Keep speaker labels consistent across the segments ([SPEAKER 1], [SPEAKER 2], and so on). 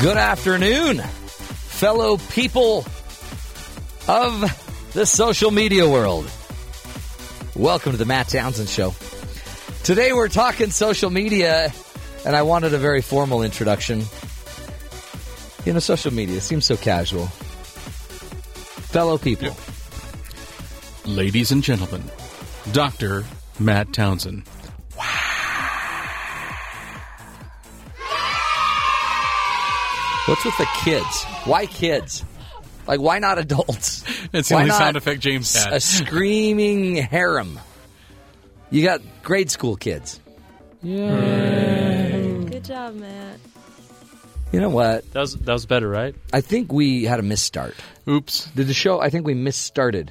[SPEAKER 1] Good afternoon, fellow people of the social media world. Welcome to the Matt Townsend Show. Today we're talking social media, and I wanted a very formal introduction. You know, social media seems so casual. Fellow people.
[SPEAKER 2] Ladies and gentlemen, Dr. Matt Townsend.
[SPEAKER 1] What's with the kids? Why kids? Like, why not adults?
[SPEAKER 2] It's the
[SPEAKER 1] Why
[SPEAKER 2] only
[SPEAKER 1] not
[SPEAKER 2] sound effect James
[SPEAKER 1] s-
[SPEAKER 2] had.
[SPEAKER 1] A screaming harem. You got grade school kids.
[SPEAKER 3] Good job, Matt.
[SPEAKER 1] You know what?
[SPEAKER 4] That was that was better, right?
[SPEAKER 1] I think we had a misstart.
[SPEAKER 2] Oops.
[SPEAKER 1] Did the show? I think we misstarted.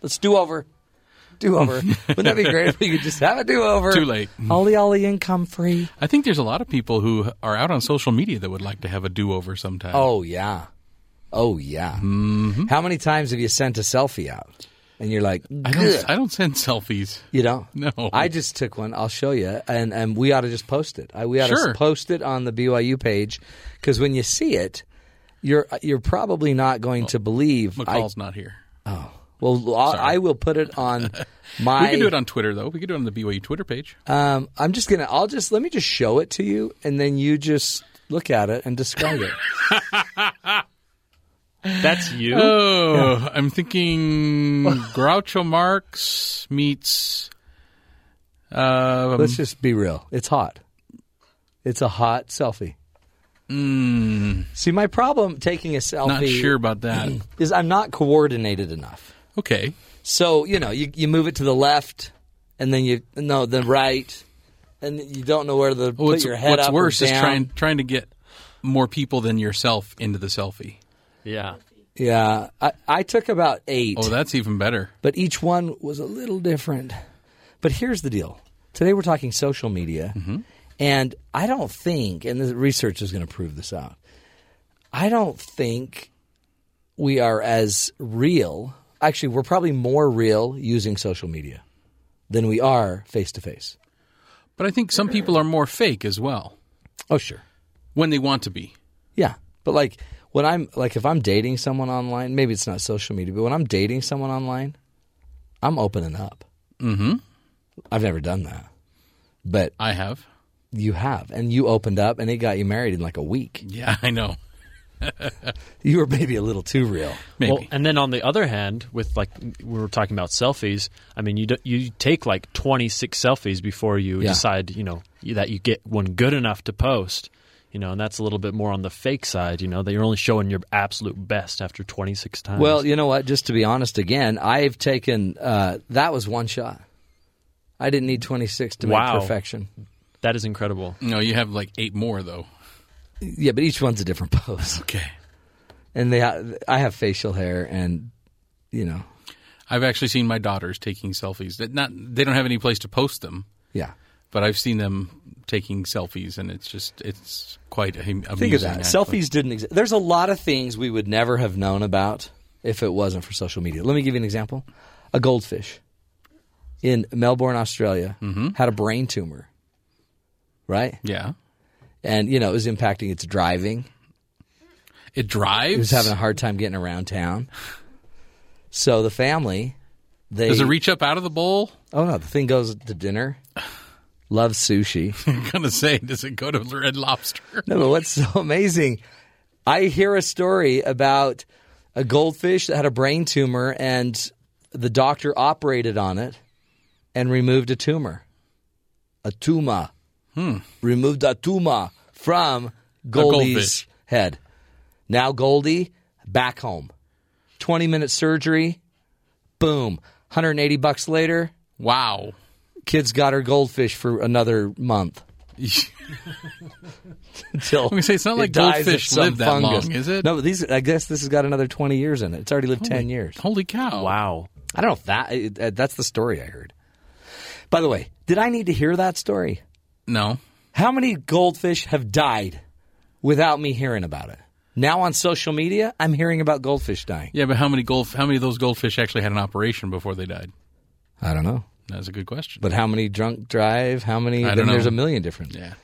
[SPEAKER 1] Let's do over. Do over. Wouldn't that be great if we could just have a do over? Mm-hmm.
[SPEAKER 2] Too late.
[SPEAKER 1] Ollie Ollie income free.
[SPEAKER 2] I think there's a lot of people who are out on social media that would like to have a do-over sometime.
[SPEAKER 1] Oh yeah. Oh yeah.
[SPEAKER 2] Mm-hmm.
[SPEAKER 1] How many times have you sent a selfie out? And you're like,
[SPEAKER 2] I
[SPEAKER 1] "Gah."
[SPEAKER 2] don't, I don't send selfies.
[SPEAKER 1] you don't.
[SPEAKER 2] No.
[SPEAKER 1] I just took one. I'll show you, and and we ought to just post it. I, we ought to
[SPEAKER 2] Sure.
[SPEAKER 1] post it on the BYU page because when you see it, you're you're probably not going to believe. I,
[SPEAKER 2] McCall's not here.
[SPEAKER 1] well, I, I will put it on my.
[SPEAKER 2] We could do it on Twitter, though. We could do it on the BYU Twitter page.
[SPEAKER 1] Um, I'm just gonna. I'll just let me just show it to you, and then you just look at it and describe it.
[SPEAKER 4] That's you.
[SPEAKER 2] oh, I'm thinking Groucho Marx meets... Uh,
[SPEAKER 1] Let's just be real. It's hot. It's a hot selfie. See, my problem taking a selfie
[SPEAKER 2] Hmm. not sure about that.
[SPEAKER 1] is I'm not coordinated enough.
[SPEAKER 2] okay.
[SPEAKER 1] So you know, you you move it to the left, and then you no the right, and you don't know where to put
[SPEAKER 2] What's,
[SPEAKER 1] your head
[SPEAKER 2] what's
[SPEAKER 1] up or
[SPEAKER 2] worse is
[SPEAKER 1] down.
[SPEAKER 2] trying trying to get more people than yourself into the selfie.
[SPEAKER 4] Yeah.
[SPEAKER 1] Yeah, I, I took about eight.
[SPEAKER 2] Oh, that's even better.
[SPEAKER 1] but each one was a little different. But here's the deal today we're talking social media, and I don't think, and the research is going to prove this out, I don't think we are as real. Actually, we're probably more real using social media than we are face to face.
[SPEAKER 2] But I think some people are more fake as well
[SPEAKER 1] Oh, sure.
[SPEAKER 2] when they want to be.
[SPEAKER 1] Yeah, but like when I'm like if I'm dating someone online, maybe it's not social media, but when I'm dating someone online, I'm opening up. Mm-hmm. I've never done that, but
[SPEAKER 2] I have.
[SPEAKER 1] you have, and you opened up, and it got you married in like a week.
[SPEAKER 2] Yeah, I know.
[SPEAKER 1] You were maybe a little too real.
[SPEAKER 2] Maybe.
[SPEAKER 4] Well, and then on the other hand, with like we were talking about selfies, I mean, you do, you take like 26 selfies before you
[SPEAKER 1] Yeah.
[SPEAKER 4] decide, you know, you- that you get one good enough to post. You know, and that's a little bit more on the fake side. You know, that you're only showing your absolute best after 26 times.
[SPEAKER 1] Well, you know what? Just to be honest, again, I've taken uh, that was one shot. I didn't need twenty six to
[SPEAKER 4] Wow.
[SPEAKER 1] make perfection.
[SPEAKER 4] that is incredible.
[SPEAKER 2] no, you have like eight more though.
[SPEAKER 1] Yeah, but each one's a different pose,
[SPEAKER 2] Okay.
[SPEAKER 1] and they. ha- I have facial hair, and you know,
[SPEAKER 2] I've actually seen my daughters taking selfies. That not they don't have any place to post them,
[SPEAKER 1] yeah.
[SPEAKER 2] but I've seen them taking selfies, and it's just it's quite am- amusing.
[SPEAKER 1] Think of that.
[SPEAKER 2] actually.
[SPEAKER 1] Selfies didn't exist. There's a lot of things we would never have known about if it wasn't for social media. Let me give you an example. A goldfish in Melbourne, Australia, had a brain tumor, right?
[SPEAKER 2] Yeah.
[SPEAKER 1] And, you know, it was impacting its driving.
[SPEAKER 2] It drives.
[SPEAKER 1] It was having a hard time getting around town. So the family, they.
[SPEAKER 2] Does it reach up out of the bowl?
[SPEAKER 1] oh, no, the thing goes to dinner. Loves sushi.
[SPEAKER 2] I'm gonna say, does it go to Red Lobster?
[SPEAKER 1] No, but what's so amazing? I hear a story about a goldfish that had a brain tumor, and the doctor operated on it and removed a tumor, a tumor,
[SPEAKER 2] Hmm.
[SPEAKER 1] removed a tumor from Goldie's
[SPEAKER 2] goldfish.
[SPEAKER 1] head. Now Goldie back home. Twenty minute surgery. Boom. 180 bucks later,
[SPEAKER 2] Wow.
[SPEAKER 1] kids got her goldfish for another month until
[SPEAKER 2] gonna say, it's not
[SPEAKER 1] it
[SPEAKER 2] like
[SPEAKER 1] dies of
[SPEAKER 2] goldfish
[SPEAKER 1] some
[SPEAKER 2] live that
[SPEAKER 1] fungus.
[SPEAKER 2] long, is it?
[SPEAKER 1] No, but these. I guess this has got another twenty years in it. It's already lived ten years.
[SPEAKER 2] Holy cow.
[SPEAKER 4] Wow.
[SPEAKER 1] I don't know if that. it- uh, That's the story I heard. By the way, did I need to hear that story?
[SPEAKER 2] No.
[SPEAKER 1] How many goldfish have died without me hearing about it? Now on social media, I'm hearing about goldfish dying.
[SPEAKER 2] Yeah, but how many gold? How many of those goldfish actually had an operation before they died?
[SPEAKER 1] I don't know.
[SPEAKER 2] That's a good question.
[SPEAKER 1] But how many drunk drive? How many?
[SPEAKER 2] I
[SPEAKER 1] then
[SPEAKER 2] don't know.
[SPEAKER 1] there's a million different.
[SPEAKER 2] yeah,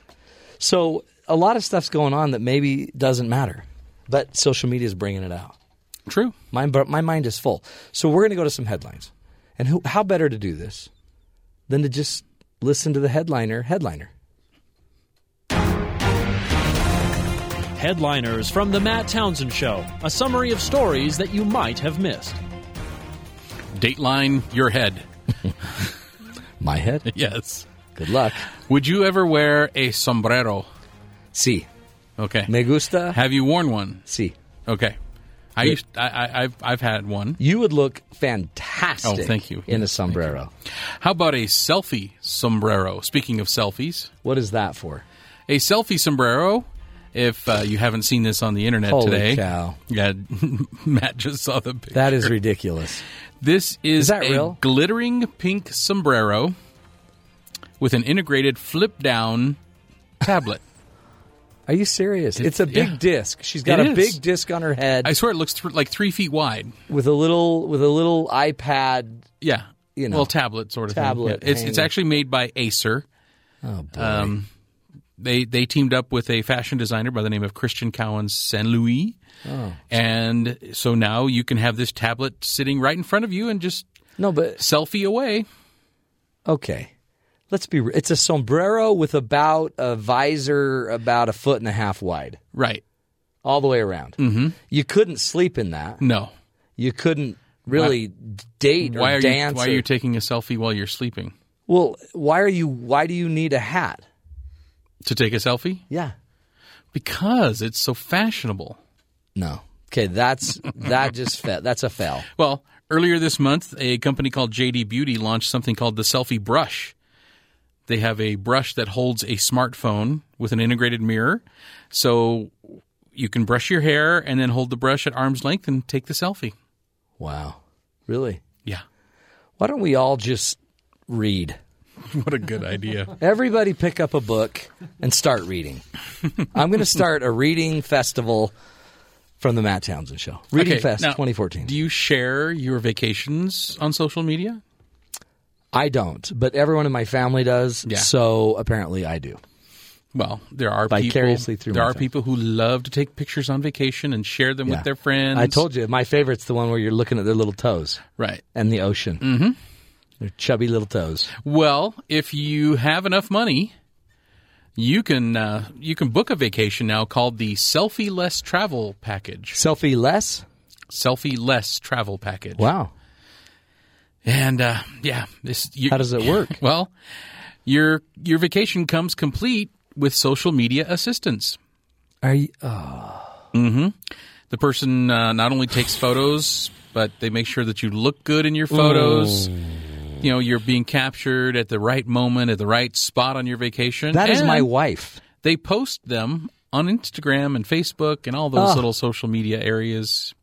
[SPEAKER 1] So a lot of stuff's going on that maybe doesn't matter, but social media is bringing it out.
[SPEAKER 2] true.
[SPEAKER 1] My, but my mind is full. So we're going to go to some headlines. And who, how better to do this than to just listen to the headliner, headliner?
[SPEAKER 4] Headliners from The Matt Townsend Show, a summary of stories that you might have missed.
[SPEAKER 2] Dateline your head.
[SPEAKER 1] My head?
[SPEAKER 2] Yes.
[SPEAKER 1] Good luck.
[SPEAKER 2] Would you ever wear a sombrero?
[SPEAKER 1] Si.
[SPEAKER 2] Okay.
[SPEAKER 1] Me gusta?
[SPEAKER 2] Have you worn one?
[SPEAKER 1] Si.
[SPEAKER 2] Okay. I used. I, I, I've. I've had one.
[SPEAKER 1] You would look fantastic
[SPEAKER 2] Oh, thank you.
[SPEAKER 1] in a
[SPEAKER 2] Yes, thank you.
[SPEAKER 1] sombrero.
[SPEAKER 2] How about a selfie sombrero? Speaking of selfies,
[SPEAKER 1] What is that for?
[SPEAKER 2] a selfie sombrero. If uh, you haven't seen this on the internet
[SPEAKER 1] Holy
[SPEAKER 2] today,
[SPEAKER 1] cow.
[SPEAKER 2] yeah, Matt just saw the picture.
[SPEAKER 1] That is ridiculous.
[SPEAKER 2] This is,
[SPEAKER 1] that
[SPEAKER 2] a
[SPEAKER 1] real?
[SPEAKER 2] glittering pink sombrero with an integrated flip down tablet.
[SPEAKER 1] Are you serious? It's a big
[SPEAKER 2] yeah.
[SPEAKER 1] disc. She's got
[SPEAKER 2] It
[SPEAKER 1] a
[SPEAKER 2] is.
[SPEAKER 1] big disc on her head
[SPEAKER 2] I swear it looks th- like three feet wide.
[SPEAKER 1] with a little with a little iPad.
[SPEAKER 2] Yeah.
[SPEAKER 1] You know.
[SPEAKER 2] well, tablet sort of thing.
[SPEAKER 1] Tablet
[SPEAKER 2] Yeah. It's, it's
[SPEAKER 1] hanging.
[SPEAKER 2] actually made by Acer. Um,
[SPEAKER 1] Oh boy.
[SPEAKER 2] They they teamed up with a fashion designer by the name of Christian Cowan Saint Louis. Oh. And so now you can have this tablet sitting right in front of you and just
[SPEAKER 1] no, but
[SPEAKER 2] selfie away.
[SPEAKER 1] okay. Let's be. re- It's a sombrero with about a visor about a foot and a half wide,
[SPEAKER 2] Right.
[SPEAKER 1] all the way around. Mm-hmm. You couldn't sleep in that.
[SPEAKER 2] No.
[SPEAKER 1] You couldn't really date or
[SPEAKER 2] Why are
[SPEAKER 1] dance.
[SPEAKER 2] you why
[SPEAKER 1] or-
[SPEAKER 2] are you taking a selfie while you're sleeping?
[SPEAKER 1] well, why are you? Why do you need a hat?
[SPEAKER 2] To take a selfie?
[SPEAKER 1] Yeah.
[SPEAKER 2] Because it's so fashionable.
[SPEAKER 1] No. Okay, that's that just fa- that's a fail.
[SPEAKER 2] Well, earlier this month, a company called JD Beauty launched something called the Selfie Brush. They have a brush that holds a smartphone with an integrated mirror. So you can brush your hair and then hold the brush at arm's length and take the selfie.
[SPEAKER 1] Wow. Really?
[SPEAKER 2] Yeah.
[SPEAKER 1] Why don't we all just read?
[SPEAKER 2] What a good idea.
[SPEAKER 1] Everybody pick up a book and start reading. I'm going to start a reading festival from the Matt Townsend show. Reading
[SPEAKER 2] Okay,
[SPEAKER 1] Fest
[SPEAKER 2] now,
[SPEAKER 1] 2014.
[SPEAKER 2] Do you share your vacations on social media?
[SPEAKER 1] I don't, but everyone in my family does,
[SPEAKER 2] Yeah.
[SPEAKER 1] so apparently I do.
[SPEAKER 2] Well, there are
[SPEAKER 1] Vicariously
[SPEAKER 2] people,
[SPEAKER 1] through
[SPEAKER 2] there
[SPEAKER 1] my
[SPEAKER 2] are
[SPEAKER 1] phone.
[SPEAKER 2] people who love to take pictures on vacation and share them
[SPEAKER 1] Yeah.
[SPEAKER 2] with their friends.
[SPEAKER 1] I told you, my favorite's the one where you're looking at their little toes
[SPEAKER 2] right.
[SPEAKER 1] and the ocean. Mm-hmm. Their chubby little toes.
[SPEAKER 2] Well, if you have enough money, you can uh, you can book a vacation now called the Selfie Less Travel Package.
[SPEAKER 1] Selfie less?
[SPEAKER 2] Selfie Less Travel Package.
[SPEAKER 1] Wow.
[SPEAKER 2] And uh, yeah, this you,
[SPEAKER 1] How does it work?
[SPEAKER 2] Well, your your vacation comes complete with social media assistance.
[SPEAKER 1] Are you,
[SPEAKER 2] uh, The person uh, not only takes photos, but they make sure that you look good in your photos. You know, you're being captured at the right moment, at the right spot on your vacation.
[SPEAKER 1] That is my
[SPEAKER 2] And-
[SPEAKER 1] wife.
[SPEAKER 2] they post them on Instagram and Facebook and all those
[SPEAKER 1] Ah.
[SPEAKER 2] little social media areas.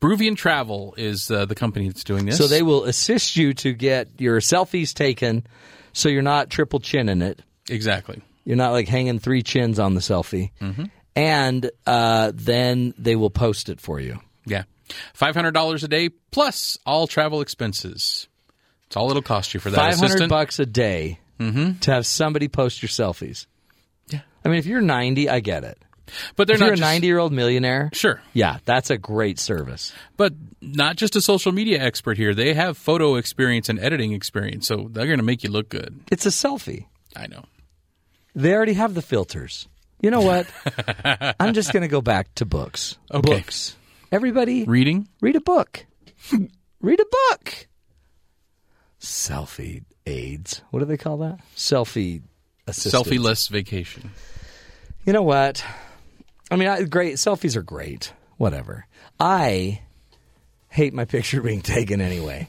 [SPEAKER 2] Peruvian Travel is uh, the company that's doing this.
[SPEAKER 1] So they will assist you to get your selfies taken so you're not triple chin in it.
[SPEAKER 2] exactly
[SPEAKER 1] You're not like hanging three chins on the selfie.
[SPEAKER 2] Mm-hmm.
[SPEAKER 1] And uh, then they will post it for you.
[SPEAKER 2] yeah, five hundred dollars a day plus all travel expenses. It's all it'll cost you for that
[SPEAKER 1] 500
[SPEAKER 2] assistant. Mm-hmm.
[SPEAKER 1] bucks a day to have somebody post your selfies.
[SPEAKER 2] Yeah.
[SPEAKER 1] I mean, if you're 90, I get it.
[SPEAKER 2] But they're
[SPEAKER 1] if
[SPEAKER 2] not
[SPEAKER 1] you're a
[SPEAKER 2] just,
[SPEAKER 1] 90 year old millionaire,
[SPEAKER 2] Sure,
[SPEAKER 1] yeah, that's a great service.
[SPEAKER 2] but not just a social media expert here. They have photo experience and editing experience, so they're going to make you look good.
[SPEAKER 1] It's a selfie.
[SPEAKER 2] I know.
[SPEAKER 1] They already have the filters. You know what? I'm just going to go back to books.
[SPEAKER 2] Okay.
[SPEAKER 1] Books. Everybody,
[SPEAKER 2] Reading,
[SPEAKER 1] read a book. read a book. Selfie aids. What do they call that? Selfie assistance.
[SPEAKER 2] selfie less vacation.
[SPEAKER 1] You know what? I mean, I, great selfies are great. Whatever. I hate my picture being taken anyway.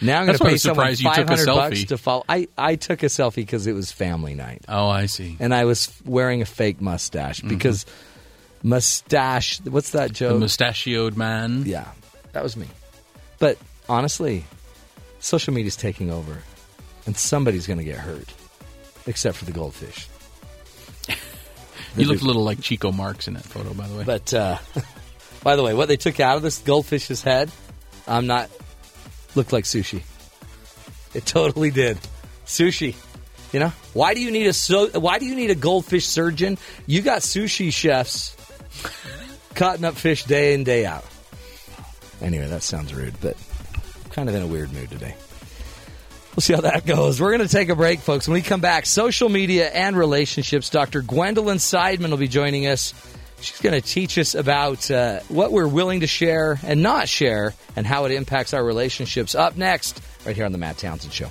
[SPEAKER 1] now I'm going
[SPEAKER 2] That's
[SPEAKER 1] to
[SPEAKER 2] why I
[SPEAKER 1] pay
[SPEAKER 2] was
[SPEAKER 1] someone
[SPEAKER 2] surprised you took a
[SPEAKER 1] 500 bucks
[SPEAKER 2] selfie.
[SPEAKER 1] to follow. I I took a selfie because it was family night
[SPEAKER 2] Oh, I see.
[SPEAKER 1] and I was wearing a fake
[SPEAKER 2] Mm-hmm.
[SPEAKER 1] mustache because mustache. What's that
[SPEAKER 2] The
[SPEAKER 1] joke?
[SPEAKER 2] mustachioed man.
[SPEAKER 1] yeah, that was me. But honestly, social media's taking over, and somebody's going to get hurt. except for the goldfish.
[SPEAKER 2] You looked a little like Chico Marx in that photo, by the way.
[SPEAKER 1] But uh, by the way, what they took out of this goldfish's head, I'm not looked like sushi. It totally did. Sushi. You know why do you need a so, why do you need a goldfish surgeon? You got sushi chefs cutting up fish day in day out. Anyway, that sounds rude, but I'm kind of in a weird mood today. We'll see how that goes. We're going to take a break, folks. When we come back, social media and relationships. Dr. Gwendolyn Seidman will be joining us. She's going to teach us about uh, what we're willing to share and not share and how it impacts our relationships. Up next, right here on The Matt Townsend Show.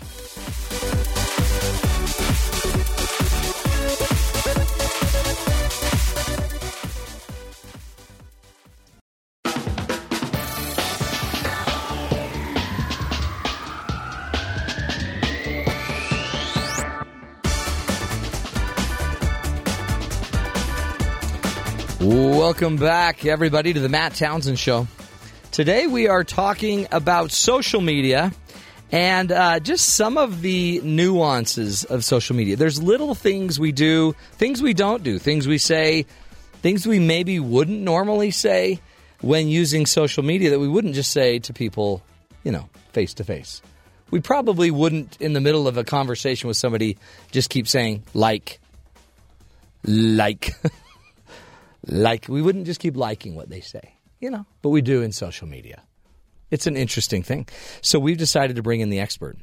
[SPEAKER 1] Welcome back, everybody, to the Matt Townsend Show. Today we are talking about social media and uh, just some of the nuances of social media. There's little things we do, things we don't do, things we say, things we maybe wouldn't normally say when using social media that we wouldn't just say to people, you know, face to face. We probably wouldn't, in the middle of a conversation with somebody, just keep saying, like, like. like we wouldn't just keep liking what they say, you know, but we do in social media. It's an interesting thing. So we've decided to bring in the expert.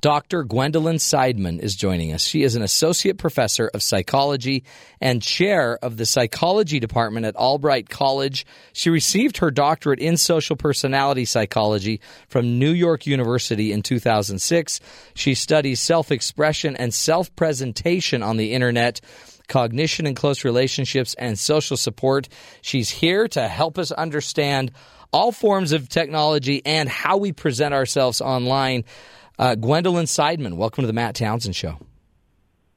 [SPEAKER 1] Dr. Gwendolyn Seidman is joining us. She is an associate professor of psychology and chair of the psychology department at Albright College. She received her doctorate in social personality psychology from New York University in 2006. She studies self expression and self presentation on the internet cognition and close relationships, and social support. She's here to help us understand all forms of technology and how we present ourselves online. Uh, Gwendolyn Seidman, welcome to the Matt Townsend Show.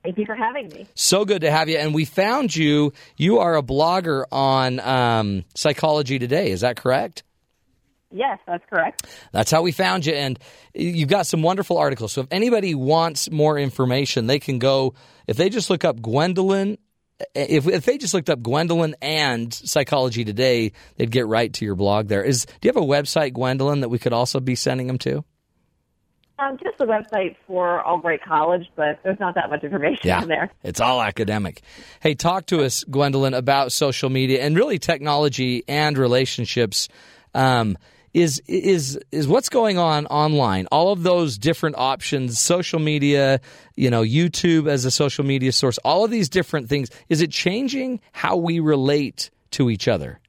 [SPEAKER 3] Thank you for having me.
[SPEAKER 1] So good to have you. And we found you. You are a blogger on um, Psychology Today. Is that correct?
[SPEAKER 3] Yes, that's correct.
[SPEAKER 1] That's how we found you. And you've got some wonderful articles. So if anybody wants more information, they can go, if they just look up Gwendolyn, eh, if, if they just looked up Gwendolyn and Psychology Today, they'd get right to your blog there. Is Do you have a website, Gwendolyn, that we could also be sending them to?
[SPEAKER 3] Um, just the website for Albright College, but there's not that much information in there.
[SPEAKER 1] It's all academic. Hey, talk to us, Gwendolyn, about social media and really technology and relationships. Um, is is is what's going on online? All of those different options, social media, you know, YouTube as a social media source, all of these different things. Is it changing how we relate to each other?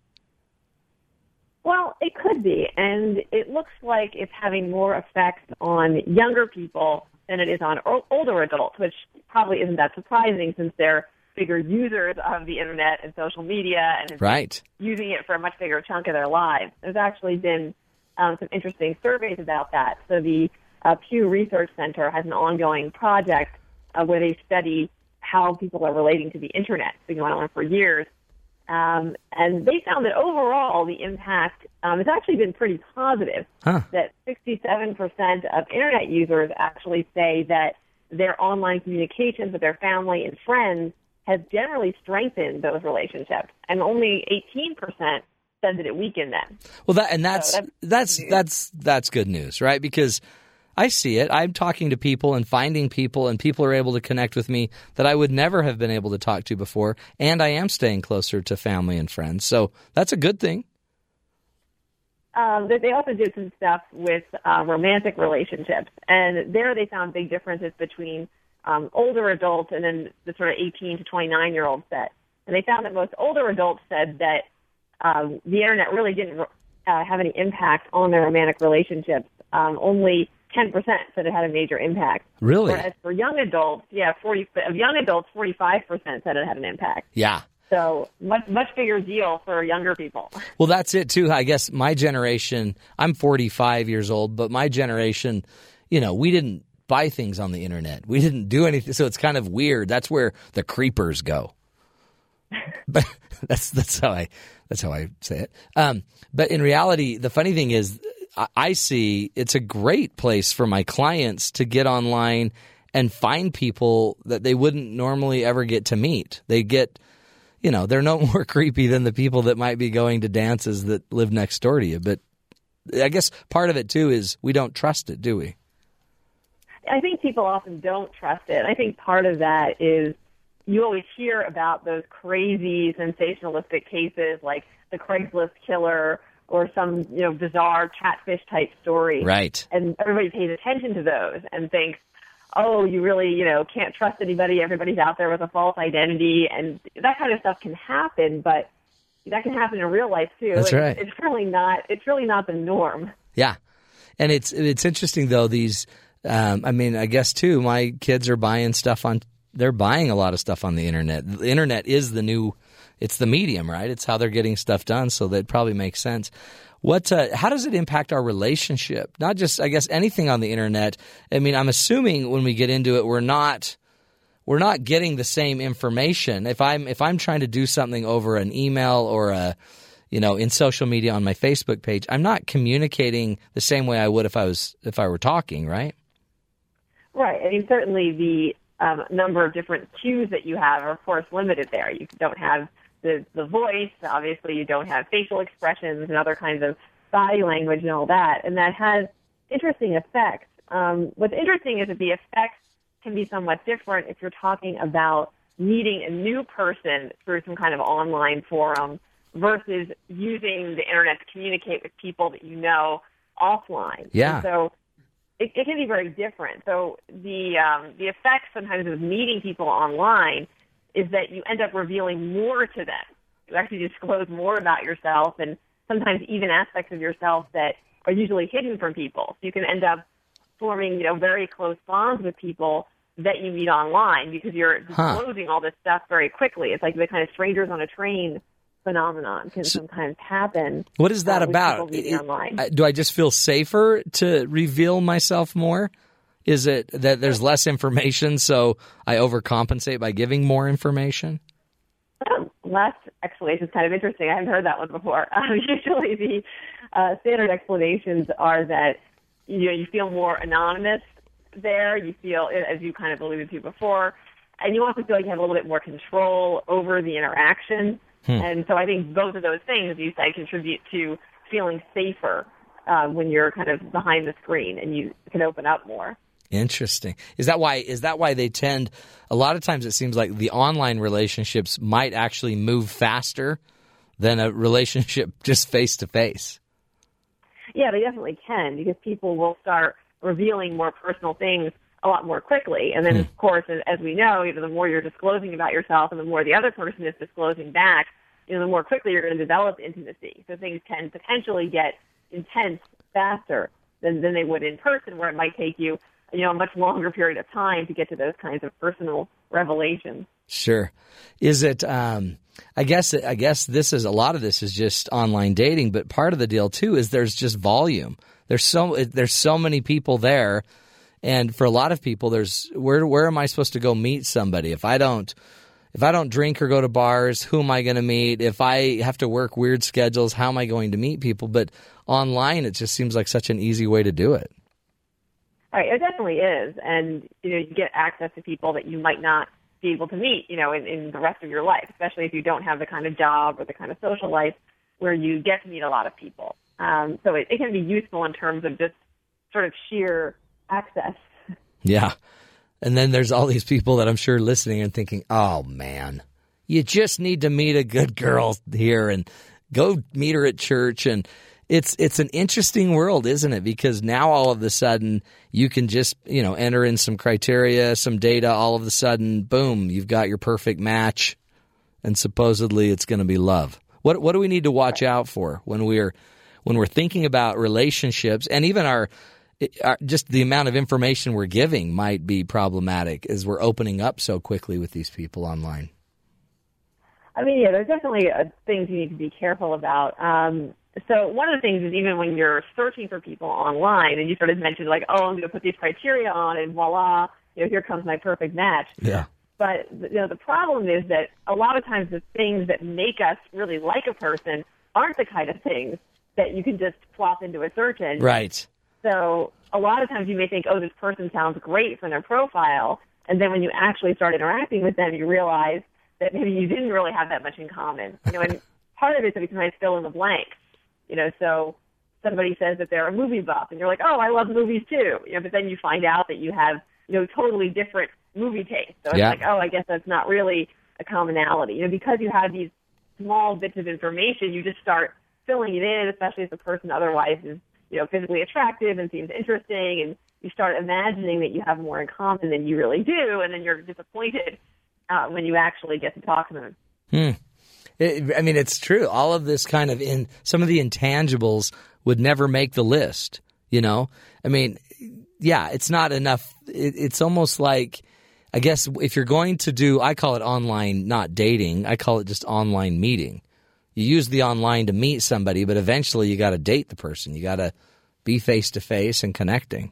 [SPEAKER 3] Well, it could be, and it looks like it's having more effects on younger people than it is on o- older adults, which probably isn't that surprising since they're bigger users of the internet and social media and have
[SPEAKER 1] Right.
[SPEAKER 3] using it for a much bigger chunk of their lives. There's actually been um, some interesting surveys about that. So the uh, Pew Research Center has an ongoing project uh, where they study how people are relating to the internet. It's been going on for years. Um, and they found that overall the impact um, has actually been pretty positive.
[SPEAKER 1] Huh.
[SPEAKER 3] That 67% of internet users actually say that their online communications with their family and friends has generally strengthened those relationships, and only 18% said that it weakened them.
[SPEAKER 1] Well, that and that's
[SPEAKER 3] that's
[SPEAKER 1] that's that's that's good news, right? Because I see it. I'm talking to people and finding people, and people are able to connect with me that I would never have been able to talk to before. And I am staying closer to family and friends, so that's a good thing.
[SPEAKER 3] Um, but they also did some stuff with uh, romantic relationships, and there they found big differences between um, older adults and then the sort of 18 to 29 year old set. And they found that most older adults said that um, the internet really didn't uh, have any impact on their romantic relationships. Um, only 10% said it had a major impact.
[SPEAKER 1] Really?
[SPEAKER 3] Whereas for young adults, yeah, 40 of young adults, 45% said it had an impact.
[SPEAKER 1] Yeah.
[SPEAKER 3] So much much bigger deal for younger people.
[SPEAKER 1] Well, that's it too. I guess my generation, I'm 45 years old, but my generation, you know, we didn't buy things on the internet. We didn't do anything. So it's kind of weird. That's where the creepers go. But that's that's how I that's how I say it. Um, but in reality, the funny thing is I, I see it's a great place for my clients to get online and find people that they wouldn't normally ever get to meet. They get, you know, they're no more creepy than the people that might be going to dances that live next door to you. But I guess part of it too is we don't trust it, do we?
[SPEAKER 3] I think people often don't trust it. I think part of that is you always hear about those crazy sensationalistic cases like the Craigslist killer or some, you know, bizarre catfish type story.
[SPEAKER 1] Right.
[SPEAKER 3] And everybody pays attention to those and thinks, oh, you really, you know, can't trust anybody. Everybody's out there with a false identity. And that kind of stuff can happen, but that can happen in real life too.
[SPEAKER 1] That's right.
[SPEAKER 3] It's- It's really not, it's really not the norm.
[SPEAKER 1] Yeah, and it's it's interesting though. These, um, I mean, I guess too. My kids are buying stuff on. They're buying a lot of stuff on the internet. The internet is the new. It's the medium, right? It's how they're getting stuff done. So that probably makes sense. What? Uh, how does it impact our relationship? Not just, I guess, anything on the internet. I mean, I'm assuming when we get into it, we're not we're not getting the same information. If I'm if I'm trying to do something over an email or a you know in social media on my Facebook page, I'm not communicating the same way I would if I was if I were talking, right?
[SPEAKER 3] Right. I mean, certainly the um, number of different cues that you have are, of course, limited there. You don't have the, the voice. Obviously, you don't have facial expressions and other kinds of body language and all that. And that has interesting effects. Um, what's interesting is that the effects can be somewhat different if you're talking about meeting a new person through some kind of online forum versus using the internet to communicate with people that you know offline.
[SPEAKER 1] Yeah.
[SPEAKER 3] And so it, it can be very different. So the um, the effect sometimes of meeting people online is that you end up revealing more to them. You actually disclose more about yourself, and sometimes even aspects of yourself that are usually hidden from people. So you can end up forming you know very close bonds with people that you meet online because you're
[SPEAKER 1] Huh.
[SPEAKER 3] disclosing all this stuff very quickly. It's like the kind of strangers on a train phenomenon can sometimes happen.
[SPEAKER 1] What is that
[SPEAKER 3] uh, with
[SPEAKER 1] about?
[SPEAKER 3] people meeting
[SPEAKER 1] It-
[SPEAKER 3] online.
[SPEAKER 1] I- do I just feel safer to reveal myself more? Is it that there's less information, so I overcompensate by giving more information?
[SPEAKER 3] Um, last explanation is kind of interesting. I haven't heard that one before. Um, usually, the uh, standard explanations are that you know you feel more anonymous there. You feel, as you kind of alluded to before, and you also feel like you have a little bit more control over the interaction. And so, I think both of those things, as you say, contribute to feeling safer um, when you're kind of behind the screen and you can open up more.
[SPEAKER 1] Interesting. Is that why? Is that why they tend? A lot of times, it seems like the online relationships might actually move faster than a relationship just face to face.
[SPEAKER 3] Yeah, they definitely can because people will start revealing more personal things a lot more quickly. And then, of course, as, as we know, you know, the more you're disclosing about yourself and the more the other person is disclosing back, you know, the more quickly you're going to develop intimacy. So things can potentially get intense faster than, than they would in person where it might take you, you know, a much longer period of time to get to those kinds of personal revelations.
[SPEAKER 1] Sure. Is it? Um, I guess. I guess this is a lot of this is just online dating, but part of the deal too is there's just volume. There's so it- there's so many people there, and for a lot of people, there's where where am I supposed to go meet somebody if I don't if I don't drink or go to bars, who am I going to meet? If I have to work weird schedules, how am I going to meet people? But online, it just seems like such an easy way to do it.
[SPEAKER 3] Right, it definitely is, and you know you get access to people that you might not be able to meet, you know, in, in the rest of your life, especially if you don't have the kind of job or the kind of social life where you get to meet a lot of people. Um, so it, it can be useful in terms of just sort of sheer access.
[SPEAKER 1] Yeah. And then there's all these people that I'm sure listening and thinking, oh man, you just need to meet a good girl here and go meet her at church. And it's, it's an interesting world, isn't it? Because now all of a sudden you can just, you know, enter in some criteria, some data, all of a sudden, boom, you've got your perfect match. And supposedly it's going to be love. What, what do we need to watch out for when we're, when we're thinking about relationships and even our, it- our- just the amount of information we're giving might be problematic as we're opening up so quickly with these people online.
[SPEAKER 3] I mean, yeah, there's definitely uh, things you need to be careful about. Um, so one of the things is even when you're searching for people online, and you sort of mentioned like, oh, I'm going to put these criteria on, and voila, you know, here comes my perfect match.
[SPEAKER 1] Yeah.
[SPEAKER 3] But you know, the problem is that a lot of times the things that make us really like a person aren't the kind of things that you can just plop into a search engine.
[SPEAKER 1] Right.
[SPEAKER 3] So a lot of times you may think, oh, this person sounds great from their profile. And then when you actually start interacting with them, you realize that maybe you didn't really have that much in common. You know, and part of it is that we sometimes fill in the blank. You know, so somebody says that they're a movie buff and you're like, oh, I love movies too. You know, but then you find out that you have, you know, totally different movie tastes. So it's
[SPEAKER 1] Yeah.
[SPEAKER 3] like, oh, I guess that's not really a commonality. You know, because you have these small bits of information, you just start filling it in, especially if the person otherwise is, you know, physically attractive and seems interesting and you start imagining that you have more in common than you really do and then you're disappointed uh, when you actually get to talk to them.
[SPEAKER 1] It, I mean, it's true. All of this kind of in some of the intangibles would never make the list. You know, I mean, yeah, it's not enough. It, it's almost like, I guess, if you're going to do, I call it online, not dating. I call it just online meeting. You use the online to meet somebody, but eventually you got to date the person. You got to be face to face and connecting.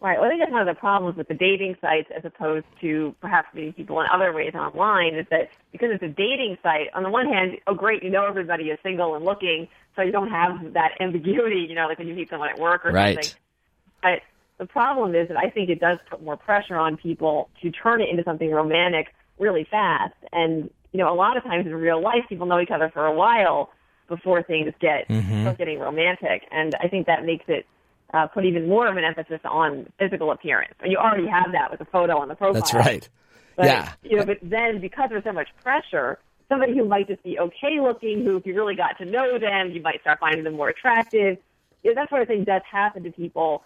[SPEAKER 3] Right. Well, I think that's one of the problems with the dating sites as opposed to perhaps meeting people in other ways online is that because it's a dating site, on the one hand, oh, great, you know everybody is single and looking, so you don't have that ambiguity, you know, like when you meet someone at work or
[SPEAKER 1] Right.
[SPEAKER 3] something. But the problem is that I think it does put more pressure on people to turn it into something romantic really fast. And, you know, a lot of times in real life, people know each other for a while before things get,
[SPEAKER 1] Mm-hmm.
[SPEAKER 3] start getting romantic. And I think that makes it uh, put even more of an emphasis on physical appearance. You already have that with the photo on the profile.
[SPEAKER 1] That's right.
[SPEAKER 3] But,
[SPEAKER 1] yeah.
[SPEAKER 3] You know, but then because there's so much pressure, somebody who might just be okay looking, who if you really got to know them, you might start finding them more attractive. You know, that sort of thing does happen to people,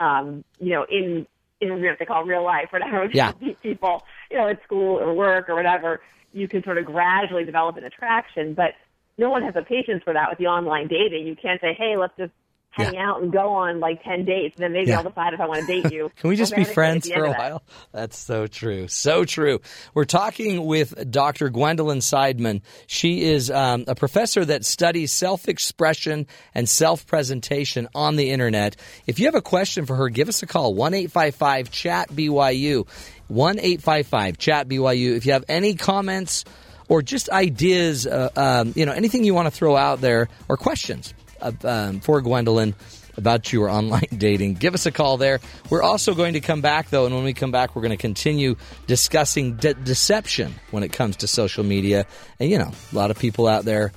[SPEAKER 3] um, you know, in in what they call real life, whatever.
[SPEAKER 1] Yeah.
[SPEAKER 3] Meet people, you know, at school or work or whatever. You can sort of gradually develop an attraction, but no one has the patience for that with the online dating. You can't say, "Hey, let's just hang out and go on like ten dates, and then maybe
[SPEAKER 1] Yeah.
[SPEAKER 3] I'll decide if I want to date you."
[SPEAKER 1] Can we just be
[SPEAKER 3] Romantically at
[SPEAKER 1] friends
[SPEAKER 3] the
[SPEAKER 1] for a
[SPEAKER 3] end of that.
[SPEAKER 1] while? That's so true. So true. We're talking with Dr. Gwendolyn Seidman. She is um, a professor that studies self expression and self presentation on the internet. If you have a question for her, give us a call 1 855 Chat BYU. 1 855 Chat BYU. If you have any comments or just ideas, uh, um, you know, anything you want to throw out there or questions uh, um, for Gwendolyn about your online dating, give us a call there. We're also going to come back, though, and when we come back, we're going to continue discussing de- deception when it comes to social media. And, you know, a lot of people out there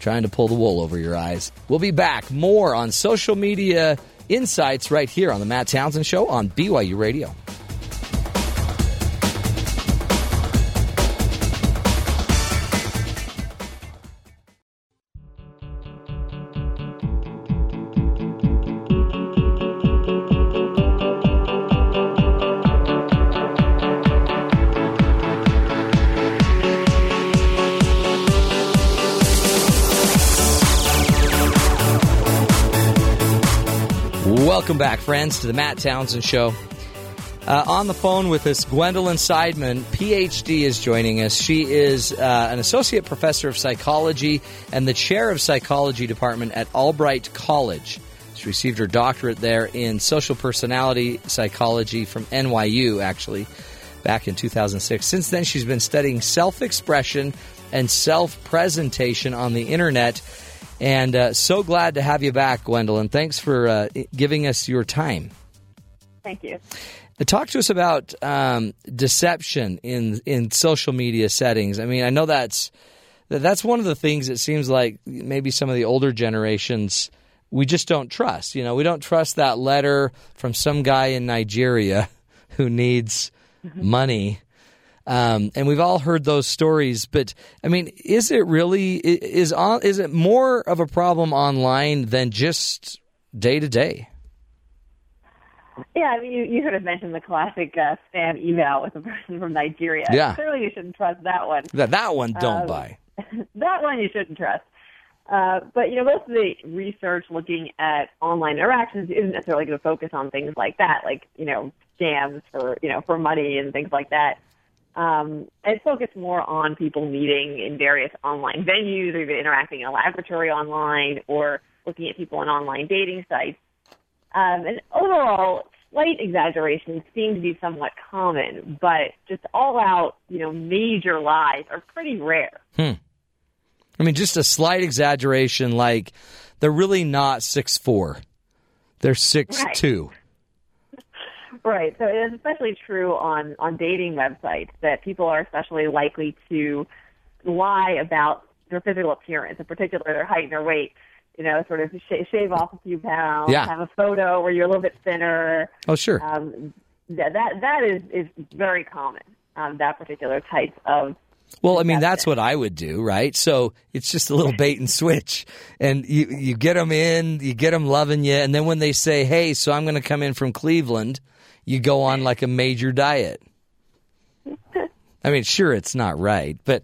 [SPEAKER 1] trying to pull the wool over your eyes. We'll be back. More on social media insights right here on The Matt Townsend Show on BYU Radio. Welcome back, friends, to the Matt Townsend Show. Uh, on the phone with us, Gwendolyn Seidman, PhD, is joining us. She is uh, an associate professor of psychology and the chair of psychology department at Albright College. She received her doctorate there in social personality psychology from NYU, actually, back in 2006. Since then, she's been studying self expression and self presentation on the internet. And uh, so glad to have you back, Gwendolyn. Thanks for uh, giving us your time.
[SPEAKER 3] Thank you.
[SPEAKER 1] Talk to us about um, deception in in social media settings. I mean, I know that's that- that's one of the things it seems like maybe some of the older generations we just don't trust. You know, we don't trust that letter from some guy in Nigeria who needs money. Um, and we've all heard those stories, but I mean, is it really i- is on is it more of a problem online than just day to day?
[SPEAKER 3] Yeah, I mean, you, you sort of mentioned the classic uh, spam email with the person from Nigeria.
[SPEAKER 1] Yeah.
[SPEAKER 3] Clearly, you shouldn't trust that one.
[SPEAKER 1] That that one don't buy.
[SPEAKER 3] that one you shouldn't trust. Uh, but, you know, most of the research looking at online interactions isn't necessarily going to focus on things like that, like, you know, scams for, you know, for money and things like that. Um, it's focused more on people meeting in various online venues or even interacting in a laboratory online or looking at people on online dating sites. Um, and overall, slight exaggerations seem to be somewhat common, but just all out, you know, major lies are pretty rare.
[SPEAKER 1] I mean, just a slight exaggeration. Like they're really not six four. They're six two.
[SPEAKER 3] Right. So it is especially true on, on dating websites that people are especially likely to lie about their physical appearance, in particular their height and their weight. You know, sort of sh- shave off a few pounds,
[SPEAKER 1] Yeah.
[SPEAKER 3] have a photo where you're a little bit thinner.
[SPEAKER 1] Oh sure.
[SPEAKER 3] Um, that that, that is, is very common, um, that particular type of.
[SPEAKER 1] Well, I mean, that's what I would do, right? So it's just a little bait and switch, and you you get them in, you get them loving you, and then when they say, "Hey, so I'm going to come in from Cleveland," you go on like a major diet. I mean, sure, it's not right, but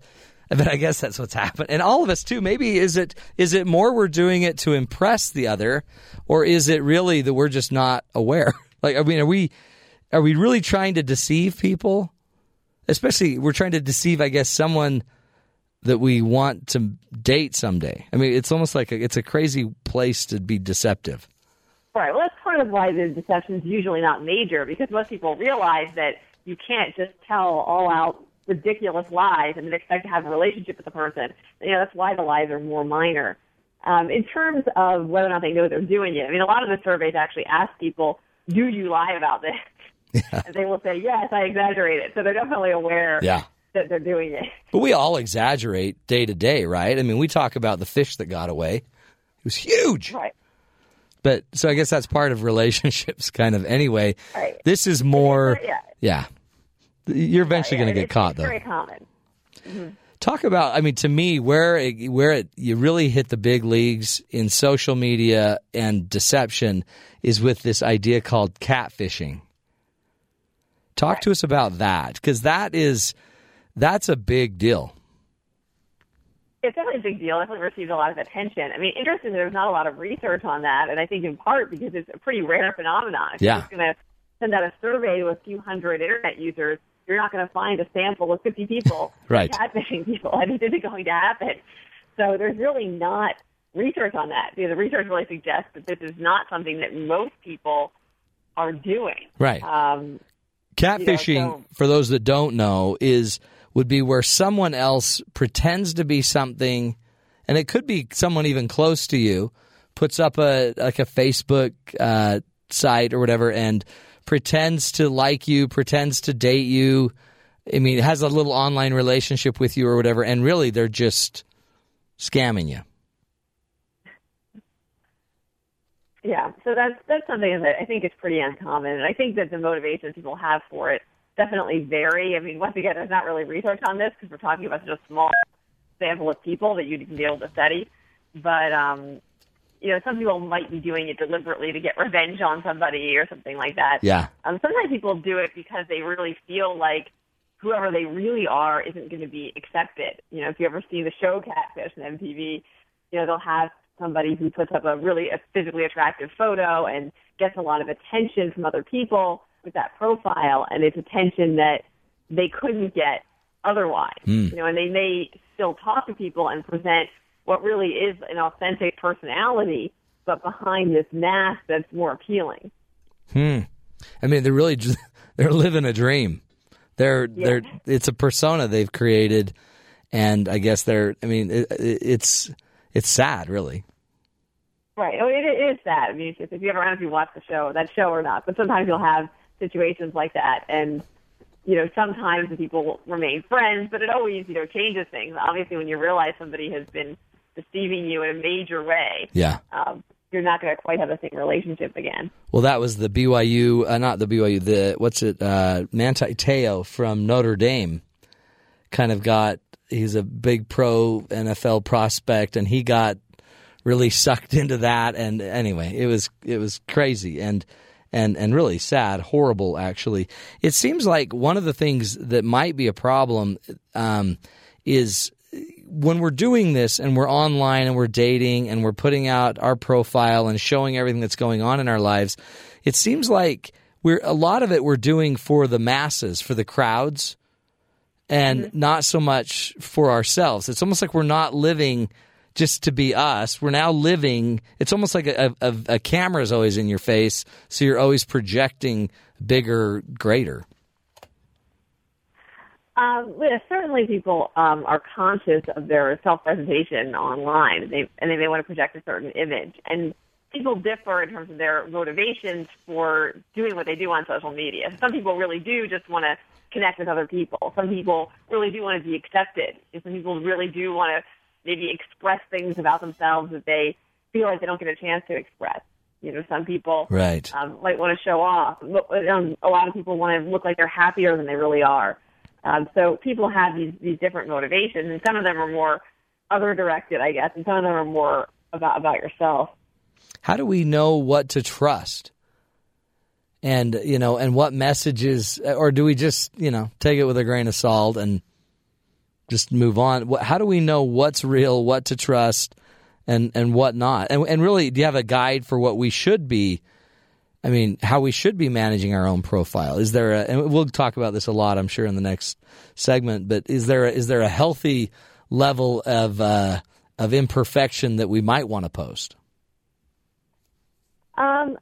[SPEAKER 1] but I guess that's what's happened, and all of us too. Maybe is it is it more we're doing it to impress the other, or is it really that we're just not aware? Like, I mean, are we are we really trying to deceive people? especially we're trying to deceive i guess someone that we want to date someday i mean it's almost like a, it's a crazy place to be deceptive
[SPEAKER 3] Right. Well, that's part of why the deception is usually not major because most people realize that you can't just tell all out ridiculous lies and then expect to have a relationship with the person. You know, that's why the lies are more minor. Um, in terms of whether or not they know they're doing it, I mean, a lot of the surveys actually ask people, do you lie about this? And they will say, yes, I exaggerated. So they're definitely aware
[SPEAKER 1] Yeah.
[SPEAKER 3] that they're doing it.
[SPEAKER 1] but we all exaggerate day to day right i mean we talk about the fish that got away it was huge
[SPEAKER 3] Right.
[SPEAKER 1] but so i guess that's part of relationships kind of anyway
[SPEAKER 3] Right.
[SPEAKER 1] this is more
[SPEAKER 3] Yeah.
[SPEAKER 1] yeah you're eventually going to get
[SPEAKER 3] It's-
[SPEAKER 1] caught
[SPEAKER 3] it's
[SPEAKER 1] though
[SPEAKER 3] Very common.
[SPEAKER 1] talk about i mean to me where it, where it, you really hit the big leagues in social media and deception is with this idea called catfishing talk to us about that because that is that's a big deal
[SPEAKER 3] it's definitely a big deal. Definitely received a lot of attention. I mean, interestingly, there's not a lot of research on that, and I think in part because it's a pretty rare phenomenon. If
[SPEAKER 1] Yeah.
[SPEAKER 3] you're just going to send out a survey to a few hundred internet users, you're not going to find a sample of 50 people
[SPEAKER 1] Right.
[SPEAKER 3] catfishing people. I mean, it isn't going to happen. So there's really not research on that. You know, the research really suggests that this is not something that most people are doing.
[SPEAKER 1] right
[SPEAKER 3] Um,
[SPEAKER 1] Catfishing,
[SPEAKER 3] You know, so-
[SPEAKER 1] for those that don't know, is would be where someone else pretends to be something, and it could be someone even close to you, puts up a like a Facebook uh, site or whatever, and pretends to like you, pretends to date you. I mean, has a little online relationship with you or whatever, and really they're just scamming you.
[SPEAKER 3] Yeah, so that's that's something that I think is pretty uncommon, and I think that the motivations people have for it definitely vary. I mean, once again, there's not really research on this because we're talking about such a small sample of people that you'd be able to study. But um, you know, some people might be doing it deliberately to get revenge on somebody or something like that.
[SPEAKER 1] Yeah.
[SPEAKER 3] Um, sometimes people do it because they really feel like whoever they really are isn't going to be accepted. You know, if you ever see the show Catfish on MTV, you know, they'll have somebody who puts up a really a physically attractive photo and gets a lot of attention from other people with that profile, and it's attention that they couldn't get otherwise. You know, and they may still talk to people and present what really is an authentic personality, but behind this mask that's more appealing.
[SPEAKER 1] I mean, they're really just, they're living a dream. They're they're it's a persona they've created, and I guess they're. I mean, it, it- it's it's sad, really.
[SPEAKER 3] Right. Oh, it, it is that. I mean, if, if you ever, I don't know if you watch the show, that show or not, but sometimes you'll have situations like that. And, you know, sometimes the people will remain friends, but it always, you know, changes things. Obviously, when you realize somebody has been deceiving you in a major way,
[SPEAKER 1] Yeah.
[SPEAKER 3] um, you're not going to quite have the same relationship again.
[SPEAKER 1] Well, that was the BYU, uh, not the BYU. The what's it? Uh, Manti Te'o from Notre Dame, kind of got. He's a big pro NFL prospect, and he got really sucked into that. And anyway, it was it was crazy and and and really sad, horrible. Actually, it seems like one of the things that might be a problem um, is when we're doing this and we're online and we're dating and we're putting out our profile and showing everything that's going on in our lives, it seems like we're a lot of it we're doing for the masses, for the crowds, and not so much for ourselves. It's almost like we're not living just to be us. We're now living. It's almost like a, a, a camera is always in your face, so you're always projecting bigger, greater.
[SPEAKER 3] Um, yeah, certainly, people um, are conscious of their self-presentation online, and they, and they may want to project a certain image. And people differ in terms of their motivations for doing what they do on social media. Some people really do just want to connect with other people. Some people really do want to be accepted. And some people really do want to maybe express things about themselves that they feel like they don't get a chance to express. You know, some people
[SPEAKER 1] Right.
[SPEAKER 3] um, like want to show off. But, Um, a lot of people want to look like they're happier than they really are. Um, so people have these these different motivations, and some of them are more other directed, I guess, and some of them are more about about yourself.
[SPEAKER 1] How do we know what to trust? And you know, and what messages, or do we just you know take it with a grain of salt and just move on? What- How do we know what's real, what to trust, and and what not? And and really, do you have a guide for what we should be? I mean, how we should be managing our own profile? Is there a? And we'll talk about this a lot, I'm sure, in the next segment. But is there a, is there a healthy level of uh, of imperfection that we might want to post?
[SPEAKER 3] Um,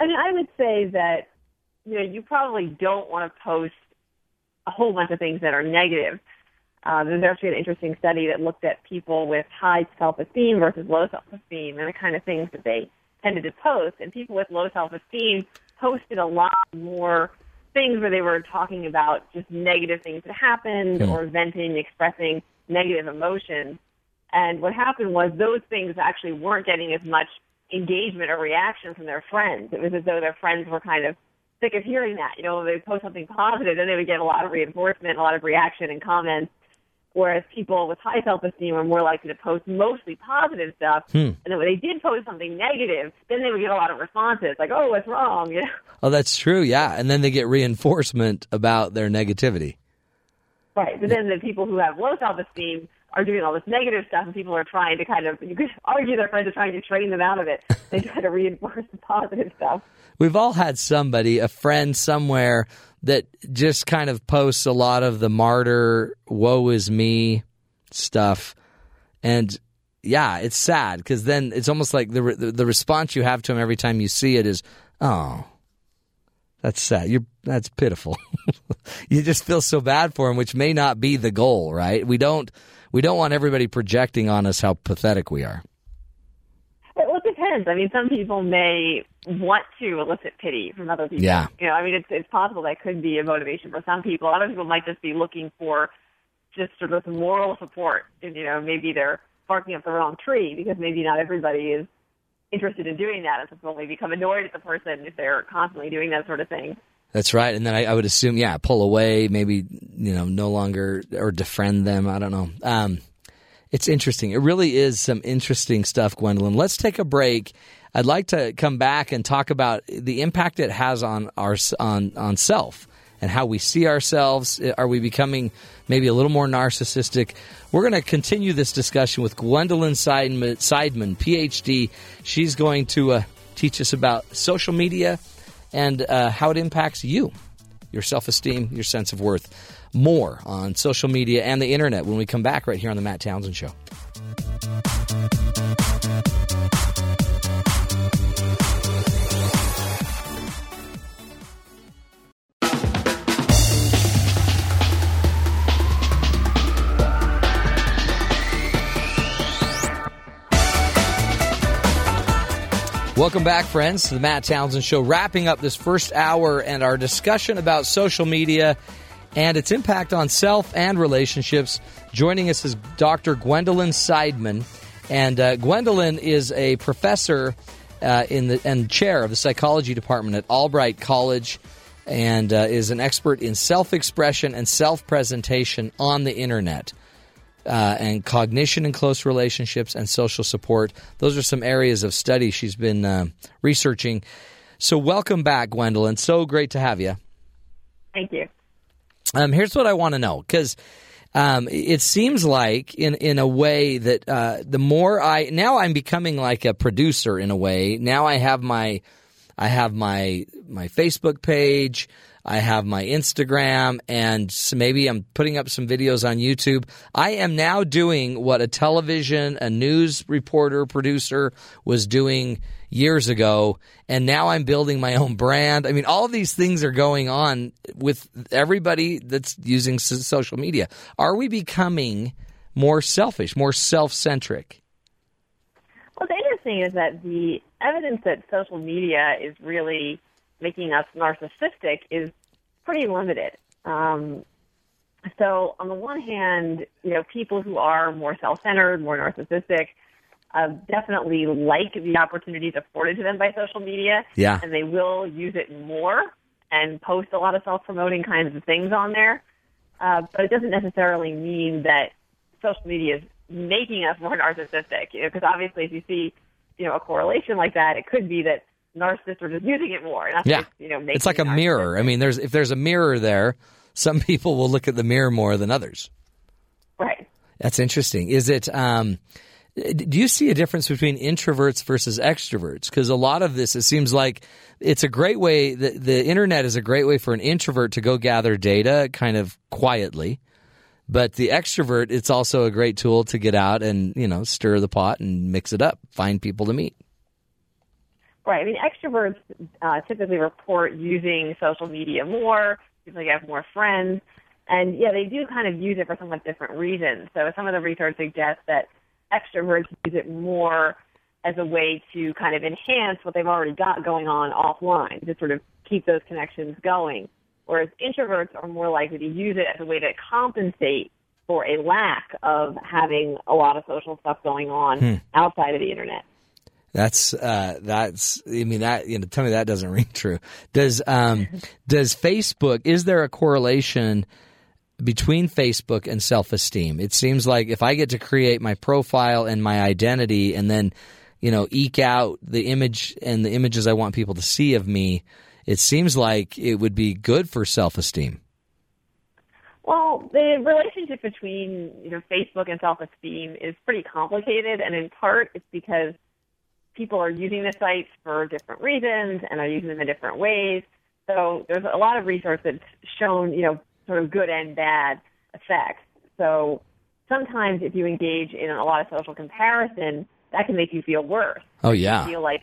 [SPEAKER 3] I mean, I would say that you know you probably don't want to post a whole bunch of things that are negative. Uh, there's actually an interesting study that looked at people with high self-esteem versus low self-esteem and the kind of things that they tended to post. And people with low self-esteem posted a lot more things where they were talking about just negative things that happened or venting, expressing negative emotions. And what happened was those things actually weren't getting as much engagement or reaction from their friends. It was as though their friends were kind of sick of hearing that. You know, they post something positive, then they would get a lot of reinforcement, a lot of reaction and comments. Whereas people with high self esteem are more likely to post mostly positive stuff. And then when they did post something negative, then they would get a lot of responses like, oh, what's wrong? You know?
[SPEAKER 1] Oh, that's true. Yeah, and then they get reinforcement about their negativity.
[SPEAKER 3] Right. But then the people who have low self esteem are doing all this negative stuff, and people are trying to kind of, you could argue their friends are trying to train them out of it. They try to reinforce the positive stuff.
[SPEAKER 1] We've all had somebody, a friend somewhere that just kind of posts a lot of the martyr woe is me stuff. And yeah, it's sad cuz then it's almost like the, re- the the response you have to him every time you see it is, "Oh, that's sad. You're that's pitiful. you just feel so bad for him, which may not be the goal, right? We don't we don't want everybody projecting on us how pathetic we are.
[SPEAKER 3] Well, it depends. I mean, some people may want to elicit pity from other people.
[SPEAKER 1] Yeah.
[SPEAKER 3] You know, I mean, it's, it's possible that could be a motivation for some people. Other people might just be looking for just sort of some moral support. And, you know, maybe they're barking up the wrong tree because maybe not everybody is interested in doing that. And so people may become annoyed at the person if they're constantly doing that sort of thing.
[SPEAKER 1] That's right. And then I, I would assume, yeah, pull away, maybe, you know, no longer or defriend them. I don't know. Um, it's interesting. It really is some interesting stuff, Gwendolyn. Let's take a break. I'd like to come back and talk about the impact it has on our on on self and how we see ourselves. Are we becoming maybe a little more narcissistic? We're going to continue this discussion with Gwendolyn Seidman, Seidman PhD. She's going to uh, teach us about social media and uh, how it impacts you, your self esteem, your sense of worth. More on social media and the internet when we come back right here on The Matt Townsend Show. Welcome back, friends, to the Matt Townsend Show, wrapping up this first hour and our discussion about social media and its impact on self and relationships. Joining us is Dr. Gwendolyn Seidman. And uh, Gwendolyn is a professor uh, in the, and chair of the psychology department at Albright College and uh, is an expert in self expression and self presentation on the internet uh, and cognition and close relationships and social support. Those are some areas of study she's been uh, researching. So, welcome back, Gwendolyn. So great to have you.
[SPEAKER 3] Thank you.
[SPEAKER 1] Um, here's what I want to know because um, it seems like, in in a way, that uh, the more I now I'm becoming like a producer in a way. Now I have my I have my my Facebook page. I have my Instagram, and s- maybe I'm putting up some videos on YouTube. I am now doing what a television, a news reporter, producer was doing years ago, and now I'm building my own brand. I mean, all of these things are going on with everybody that's using s- social media. Are we becoming more selfish, more self centric?
[SPEAKER 3] Well, it's interesting is that the evidence that social media is really making us narcissistic is pretty limited. Um, so on the one hand, you know, people who are more self-centered, more narcissistic, uh, definitely like the opportunities afforded to them by social media.
[SPEAKER 1] Yeah.
[SPEAKER 3] And they will use it more and post a lot of self-promoting kinds of things on there. Uh, but it doesn't necessarily mean that social media is making us more narcissistic. You know, because obviously, if you see, you know, a correlation like that, it could be that narcissists are just using it more. Not
[SPEAKER 1] Yeah.
[SPEAKER 3] just, you know, making
[SPEAKER 1] It's like a
[SPEAKER 3] narcissists.
[SPEAKER 1] mirror. I mean, there's if there's a mirror there, some people will look at the mirror more than others.
[SPEAKER 3] Right.
[SPEAKER 1] That's interesting. Is it? Um, do you see a difference between introverts versus extroverts? Because a lot of this, it seems like it's a great way. The, the internet is a great way for an introvert to go gather data, kind of quietly. But the extrovert, it's also a great tool to get out and you know stir the pot and mix it up, find people to meet.
[SPEAKER 3] Right. I mean, extroverts uh, typically report using social media more. People have more friends, and yeah, they do kind of use it for somewhat different reasons. So some of the research suggests that extroverts use it more as a way to kind of enhance what they've already got going on offline to sort of keep those connections going. Whereas introverts are more likely to use it as a way to compensate for a lack of having a lot of social stuff going on outside of the internet.
[SPEAKER 1] That's uh, that's. I mean, that you know, tell me that doesn't ring true. Does um, does Facebook? Is there a correlation between Facebook and self esteem? It seems like if I get to create my profile and my identity, and then you know eke out the image and the images I want people to see of me, it seems like it would be good for self esteem.
[SPEAKER 3] Well, the relationship between you know Facebook and self-esteem is pretty complicated, and in part it's because people are using the sites for different reasons and are using them in different ways. So there's a lot of research that's shown you know sort of good and bad effects. So sometimes if you engage in a lot of social comparison, that can make you feel worse
[SPEAKER 1] Oh yeah,
[SPEAKER 3] feel like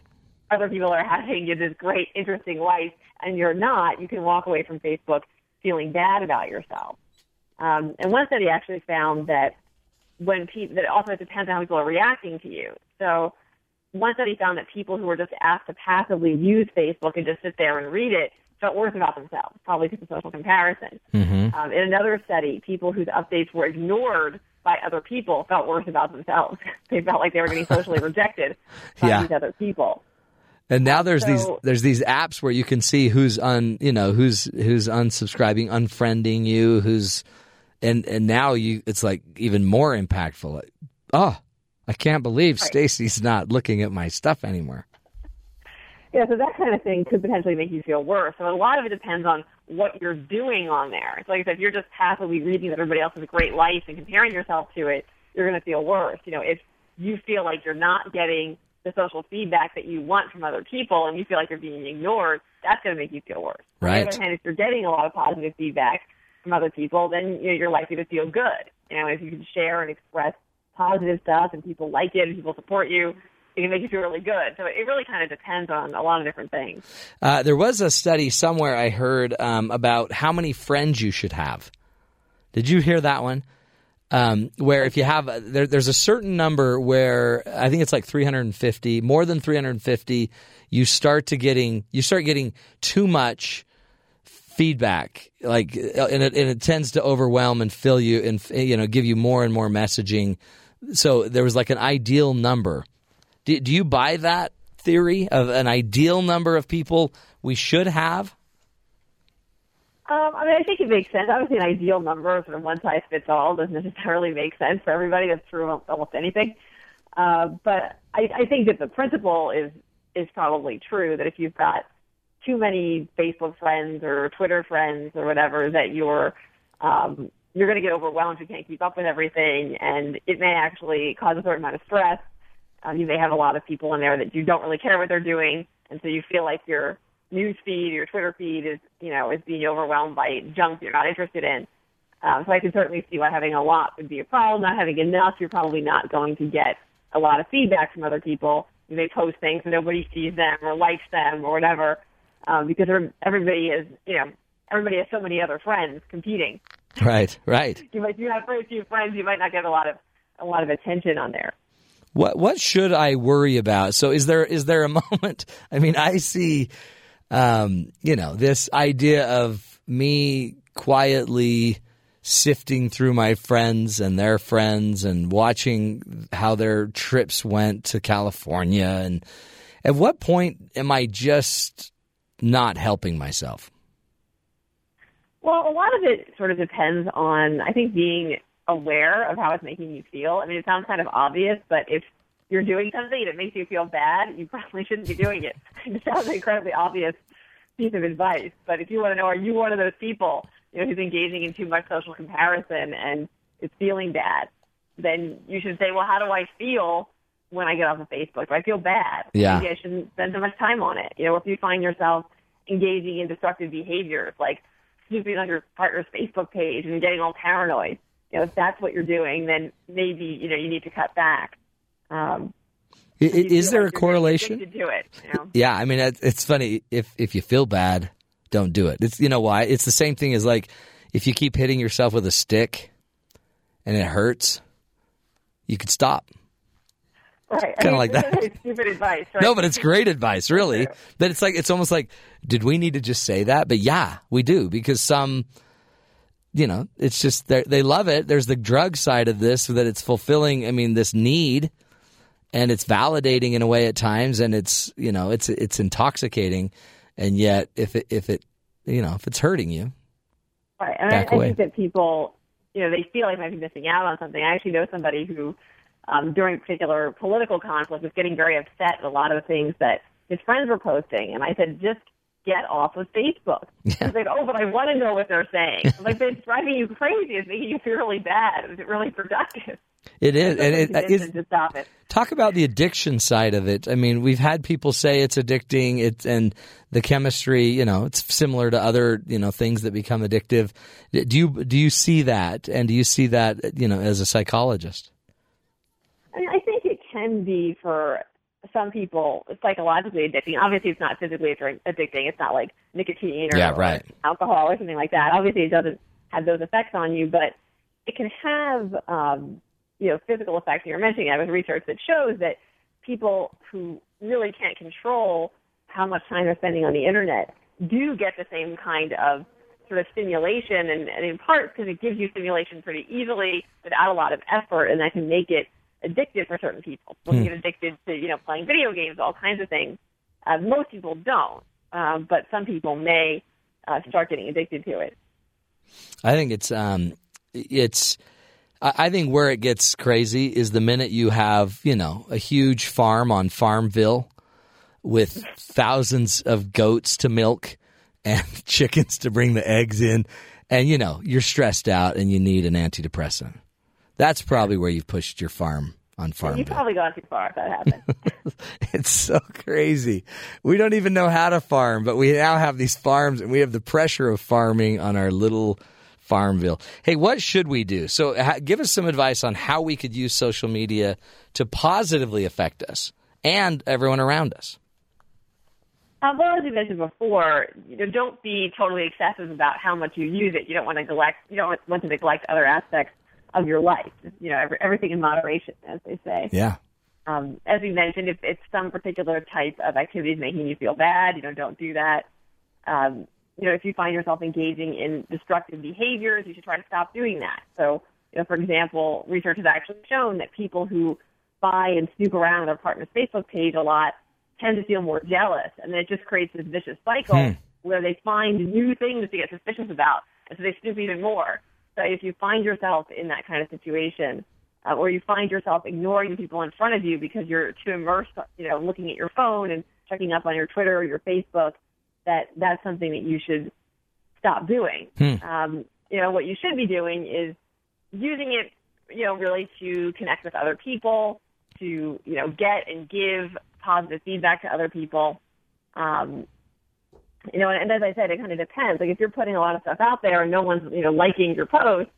[SPEAKER 3] other people are having this great, interesting life and you're not, you can walk away from Facebook feeling bad about yourself. Um, and one study actually found that when people, that it also depends on how people are reacting to you. So one study found that people who were just asked to passively use Facebook and just sit there and read it felt worse about themselves, probably because of social comparison.
[SPEAKER 1] Mm-hmm.
[SPEAKER 3] Um, in another study, people whose updates were ignored by other people felt worse about themselves. they felt like they were getting socially rejected by
[SPEAKER 1] Yeah.
[SPEAKER 3] these other people.
[SPEAKER 1] and now there's these
[SPEAKER 3] So-
[SPEAKER 1] there's these apps where you can see who's un you know who's who's unsubscribing, unfriending you, who's and and now you it's like even more impactful. Like, oh, I can't believe Stacy's not looking at my stuff anymore.
[SPEAKER 3] Yeah, so that kind of thing could potentially make you feel worse. So a lot of it depends on what you're doing on there. So like I said, if you're just passively reading everybody else's great life and comparing yourself to it, you're going to feel worse. You know, if you feel like you're not getting the social feedback that you want from other people and you feel like you're being ignored, that's going to make you feel worse. On
[SPEAKER 1] Right.
[SPEAKER 3] the other hand, if you're getting a lot of positive feedback from other people, then you know, you're likely to feel good. You know, if you can share and express positive stuff and people like it and people support you, it can make you feel really good. So it really kind of depends on a lot of different things.
[SPEAKER 1] Uh, there was a study somewhere I heard um, about how many friends you should have. Did you hear that one? Um, where if you have a, there, there's a certain number where I think it's like 350, more than 350, you start to getting you start getting too much feedback like uh, and it, and it tends to overwhelm and fill you and f- you know give you more and more messaging so there was like an ideal number do, do you buy that theory of an ideal number of people we should have
[SPEAKER 3] Um, I mean, I think it makes sense. Obviously, an ideal number, sort of one size fits all, doesn't necessarily make sense for everybody. That's true of almost anything. Uh, but I, I think that the principle is is probably true. That if you've got too many Facebook friends or Twitter friends or whatever, that you're um, you're going to get overwhelmed. You can't keep up with everything, and it may actually cause a certain amount of stress. Um, you may have a lot of people in there that you don't really care what they're doing, and so you feel like your news feed, your Twitter feed is, you know, is being overwhelmed by junk you're not interested in. Um, so I can certainly see why having a lot would be a problem. Not having enough, you're probably not going to get a lot of feedback from other people. You may post things and nobody sees them or likes them or whatever, um, because every- everybody is, you know, everybody has so many other friends competing.
[SPEAKER 1] right right
[SPEAKER 3] You might, if you have very few friends, you might not get a lot of a lot of attention on there.
[SPEAKER 1] What what should I worry about? So is there is there a moment? I mean, I see, um, you know, this idea of me quietly sifting through my friends and their friends and watching how their trips went to California and at what point am I just not helping myself?
[SPEAKER 3] Well, a lot of it sort of depends on, I think, being aware of how it's making you feel. I mean, it sounds kind of obvious, but if you're doing something that makes you feel bad, you probably shouldn't be doing it. it sounds an incredibly obvious piece of advice, but if you want to know, are you one of those people you know, who's engaging in too much social comparison and is feeling bad? Then you should say, well, how do I feel when I get off of Facebook? Do I feel bad?
[SPEAKER 1] Yeah.
[SPEAKER 3] Maybe I shouldn't spend so much time on it. You know, if you find yourself engaging in destructive behaviors like snooping on your partner's Facebook page and getting all paranoid, you know, if that's what you're doing, then maybe you know you need to cut back. Um,
[SPEAKER 1] I- i-
[SPEAKER 3] if you
[SPEAKER 1] Is
[SPEAKER 3] feel
[SPEAKER 1] there a
[SPEAKER 3] like you're getting
[SPEAKER 1] correlation?
[SPEAKER 3] addicted To it, you know?
[SPEAKER 1] Yeah, I mean, it- it's funny if if you feel bad, don't do it. It's you know why? It's the same thing as like if you keep hitting yourself with a stick and it hurts, you could stop.
[SPEAKER 3] right?
[SPEAKER 1] Kinda like
[SPEAKER 3] it's
[SPEAKER 1] that.
[SPEAKER 3] really Stupid advice. Right?
[SPEAKER 1] No, but it's great advice, really. That it's like it's almost like did we need to just say that? But yeah, we do because some you know, it's just they're- they love it. There's the drug side of this that it's fulfilling, I mean, this need and it's validating in a way at times and it's, you know, it's it's intoxicating and yet if it if it you know, if it's hurting you.
[SPEAKER 3] Right. And
[SPEAKER 1] Back
[SPEAKER 3] I, I
[SPEAKER 1] away.
[SPEAKER 3] think that people, you know, they feel like they might be missing out on something. I actually know somebody who, um, during particular political conflict, was getting very upset at a lot of the things that his friends were posting. And I said, just get off of Facebook. He's like, oh, but I want to know what they're saying. I'm like, but it's driving you crazy. It's making you feel really bad. Is it really productive?
[SPEAKER 1] It is and it,
[SPEAKER 3] Sometimes you
[SPEAKER 1] it's,
[SPEAKER 3] just to stop it.
[SPEAKER 1] Talk about the addiction side of it. I mean, we've had people say it's addicting. It's and the chemistry. You know, it's similar to other you know things that become addictive. Do you do you see that? And do you see that you know as a psychologist?
[SPEAKER 3] I mean, I think it can be for some people psychologically addicting. Obviously, it's not physically addic- addicting. It's not like nicotine or,
[SPEAKER 1] Yeah, right.
[SPEAKER 3] or alcohol or something like that. Obviously, it doesn't have those effects on you, but it can have um, you know physical effects. And You're mentioning I was research that shows that people who really can't control how much time they're spending on the internet do get the same kind of sort of stimulation, and, and in part because it gives you stimulation pretty easily without a lot of effort, and that can make it addictive for certain people. People get addicted to you know playing video games, all kinds of things. Uh, most people don't, um, but some people may uh, start getting addicted to it.
[SPEAKER 1] I think it's um, it's. I I think where it gets crazy is the minute you have you know a huge farm on Farmville with thousands of goats to milk and chickens to bring the eggs in, and you know you're stressed out and you need an antidepressant. That's probably where you've pushed your farm on
[SPEAKER 3] You've
[SPEAKER 1] Farmville.
[SPEAKER 3] probably gone too far if that happened.
[SPEAKER 1] It's so crazy. We don't even know how to farm, but we now have these farms and we have the pressure of farming on our little Farmville. Hey, what should we do? So, ha- give us some advice on how we could use social media to positively affect us and everyone around us.
[SPEAKER 3] Uh, well, as you mentioned before, you know, don't be totally excessive about how much you use it. You don't want to neglect. You don't want to neglect other aspects of your life. You know, every, everything in moderation, as they say.
[SPEAKER 1] Yeah.
[SPEAKER 3] Um, as we mentioned, if it's some particular type of activity is making you feel bad, you know, don't do that. Um, you know, if you find yourself engaging in destructive behaviors, you should try to stop doing that. So, you know, for example, research has actually shown that people who spy and snoop around their partner's Facebook page a lot tend to feel more jealous, and then it just creates this vicious cycle where they find new things to get suspicious about, and so they snoop even more. So, if you find yourself in that kind of situation, uh, or you find yourself ignoring the people in front of you because you're too immersed, you know, looking at your phone and checking up on your Twitter or your Facebook, that that's something that you should stop doing. Um, you know, what you should be doing is using it, you know, really to connect with other people, to, you know, get and give positive feedback to other people. Um, you know, and, and as I said, it kind of depends. Like if you're putting a lot of stuff out there and no one's, you know, liking your post,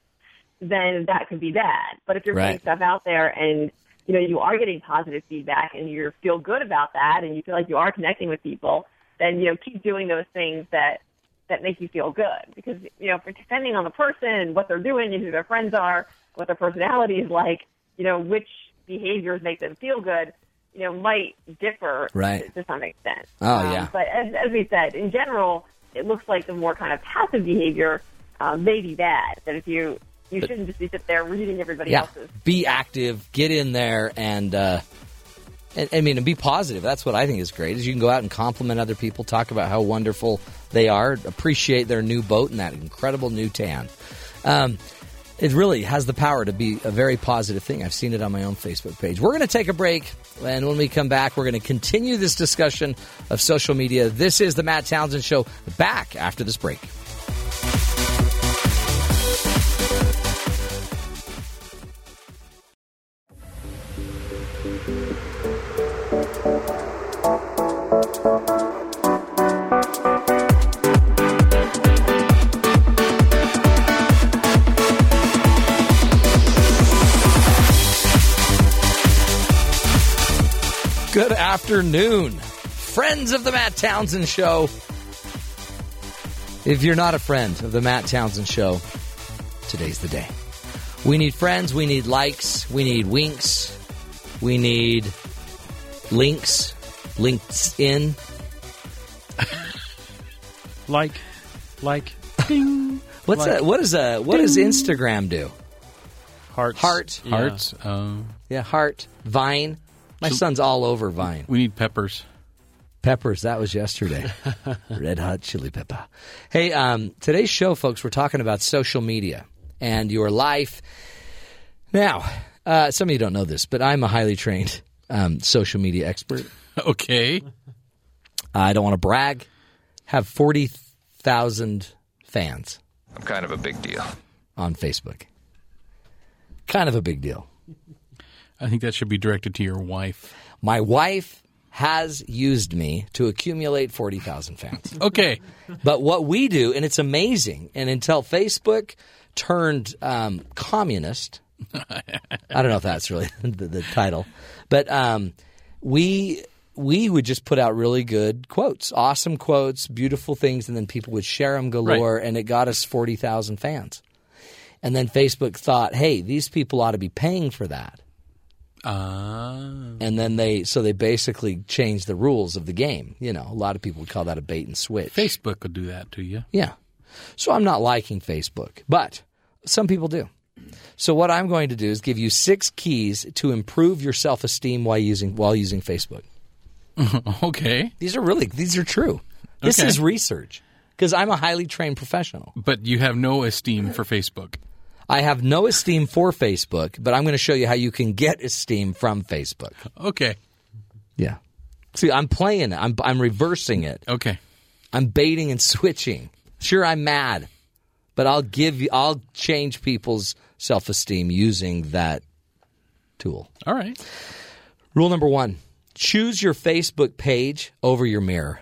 [SPEAKER 3] then that could be bad. But if you're
[SPEAKER 1] Right.
[SPEAKER 3] putting stuff out there and, you know, you are getting positive feedback and you feel good about that and you feel like you are connecting with people, then, you know, keep doing those things that, that make you feel good because you know depending on the person and what they're doing and who their friends are what their personality is like you know which behaviors make them feel good, you know, might differ
[SPEAKER 1] Right.
[SPEAKER 3] to some extent. Um,
[SPEAKER 1] Oh, yeah.
[SPEAKER 3] But as, as we said, in general, it looks like the more kind of passive behavior uh, may be bad. That if you you shouldn't just be sit there reading everybody
[SPEAKER 1] yeah,
[SPEAKER 3] else's.
[SPEAKER 1] be active, get in there, and, uh, and I mean, and be positive. That's what I think is great. Is you can go out and compliment other people, talk about how wonderful they are, appreciate their new boat and that incredible new tan. Um, it really has the power to be a very positive thing. I've seen it on my own Facebook page. We're going to take a break, and when we come back, we're going to continue this discussion of social media. This is the Matt Townsend Show. Back after this break. Good afternoon, friends of the Matt Townsend Show. If you're not a friend of the Matt Townsend Show, today's the day. We need friends, we need likes, we need winks, we need links, links in.
[SPEAKER 4] Like, like,
[SPEAKER 1] What's
[SPEAKER 4] Like-
[SPEAKER 1] that? What is a what does Instagram do?
[SPEAKER 4] hearts.
[SPEAKER 1] Heart.
[SPEAKER 4] Yeah.
[SPEAKER 2] Hearts. Uh,
[SPEAKER 1] Yeah, heart, Vine. My son's all over Vine.
[SPEAKER 2] we need peppers.
[SPEAKER 1] Peppers, that was yesterday. Red hot chili pepper. Hey, um, today's show, folks, we're talking about social media and your life. Now, uh, some of you don't know this, but I'm a highly trained um, social media expert.
[SPEAKER 2] Okay.
[SPEAKER 1] I don't want to brag. Have 40,000 fans
[SPEAKER 5] I'm kind of a big deal.
[SPEAKER 1] on Facebook. Kind of a big deal.
[SPEAKER 2] I think that should be directed to your wife.
[SPEAKER 1] My wife has used me to accumulate 40,000 fans.
[SPEAKER 2] Okay.
[SPEAKER 1] But what we do, and it's amazing, and until Facebook turned um, communist, I don't know if that's really the, the title, but um, we we would just put out really good quotes, awesome quotes, beautiful things, and then people would share them galore, and it got us forty thousand fans. And then Facebook thought, hey, these people ought to be paying for that
[SPEAKER 2] Uh,
[SPEAKER 1] and then they so they basically changed the rules of the game. You know, a lot of people would call that a bait and switch.
[SPEAKER 2] Facebook will do that to you.
[SPEAKER 1] Yeah. So I'm not liking Facebook, but some people do. So what I'm going to do is give you six keys to improve your self-esteem while using while using Facebook.
[SPEAKER 2] Okay.
[SPEAKER 1] These are really these are true. This
[SPEAKER 2] Okay.
[SPEAKER 1] is research because I'm a highly trained professional.
[SPEAKER 2] But you have no esteem for Facebook.
[SPEAKER 1] I have no esteem for Facebook, but I'm going to show you how you can get esteem from Facebook.
[SPEAKER 2] Okay.
[SPEAKER 1] Yeah. See, I'm playing it. I'm I'm reversing it.
[SPEAKER 2] Okay.
[SPEAKER 1] I'm baiting and switching. Sure, I'm mad, but I'll give you, I'll change people's self esteem using that tool.
[SPEAKER 2] All right.
[SPEAKER 1] Rule number one choose your Facebook page over your mirror.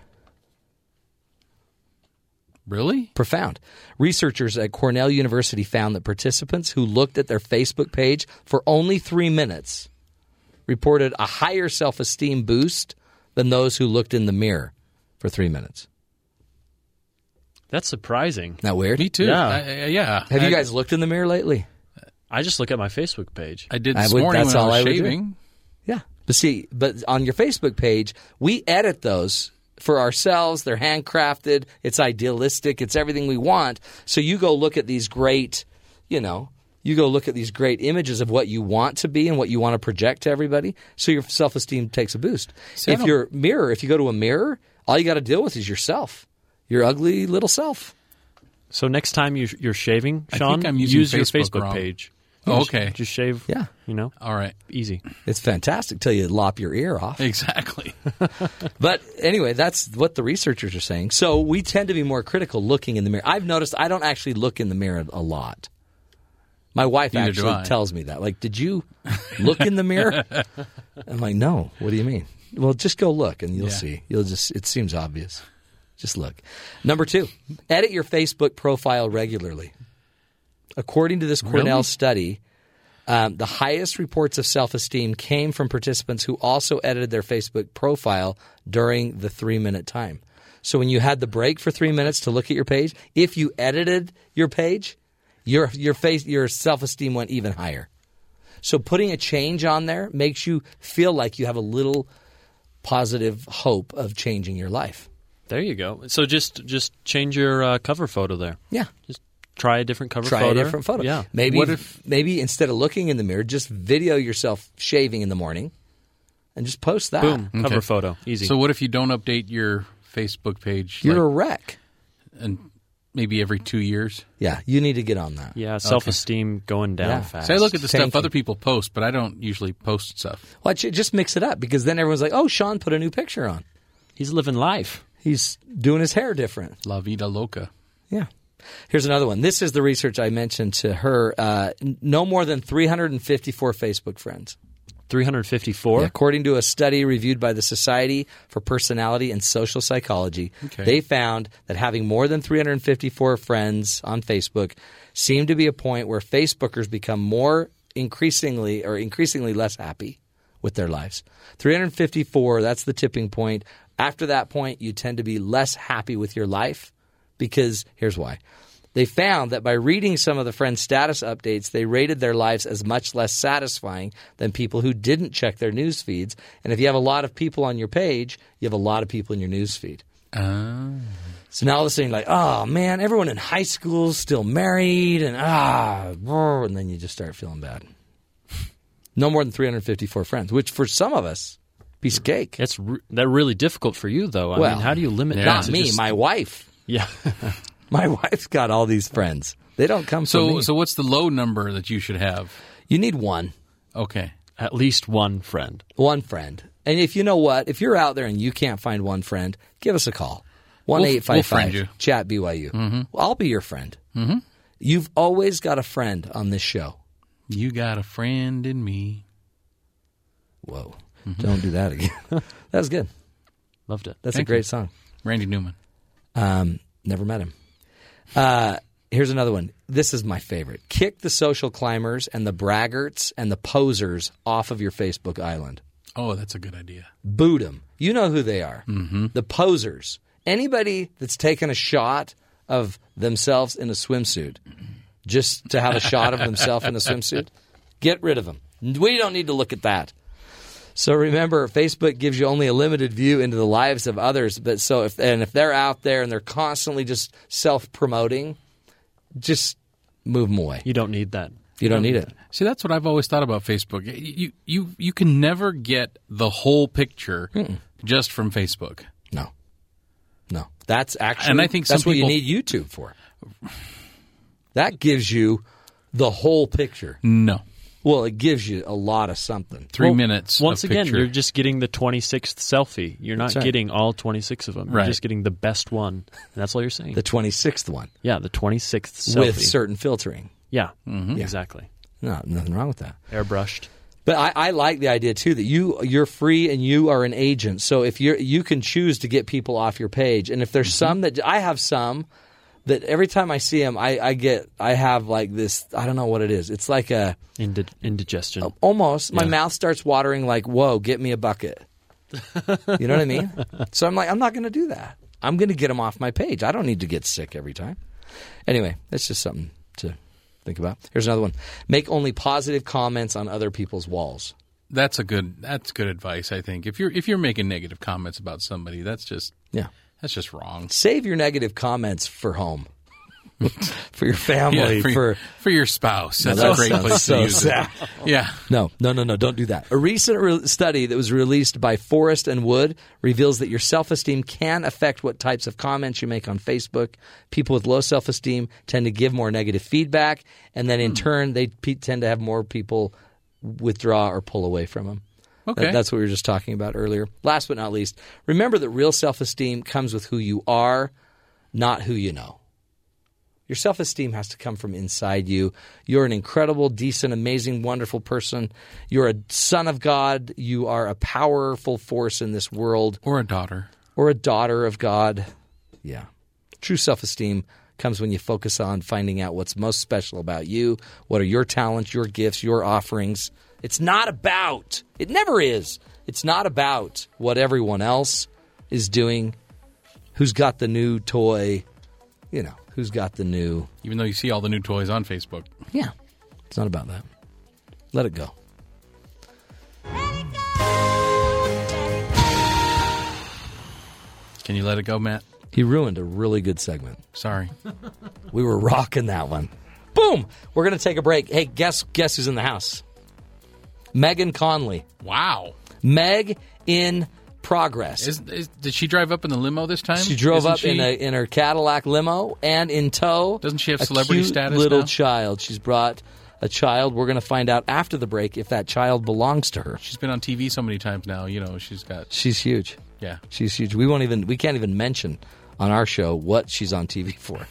[SPEAKER 2] Really?
[SPEAKER 1] Profound. Researchers at Cornell University found that participants who looked at their Facebook page for only three minutes reported a higher self esteem boost than those who looked in the mirror for three minutes.
[SPEAKER 4] That's surprising.
[SPEAKER 1] Isn't that weird?
[SPEAKER 2] Me too.
[SPEAKER 4] Yeah.
[SPEAKER 2] I, I- yeah.
[SPEAKER 1] Have you
[SPEAKER 2] I-
[SPEAKER 1] guys looked in the mirror lately?
[SPEAKER 4] I just look at my Facebook page.
[SPEAKER 2] I did
[SPEAKER 1] I
[SPEAKER 2] this
[SPEAKER 1] would-
[SPEAKER 2] morning
[SPEAKER 1] that's
[SPEAKER 2] when
[SPEAKER 1] all I
[SPEAKER 2] I was
[SPEAKER 1] would do.
[SPEAKER 2] shaving.
[SPEAKER 1] Yeah. But see, but on your Facebook page, we edit those for ourselves. They're handcrafted. It's idealistic. It's everything we want. So you go look at these great, you know, you go look at these great images of what you want to be and what you want to project to everybody. So your self esteem takes a boost.
[SPEAKER 2] I
[SPEAKER 1] if
[SPEAKER 2] don't-
[SPEAKER 1] your mirror, if you go to a mirror, all you got to deal with is yourself, your ugly little self.
[SPEAKER 4] So next time you, you're shaving,
[SPEAKER 2] I
[SPEAKER 4] Sean,
[SPEAKER 2] think I'm using
[SPEAKER 4] use your
[SPEAKER 2] Facebook
[SPEAKER 4] Facebook
[SPEAKER 2] wrong.
[SPEAKER 4] page.
[SPEAKER 2] Oh,
[SPEAKER 4] Just-
[SPEAKER 2] okay.
[SPEAKER 4] Just shave.
[SPEAKER 1] Yeah.
[SPEAKER 4] You know,
[SPEAKER 2] All right.
[SPEAKER 4] easy.
[SPEAKER 1] It's fantastic till you lop your ear off.
[SPEAKER 2] Exactly.
[SPEAKER 1] But anyway, that's what the researchers are saying. So we tend to be more critical looking in the mirror. I've noticed I don't actually look in the mirror a lot. My wife
[SPEAKER 2] Neither do I.
[SPEAKER 1] actually tells me that. Like, did you look in the mirror? I'm like, no. What do you mean? Well, just go look and you'll
[SPEAKER 2] Yeah.
[SPEAKER 1] see. You'll just it seems obvious. Just look. Number 2, edit your Facebook profile regularly. According to this Cornell
[SPEAKER 2] Really?
[SPEAKER 1] study, um, the highest reports of self esteem came from participants who also edited their Facebook profile during the three minute time. So when you had the break for three minutes to look at your page, if you edited your page, your your face your self esteem went even higher. So putting a change on there makes you feel like you have a little positive hope of changing your life.
[SPEAKER 4] There you go. So just just change your uh, cover photo there.
[SPEAKER 1] Yeah.
[SPEAKER 4] Just try a different cover
[SPEAKER 1] Try
[SPEAKER 4] photo.
[SPEAKER 1] a different photo.
[SPEAKER 4] Yeah.
[SPEAKER 1] Maybe
[SPEAKER 2] What if-
[SPEAKER 1] maybe instead of looking in the mirror, just video yourself shaving in the morning and just post that.
[SPEAKER 4] Boom. Cover
[SPEAKER 2] Okay.
[SPEAKER 4] photo. Easy.
[SPEAKER 2] So what if you don't update your Facebook page
[SPEAKER 1] You're a
[SPEAKER 2] like,
[SPEAKER 1] wreck.
[SPEAKER 2] and maybe every two years?
[SPEAKER 1] Yeah, you need to get on that.
[SPEAKER 4] yeah, self esteem going down
[SPEAKER 1] Yeah.
[SPEAKER 4] fast.
[SPEAKER 2] So I look at the
[SPEAKER 1] Thank
[SPEAKER 2] stuff
[SPEAKER 1] you.
[SPEAKER 2] other people post, but I don't usually post stuff.
[SPEAKER 1] Well, ju- just mix it up because then everyone's like, "Oh, Sean put a new picture on.
[SPEAKER 4] He's living life.
[SPEAKER 1] He's doing his hair different."
[SPEAKER 2] La vida loca.
[SPEAKER 1] Yeah. Here's another one. This is the research I mentioned to her. Uh, n- no more than 354 Facebook friends,
[SPEAKER 4] 354.
[SPEAKER 1] according to a study reviewed by the Society for Personality and Social Psychology.
[SPEAKER 2] Okay.
[SPEAKER 1] They found that having more than 354 friends on Facebook seemed to be a point where Facebookers become more increasingly or increasingly less happy with their lives. 354, that's the tipping point. After that point, you tend to be less happy with your life because here's why. They found that by reading some of the friends' status updates, they rated their lives as much less satisfying than people who didn't check their news feeds. And if you have a lot of people on your page, you have a lot of people in your news feed. So now all of a sudden, you're like, oh man, everyone in high school is still married, and ah, brr, and then you just start feeling bad. No more than 354 friends, which for some of us, piece of cake.
[SPEAKER 4] That's re- that really difficult for you though. I
[SPEAKER 1] Well,
[SPEAKER 4] mean, how do you limit that?
[SPEAKER 1] Not
[SPEAKER 4] to
[SPEAKER 1] me,
[SPEAKER 4] just-
[SPEAKER 1] my wife.
[SPEAKER 4] yeah.
[SPEAKER 1] My wife's got all these friends. They don't come from
[SPEAKER 2] So
[SPEAKER 1] me.
[SPEAKER 2] so what's the low number that you should have?
[SPEAKER 1] you need one,
[SPEAKER 2] Okay.
[SPEAKER 4] at least one friend.
[SPEAKER 1] one friend. And if you know what, if you're out there and you can't find one friend, give us a call. One
[SPEAKER 2] We'll-
[SPEAKER 1] eight five
[SPEAKER 2] we'll
[SPEAKER 1] five
[SPEAKER 2] friend you.
[SPEAKER 1] chat BYU.
[SPEAKER 4] Mm-hmm.
[SPEAKER 1] I'll be your friend. Mm-hmm. You've always got a friend on this show.
[SPEAKER 2] You got a friend in me.
[SPEAKER 1] Whoa. Don't do that again. that was good.
[SPEAKER 4] Loved it.
[SPEAKER 1] That's
[SPEAKER 2] Thank
[SPEAKER 1] a great song.
[SPEAKER 2] Randy Newman.
[SPEAKER 1] Um, never met him. Uh, here's another one. This is my favorite. Kick the social climbers and the braggarts and the posers off of your Facebook island.
[SPEAKER 2] Oh, that's a good idea.
[SPEAKER 1] Boot them. You know who they are. Mm-hmm. The posers. Anybody that's taken a shot of themselves in a swimsuit just to have a shot of themselves in a swimsuit, get rid of them. We don't need to look at that. So remember, Facebook gives you only a limited view into the lives of others. But so if and if they're out there and they're constantly just self promoting, just move them away.
[SPEAKER 4] You don't need that.
[SPEAKER 1] You don't need it.
[SPEAKER 2] See, that's what I've always thought about Facebook. You you you can never get the whole picture just from Facebook.
[SPEAKER 1] No, no. That's actually
[SPEAKER 2] And I think
[SPEAKER 1] that's
[SPEAKER 2] some
[SPEAKER 1] what
[SPEAKER 2] people-
[SPEAKER 1] you need YouTube for. That gives you the whole picture.
[SPEAKER 2] No.
[SPEAKER 1] Well, it gives you a lot of something.
[SPEAKER 2] 3
[SPEAKER 4] Well,
[SPEAKER 2] minutes
[SPEAKER 4] Once
[SPEAKER 2] of
[SPEAKER 4] again,
[SPEAKER 2] picture.
[SPEAKER 4] you're just getting the 26th selfie. You're not
[SPEAKER 1] right.
[SPEAKER 4] getting all 26 of them.
[SPEAKER 2] Right.
[SPEAKER 4] You're just getting the best one. And that's all you're saying.
[SPEAKER 1] The twenty sixth one
[SPEAKER 4] yeah, the 26th selfie.
[SPEAKER 1] with certain filtering.
[SPEAKER 4] yeah.
[SPEAKER 2] Mm-hmm.
[SPEAKER 4] Exactly.
[SPEAKER 1] No, nothing wrong with that.
[SPEAKER 4] Airbrushed.
[SPEAKER 1] But I, I like the idea too that you you're free and you are an agent. So if you are you can choose to get people off your page, and if there's
[SPEAKER 2] Mm-hmm.
[SPEAKER 1] some that I have some that every time I see them, I, I get I have like this I don't know what it is. It's like a
[SPEAKER 4] Indi- indigestion.
[SPEAKER 2] Oh.
[SPEAKER 1] almost my mouth starts watering like whoa, get me a bucket. you know what I mean? So I'm like I'm not going to do that. I'm going to get them off my page. I don't need to get sick every time. Anyway, that's just something to think about. Here's another one: make only positive comments on other people's walls.
[SPEAKER 2] that's a good that's good advice, I think. If you're if you're making negative comments about somebody, that's just
[SPEAKER 1] Yeah.
[SPEAKER 2] that's just wrong.
[SPEAKER 1] save your negative comments for home, for your family,
[SPEAKER 2] for,
[SPEAKER 1] for,
[SPEAKER 2] for your spouse. That's
[SPEAKER 1] that
[SPEAKER 2] a great
[SPEAKER 1] sounds
[SPEAKER 2] place
[SPEAKER 1] so
[SPEAKER 2] to use
[SPEAKER 1] sad.
[SPEAKER 2] it. Yeah.
[SPEAKER 1] No, no, no, no, don't do that. A recent re- study that was released by Forrest and Wood reveals that your self esteem can affect what types of comments you make on Facebook. People with low self esteem tend to give more negative feedback, and then in turn, they pe- tend to have more people withdraw or pull away from them.
[SPEAKER 2] Okay.
[SPEAKER 1] That- that's what we were just talking about earlier. Last but not least, remember that real self esteem comes with who you are, not who you know. Your self esteem has to come from inside you. You're an incredible, decent, amazing, wonderful person. You're a son of God. You are a powerful force in this world
[SPEAKER 2] Or a daughter.
[SPEAKER 1] or a daughter of God. Yeah. True self esteem comes when you focus on finding out what's most special about you. What are your talents, your gifts, your offerings? It's not about, it never is. It's not about what everyone else is doing, who's got the new toy, you know, who's got the new.
[SPEAKER 2] Even though you see all the new toys on Facebook.
[SPEAKER 1] Yeah. It's not about that. Let it go.
[SPEAKER 2] Can you let it go, Matt?
[SPEAKER 1] He ruined a really good segment.
[SPEAKER 2] Sorry.
[SPEAKER 1] We were rocking that one. Boom! We're going to take a break. Hey, guess guess who's in the house? Megan Conley.
[SPEAKER 2] Wow.
[SPEAKER 1] Meg in progress.
[SPEAKER 2] Is, is, did she drive up in the limo this time?
[SPEAKER 1] she drove
[SPEAKER 2] Isn't
[SPEAKER 1] up in
[SPEAKER 2] she-
[SPEAKER 1] a in her Cadillac limo and in tow.
[SPEAKER 2] Doesn't she have
[SPEAKER 1] a
[SPEAKER 2] celebrity
[SPEAKER 1] cute
[SPEAKER 2] status
[SPEAKER 1] Little
[SPEAKER 2] now?
[SPEAKER 1] child. She's brought a child. We're going to find out after the break if that child belongs to her.
[SPEAKER 2] She's been on TV so many times now. You know, she's got.
[SPEAKER 1] She's huge.
[SPEAKER 2] Yeah.
[SPEAKER 1] She's huge. We won't even we can't even mention on our show what she's on TV for.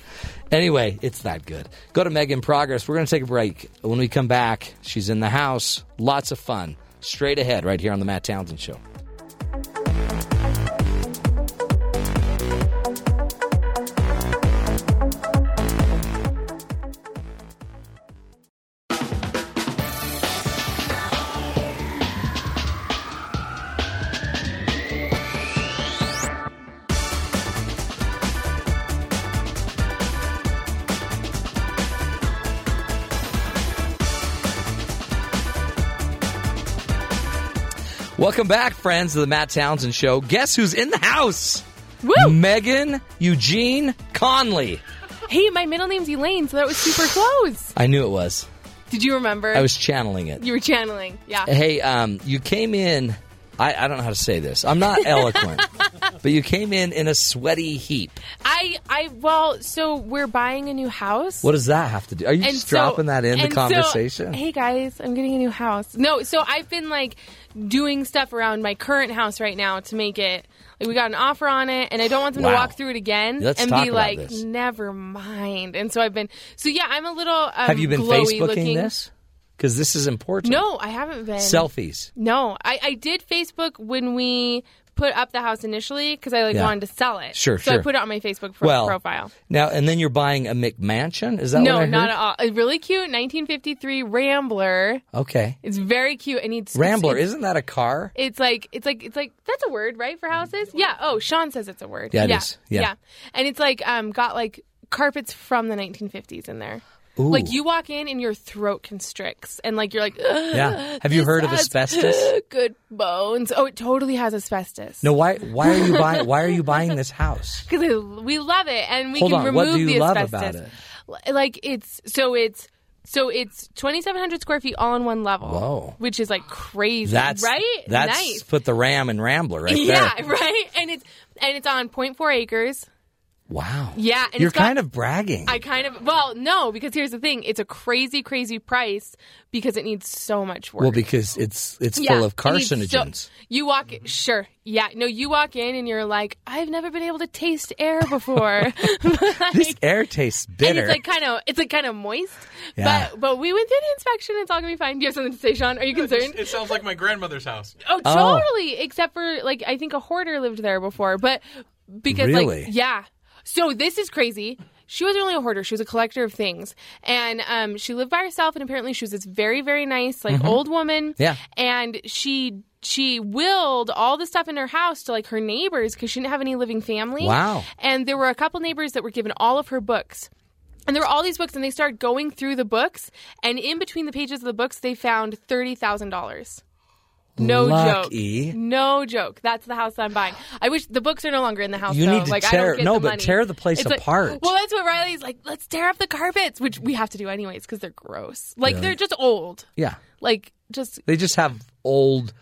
[SPEAKER 1] Anyway, it's that good. Go to Meg in Progress. We're going to take a break. When we come back, she's in the house. Lots of fun. Straight ahead, right here on the Matt Townsend Show. Welcome back, friends, to the Matt Townsend Show. Guess who's in the house?
[SPEAKER 5] Woo!
[SPEAKER 1] Megan Eugene Conley.
[SPEAKER 5] Hey, my middle name's Elaine, so that was super close.
[SPEAKER 1] I knew it was.
[SPEAKER 5] Did you remember?
[SPEAKER 1] I was channeling it.
[SPEAKER 5] You were channeling. Yeah.
[SPEAKER 1] Hey, um, you came in. I, I don't know how to say this. I'm not eloquent, but you came in in a sweaty heap.
[SPEAKER 5] I. I. Well, so we're buying a new house.
[SPEAKER 1] What does that have to do? Are you
[SPEAKER 5] And
[SPEAKER 1] just
[SPEAKER 5] so-
[SPEAKER 1] dropping that in the
[SPEAKER 5] and so-
[SPEAKER 1] conversation?
[SPEAKER 5] hey guys, I'm getting a new house. No, so I've been like doing stuff around my current house right now to make it. Like we got an offer on it, and I don't want them
[SPEAKER 1] Wow.
[SPEAKER 5] to walk through it again
[SPEAKER 1] Let's
[SPEAKER 5] and
[SPEAKER 1] talk
[SPEAKER 5] be
[SPEAKER 1] about
[SPEAKER 5] like,
[SPEAKER 1] this.
[SPEAKER 5] never mind. And so I've been. So yeah, I'm a little. Um,
[SPEAKER 1] have you been
[SPEAKER 5] glowy
[SPEAKER 1] Facebooking
[SPEAKER 5] looking.
[SPEAKER 1] this? Because this is important.
[SPEAKER 5] No, I haven't been.
[SPEAKER 1] Selfies.
[SPEAKER 5] No, I, I did Facebook when we put up the house initially because I like
[SPEAKER 1] Yeah.
[SPEAKER 5] wanted to sell it.
[SPEAKER 1] Sure,
[SPEAKER 5] so
[SPEAKER 1] sure.
[SPEAKER 5] I put it on my Facebook pro-
[SPEAKER 1] well,
[SPEAKER 5] profile.
[SPEAKER 1] Now, and then you're buying a McMansion? Is that what I
[SPEAKER 5] No,
[SPEAKER 1] heard?
[SPEAKER 5] not at all. A really cute 1953 Rambler.
[SPEAKER 1] Okay.
[SPEAKER 5] It's very cute. I need
[SPEAKER 1] Rambler,
[SPEAKER 5] It's,
[SPEAKER 1] isn't that a car?
[SPEAKER 5] it's like it's like it's like that's a word, right, for houses? Yeah. Oh, Sean says it's a word.
[SPEAKER 1] Yeah, it
[SPEAKER 5] yeah.
[SPEAKER 1] is. Yeah.
[SPEAKER 5] And it's like um got like carpets from the 1950s in there.
[SPEAKER 1] Ooh.
[SPEAKER 5] Like you walk in and your throat constricts and like you're like Ugh,
[SPEAKER 1] Yeah. Have you
[SPEAKER 5] this
[SPEAKER 1] heard of
[SPEAKER 5] has
[SPEAKER 1] asbestos?
[SPEAKER 5] Good bones. Oh, it totally has asbestos.
[SPEAKER 1] No, why why are you buying why are you buying this house?
[SPEAKER 5] because we love it and we
[SPEAKER 1] Hold
[SPEAKER 5] can
[SPEAKER 1] on,
[SPEAKER 5] remove
[SPEAKER 1] what do you
[SPEAKER 5] the
[SPEAKER 1] love
[SPEAKER 5] asbestos.
[SPEAKER 1] about it?
[SPEAKER 5] L- Like it's so it's so it's 2,700 square feet all in one level.
[SPEAKER 1] Whoa.
[SPEAKER 5] which is like crazy,
[SPEAKER 1] That's
[SPEAKER 5] right?
[SPEAKER 1] That's
[SPEAKER 5] nice.
[SPEAKER 1] put the Ram and Rambler right
[SPEAKER 5] Yeah,
[SPEAKER 1] there.
[SPEAKER 5] right. And it's and it's on 0.4 acres.
[SPEAKER 1] Wow.
[SPEAKER 5] Yeah, and
[SPEAKER 1] You're
[SPEAKER 5] it's got-
[SPEAKER 1] kind of bragging.
[SPEAKER 5] I kind of well, no, because here's the thing: it's a crazy, crazy price because it needs so much work.
[SPEAKER 1] well, because it's it's
[SPEAKER 5] Yeah,
[SPEAKER 1] full of
[SPEAKER 5] it needs so-
[SPEAKER 1] carcinogens.
[SPEAKER 5] you walk, sure, yeah, no, you walk in and you're like, I've never been able to taste air before.
[SPEAKER 1] this air tastes bitter.
[SPEAKER 5] And it's like kind of it's like kind of moist.
[SPEAKER 1] Yeah.
[SPEAKER 5] But but we went through the inspection. It's all gonna be fine. Do you have something to say, Sean? Are you concerned?
[SPEAKER 2] It sounds like my grandmother's house.
[SPEAKER 5] Oh,
[SPEAKER 1] Oh.
[SPEAKER 5] totally. Except for like I think a hoarder lived there before, but because
[SPEAKER 1] Really?
[SPEAKER 5] like yeah. So this is crazy. She wasn't really a hoarder. She was a collector of things, and um, she lived by herself. And apparently, she was this very, very nice, like old woman.
[SPEAKER 1] Mm-hmm. Yeah.
[SPEAKER 5] And she she willed all the stuff in her house to like her neighbors because she didn't have any living family.
[SPEAKER 1] Wow.
[SPEAKER 5] And there were a couple neighbors that were given all of her books. And there were all these books, and they started going through the books. And in between the pages of the books, they found thirty thousand dollars. No
[SPEAKER 1] Lucky.
[SPEAKER 5] joke. No joke. That's the house I'm buying. I wish the books are no longer in the house.
[SPEAKER 1] You
[SPEAKER 5] though.
[SPEAKER 1] need to
[SPEAKER 5] like, I
[SPEAKER 1] tear-
[SPEAKER 5] don't get
[SPEAKER 1] no,
[SPEAKER 5] the
[SPEAKER 1] but
[SPEAKER 5] money.
[SPEAKER 1] tear the place
[SPEAKER 5] It's like-
[SPEAKER 1] apart.
[SPEAKER 5] well, that's what Riley's like. Let's tear up the carpets, which we have to do anyways because they're gross. Like they're just old.
[SPEAKER 1] yeah.
[SPEAKER 5] Like just
[SPEAKER 1] They just have old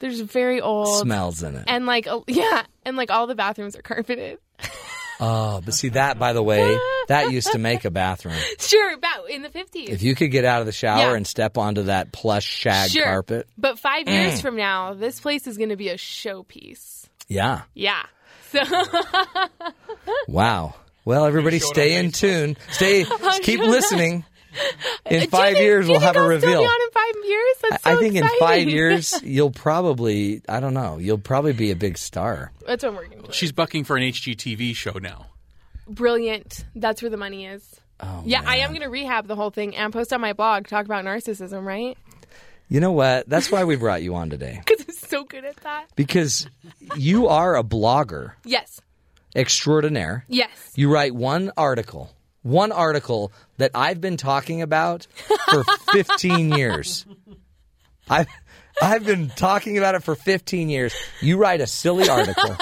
[SPEAKER 5] they're just very old.
[SPEAKER 1] smells in it.
[SPEAKER 5] And like a- yeah, and like all the bathrooms are carpeted.
[SPEAKER 1] oh, but see that by the way, that used to make a bathroom.
[SPEAKER 5] Sure, about in the fifties.
[SPEAKER 1] If you could get out of the shower
[SPEAKER 5] Yeah.
[SPEAKER 1] and step onto that plush shag
[SPEAKER 5] sure.
[SPEAKER 1] carpet. Mm.
[SPEAKER 5] But five years from now, this place is going to be a showpiece.
[SPEAKER 1] Yeah.
[SPEAKER 5] Yeah. So
[SPEAKER 1] Wow. Well, everybody stay in tune. Stay
[SPEAKER 5] Oh,
[SPEAKER 1] keep listening. In 5 years we'll have a reveal.
[SPEAKER 5] Still be on in five years. That's so
[SPEAKER 1] I think in
[SPEAKER 5] exciting.
[SPEAKER 1] 5 years you'll probably, I don't know, you'll probably be a big star.
[SPEAKER 5] That's what I'm working. For.
[SPEAKER 2] She's bucking for an HGTV show now.
[SPEAKER 5] Brilliant. That's where the money is.
[SPEAKER 1] Oh,
[SPEAKER 5] yeah, I am going to rehab the whole thing and post on my blog. Talk about narcissism, right?
[SPEAKER 1] You know what? That's why we brought you on today.
[SPEAKER 5] Because I'm so good at that.
[SPEAKER 1] Because you are a blogger
[SPEAKER 5] Yes.
[SPEAKER 1] extraordinaire.
[SPEAKER 5] Yes.
[SPEAKER 1] You write one article, one article that I've been talking about for 15 years. I've I've been talking about it for 15 years. You write a silly article,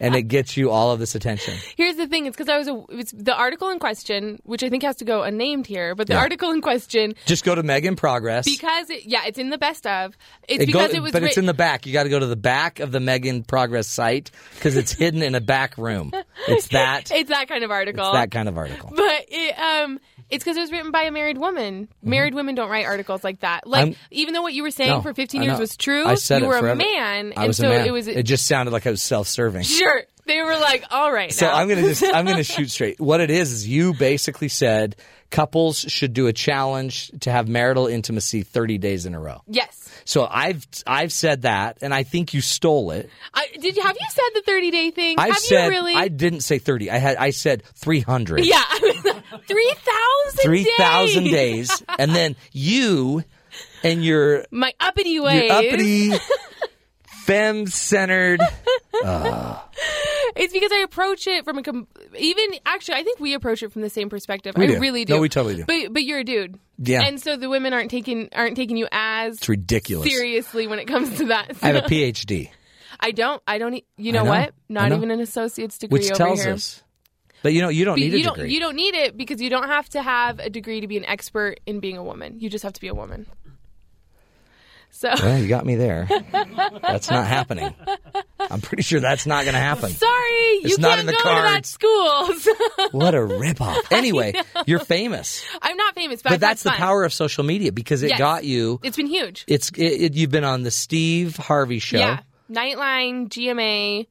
[SPEAKER 1] and it gets you all of this attention.
[SPEAKER 5] Here's the thing: it's because I was a, it's the article in question, which I think has to go unnamed here, but the
[SPEAKER 1] Yeah.
[SPEAKER 5] article in question
[SPEAKER 1] Just go to Megan Progress.
[SPEAKER 5] because it, yeah, it's in the best of. It's
[SPEAKER 1] It go-
[SPEAKER 5] because it was
[SPEAKER 1] but it's
[SPEAKER 5] writ-
[SPEAKER 1] in the back. You got to go to the back of the Megan Progress site because it's hidden in a back room. It's that.
[SPEAKER 5] it's that kind of article.
[SPEAKER 1] It's that kind of article.
[SPEAKER 5] but it, um, it's because it was written by a married woman. Married women don't write articles like that. Like
[SPEAKER 1] Mm-hmm. I'm-
[SPEAKER 5] even though what you were saying
[SPEAKER 1] No,
[SPEAKER 5] for 15
[SPEAKER 1] I
[SPEAKER 5] years
[SPEAKER 1] know.
[SPEAKER 5] was true,
[SPEAKER 1] I said
[SPEAKER 5] you
[SPEAKER 1] it
[SPEAKER 5] were a
[SPEAKER 1] forever.
[SPEAKER 5] man,
[SPEAKER 1] I
[SPEAKER 5] and
[SPEAKER 1] was
[SPEAKER 5] so
[SPEAKER 1] a man.
[SPEAKER 5] it was
[SPEAKER 1] It just sounded like I was self-serving.
[SPEAKER 5] sure. They were like, all right,
[SPEAKER 1] So
[SPEAKER 5] now.
[SPEAKER 1] I'm gonna just I'm gonna shoot straight. What it is is you basically said couples should do a challenge to have marital intimacy 30 days in a row.
[SPEAKER 5] yes.
[SPEAKER 1] So I've I've said that, and I think you stole it.
[SPEAKER 5] I, did you have you said the 30 day thing?
[SPEAKER 1] I
[SPEAKER 5] have
[SPEAKER 1] said
[SPEAKER 5] you really?
[SPEAKER 1] I didn't say 30. I had I said 300.
[SPEAKER 5] yeah, I was- 3,000
[SPEAKER 1] 3,000
[SPEAKER 5] days.
[SPEAKER 1] days, and then you and your
[SPEAKER 5] My uppity ways.
[SPEAKER 1] your uppity femme centered.
[SPEAKER 5] It's because I approach it from a com- even actually I think we approach it from the same perspective.
[SPEAKER 1] We
[SPEAKER 5] I
[SPEAKER 1] do.
[SPEAKER 5] really do.
[SPEAKER 1] No, we totally do.
[SPEAKER 5] But but you're a dude.
[SPEAKER 1] Yeah.
[SPEAKER 5] And so the women aren't taking aren't taking you as
[SPEAKER 1] It's ridiculous.
[SPEAKER 5] seriously when it comes to that.
[SPEAKER 1] I have a PhD,
[SPEAKER 5] I don't I don't e- you know,
[SPEAKER 1] know.
[SPEAKER 5] what?
[SPEAKER 1] I
[SPEAKER 5] Not
[SPEAKER 1] know.
[SPEAKER 5] even an associate's degree
[SPEAKER 1] which
[SPEAKER 5] over
[SPEAKER 1] tells
[SPEAKER 5] here.
[SPEAKER 1] us. But you know, you don't
[SPEAKER 5] But
[SPEAKER 1] need a
[SPEAKER 5] you don't
[SPEAKER 1] degree.
[SPEAKER 5] you don't need it because you don't have to have a degree to be an expert in being a woman. You just have to be a woman. So
[SPEAKER 1] Well, you got me there. That's not happening. I'm pretty sure that's not going to happen.
[SPEAKER 5] Sorry, you
[SPEAKER 1] It's not in
[SPEAKER 5] can't
[SPEAKER 1] the
[SPEAKER 5] go to that
[SPEAKER 1] cards.
[SPEAKER 5] school.
[SPEAKER 1] What a ripoff. Anyway, you're famous.
[SPEAKER 5] I'm not famous, but,
[SPEAKER 1] But
[SPEAKER 5] I've had
[SPEAKER 1] that's the
[SPEAKER 5] fun.
[SPEAKER 1] power of social media because it
[SPEAKER 5] Yes.
[SPEAKER 1] got you.
[SPEAKER 5] It's been huge.
[SPEAKER 1] It's it, it, you've been on the Steve Harvey show.
[SPEAKER 5] Yeah, Nightline, GMA,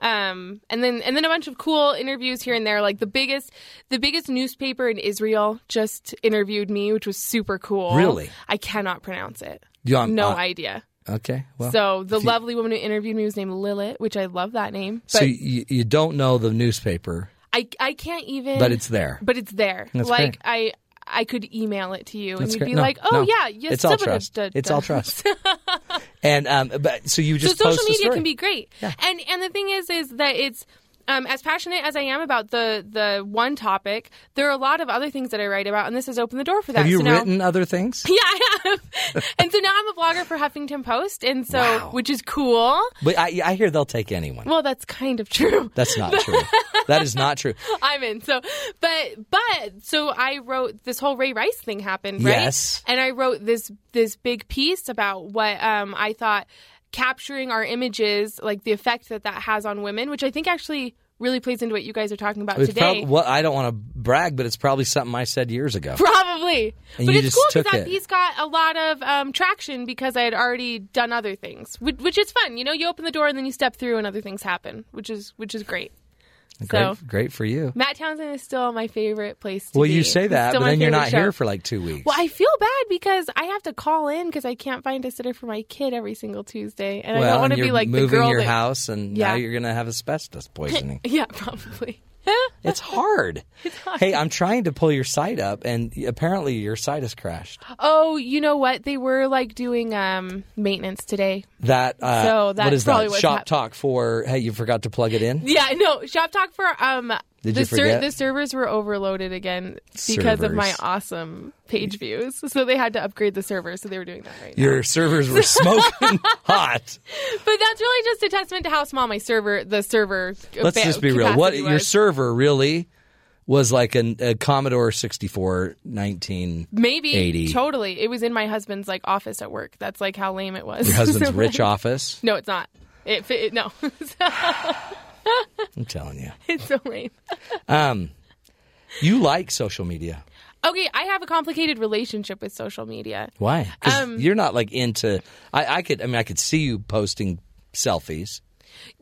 [SPEAKER 5] um, and then and then a bunch of cool interviews here and there. Like the biggest, the biggest newspaper in Israel just interviewed me, which was super cool.
[SPEAKER 1] Really?
[SPEAKER 5] I cannot pronounce it.
[SPEAKER 1] You on-
[SPEAKER 5] no
[SPEAKER 1] uh,
[SPEAKER 5] idea.
[SPEAKER 1] Okay. Well,
[SPEAKER 5] So the lovely woman who interviewed me was named Lilith, which I love that name. But
[SPEAKER 1] so you, you don't know the newspaper,
[SPEAKER 5] I I can't even.
[SPEAKER 1] but it's there.
[SPEAKER 5] But it's there.
[SPEAKER 1] That's
[SPEAKER 5] like
[SPEAKER 1] great.
[SPEAKER 5] I. I could email it to you, and
[SPEAKER 1] That's
[SPEAKER 5] you'd
[SPEAKER 1] great.
[SPEAKER 5] be
[SPEAKER 1] No,
[SPEAKER 5] like, "Oh
[SPEAKER 1] no.
[SPEAKER 5] yeah, yes,
[SPEAKER 1] it's all
[SPEAKER 5] da- da-
[SPEAKER 1] trust.
[SPEAKER 5] da-
[SPEAKER 1] It's
[SPEAKER 5] da."
[SPEAKER 1] all trust. and um, but so you just
[SPEAKER 5] so
[SPEAKER 1] post
[SPEAKER 5] social
[SPEAKER 1] a
[SPEAKER 5] media
[SPEAKER 1] story.
[SPEAKER 5] can be great. And and the thing is, is that it's. Um, as passionate as I am about the the one topic, there are a lot of other things that I write about, and this has opened the door for that.
[SPEAKER 1] Have you
[SPEAKER 5] so now,
[SPEAKER 1] written other things?
[SPEAKER 5] Yeah, I have. and so now I'm a blogger for Huffington Post, and so
[SPEAKER 1] Wow.
[SPEAKER 5] which is cool.
[SPEAKER 1] But I, I hear they'll take anyone.
[SPEAKER 5] Well, that's kind of true.
[SPEAKER 1] That's not true. that is not true.
[SPEAKER 5] I'm in. So, but but so I wrote this whole Ray Rice thing happened, right?
[SPEAKER 1] Yes.
[SPEAKER 5] And I wrote this this big piece about what um, I thought capturing our images, like the effect that that has on women, which I think actually really plays into what you guys are talking about
[SPEAKER 1] It's
[SPEAKER 5] today.
[SPEAKER 1] prob- well, I don't want to brag, but it's probably something I said years ago.
[SPEAKER 5] Probably.
[SPEAKER 1] And
[SPEAKER 5] but
[SPEAKER 1] you
[SPEAKER 5] it's
[SPEAKER 1] just
[SPEAKER 5] cool
[SPEAKER 1] took
[SPEAKER 5] that
[SPEAKER 1] it.
[SPEAKER 5] piece got a lot of um, traction because I had already done other things, which, which is fun. You know, you open the door and then you step through and other things happen, which is which is great. So
[SPEAKER 1] Great, great for you.
[SPEAKER 5] Matt Townsend is still my favorite place to
[SPEAKER 1] Well,
[SPEAKER 5] be.
[SPEAKER 1] you say
[SPEAKER 5] It's
[SPEAKER 1] that,
[SPEAKER 5] still
[SPEAKER 1] but
[SPEAKER 5] my
[SPEAKER 1] then you're
[SPEAKER 5] favorite
[SPEAKER 1] not
[SPEAKER 5] show.
[SPEAKER 1] here for like two weeks.
[SPEAKER 5] Well, I feel bad because I have to call in because I can't find a sitter for my kid every single Tuesday, and I
[SPEAKER 1] Well,
[SPEAKER 5] don't want
[SPEAKER 1] and
[SPEAKER 5] to be
[SPEAKER 1] you're
[SPEAKER 5] like the
[SPEAKER 1] moving
[SPEAKER 5] girl
[SPEAKER 1] your
[SPEAKER 5] that.
[SPEAKER 1] house, and
[SPEAKER 5] Yeah.
[SPEAKER 1] now you're going to have asbestos poisoning.
[SPEAKER 5] Yeah, probably.
[SPEAKER 1] it's, hard. Hey, I'm trying to pull your site up, and apparently your site has crashed.
[SPEAKER 5] oh, you know what? They were like doing um, maintenance today.
[SPEAKER 1] That uh,
[SPEAKER 5] So
[SPEAKER 1] what
[SPEAKER 5] that's
[SPEAKER 1] is
[SPEAKER 5] probably
[SPEAKER 1] that?
[SPEAKER 5] what's
[SPEAKER 1] Shop
[SPEAKER 5] hap-
[SPEAKER 1] talk for. Hey, you forgot to plug it in.
[SPEAKER 5] Yeah, no. Shop talk for um.
[SPEAKER 1] Did
[SPEAKER 5] the
[SPEAKER 1] you forget?
[SPEAKER 5] the servers were overloaded again because of my
[SPEAKER 1] Servers.
[SPEAKER 5] awesome page views, so they had to upgrade the servers. So they were doing that right now.
[SPEAKER 1] Your servers were smoking hot.
[SPEAKER 5] But that's really just a testament to how small my server, the server.
[SPEAKER 1] Let's
[SPEAKER 5] ba-
[SPEAKER 1] just be real. What
[SPEAKER 5] capacity
[SPEAKER 1] your
[SPEAKER 5] was.
[SPEAKER 1] server really was like an, a Commodore 64 19.
[SPEAKER 5] Maybe
[SPEAKER 1] 80.
[SPEAKER 5] totally. It was in my husband's like office at work. That's like how lame it was.
[SPEAKER 1] Your husband's
[SPEAKER 5] So,
[SPEAKER 1] rich
[SPEAKER 5] like,
[SPEAKER 1] office.
[SPEAKER 5] No, it's not. It, fit- it no,
[SPEAKER 1] I'm telling you.
[SPEAKER 5] it's so lame.
[SPEAKER 1] Um, you like social media.
[SPEAKER 5] Okay, I have a complicated relationship with social media.
[SPEAKER 1] Why? 'Cause
[SPEAKER 5] Um,
[SPEAKER 1] you're not like into. I, I could. I mean, I could see you posting selfies.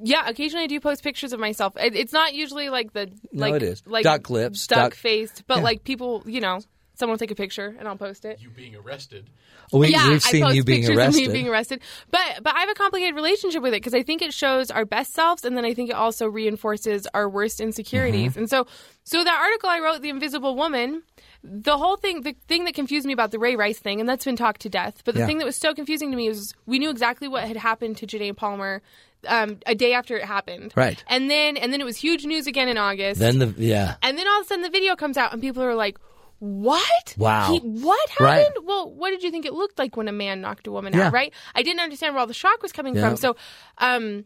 [SPEAKER 5] Yeah, occasionally I do post pictures of myself. It, it's not usually like the
[SPEAKER 1] No,
[SPEAKER 5] like
[SPEAKER 1] it is.
[SPEAKER 5] like
[SPEAKER 1] Duck lips,
[SPEAKER 5] duck,
[SPEAKER 1] duck-
[SPEAKER 5] faced, but like people, you know, someone will take a picture and I'll post it.
[SPEAKER 2] You being arrested.
[SPEAKER 1] We,
[SPEAKER 5] yeah,
[SPEAKER 1] we've seen
[SPEAKER 5] I post
[SPEAKER 1] you being
[SPEAKER 5] pictures
[SPEAKER 1] arrested.
[SPEAKER 5] of me being arrested. But but I have a complicated relationship with it because I think it shows our best selves, and then I think it also reinforces our worst
[SPEAKER 1] Mm-hmm.
[SPEAKER 5] insecurities. And so so that article I wrote, "The Invisible Woman," the whole thing, the thing that confused me about the Ray Rice thing, and that's been talked to death. But the
[SPEAKER 1] Yeah.
[SPEAKER 5] thing that was so confusing to me was we knew exactly what had happened to Janae Palmer. Um, a day after it happened,
[SPEAKER 1] Right.
[SPEAKER 5] and then and then it was huge news again in August.
[SPEAKER 1] Then the yeah.
[SPEAKER 5] And then all of a sudden the video comes out and people are like, What?
[SPEAKER 1] Wow.
[SPEAKER 5] He, what
[SPEAKER 1] Right.
[SPEAKER 5] happened? Well, what did you think it looked like when a man knocked a woman
[SPEAKER 1] Yeah.
[SPEAKER 5] out, right? I didn't understand where all the shock was coming
[SPEAKER 1] Yeah.
[SPEAKER 5] from. So, um,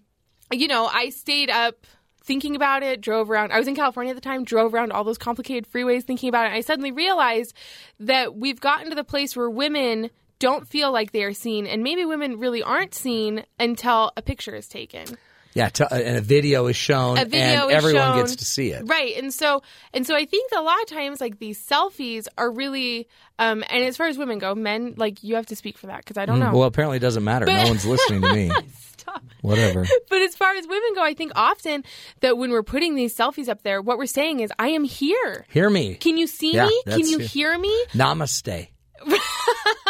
[SPEAKER 5] you know, I stayed up thinking about it, drove around. I was in California at the time, drove around all those complicated freeways thinking about it. And I suddenly realized that we've gotten to the place where women don't feel like they are seen, and maybe women really aren't seen until a picture is taken.
[SPEAKER 1] Yeah, t- and a video is shown,
[SPEAKER 5] A video
[SPEAKER 1] and
[SPEAKER 5] is
[SPEAKER 1] everyone
[SPEAKER 5] shown.
[SPEAKER 1] gets to see it.
[SPEAKER 5] Right. And so and so I think that a lot of times like these selfies are really um and as far as women go, men like you have to speak for that cuz I don't know.
[SPEAKER 1] Mm, Well, apparently it doesn't matter. No one's listening to me.
[SPEAKER 5] Stop.
[SPEAKER 1] Whatever.
[SPEAKER 5] But as far as women go, I think often that when we're putting these selfies up there, what we're saying is I am here.
[SPEAKER 1] Hear me.
[SPEAKER 5] Can you see
[SPEAKER 1] Yeah,
[SPEAKER 5] me? Can
[SPEAKER 1] that's
[SPEAKER 5] you
[SPEAKER 1] it.
[SPEAKER 5] hear me?
[SPEAKER 1] Namaste.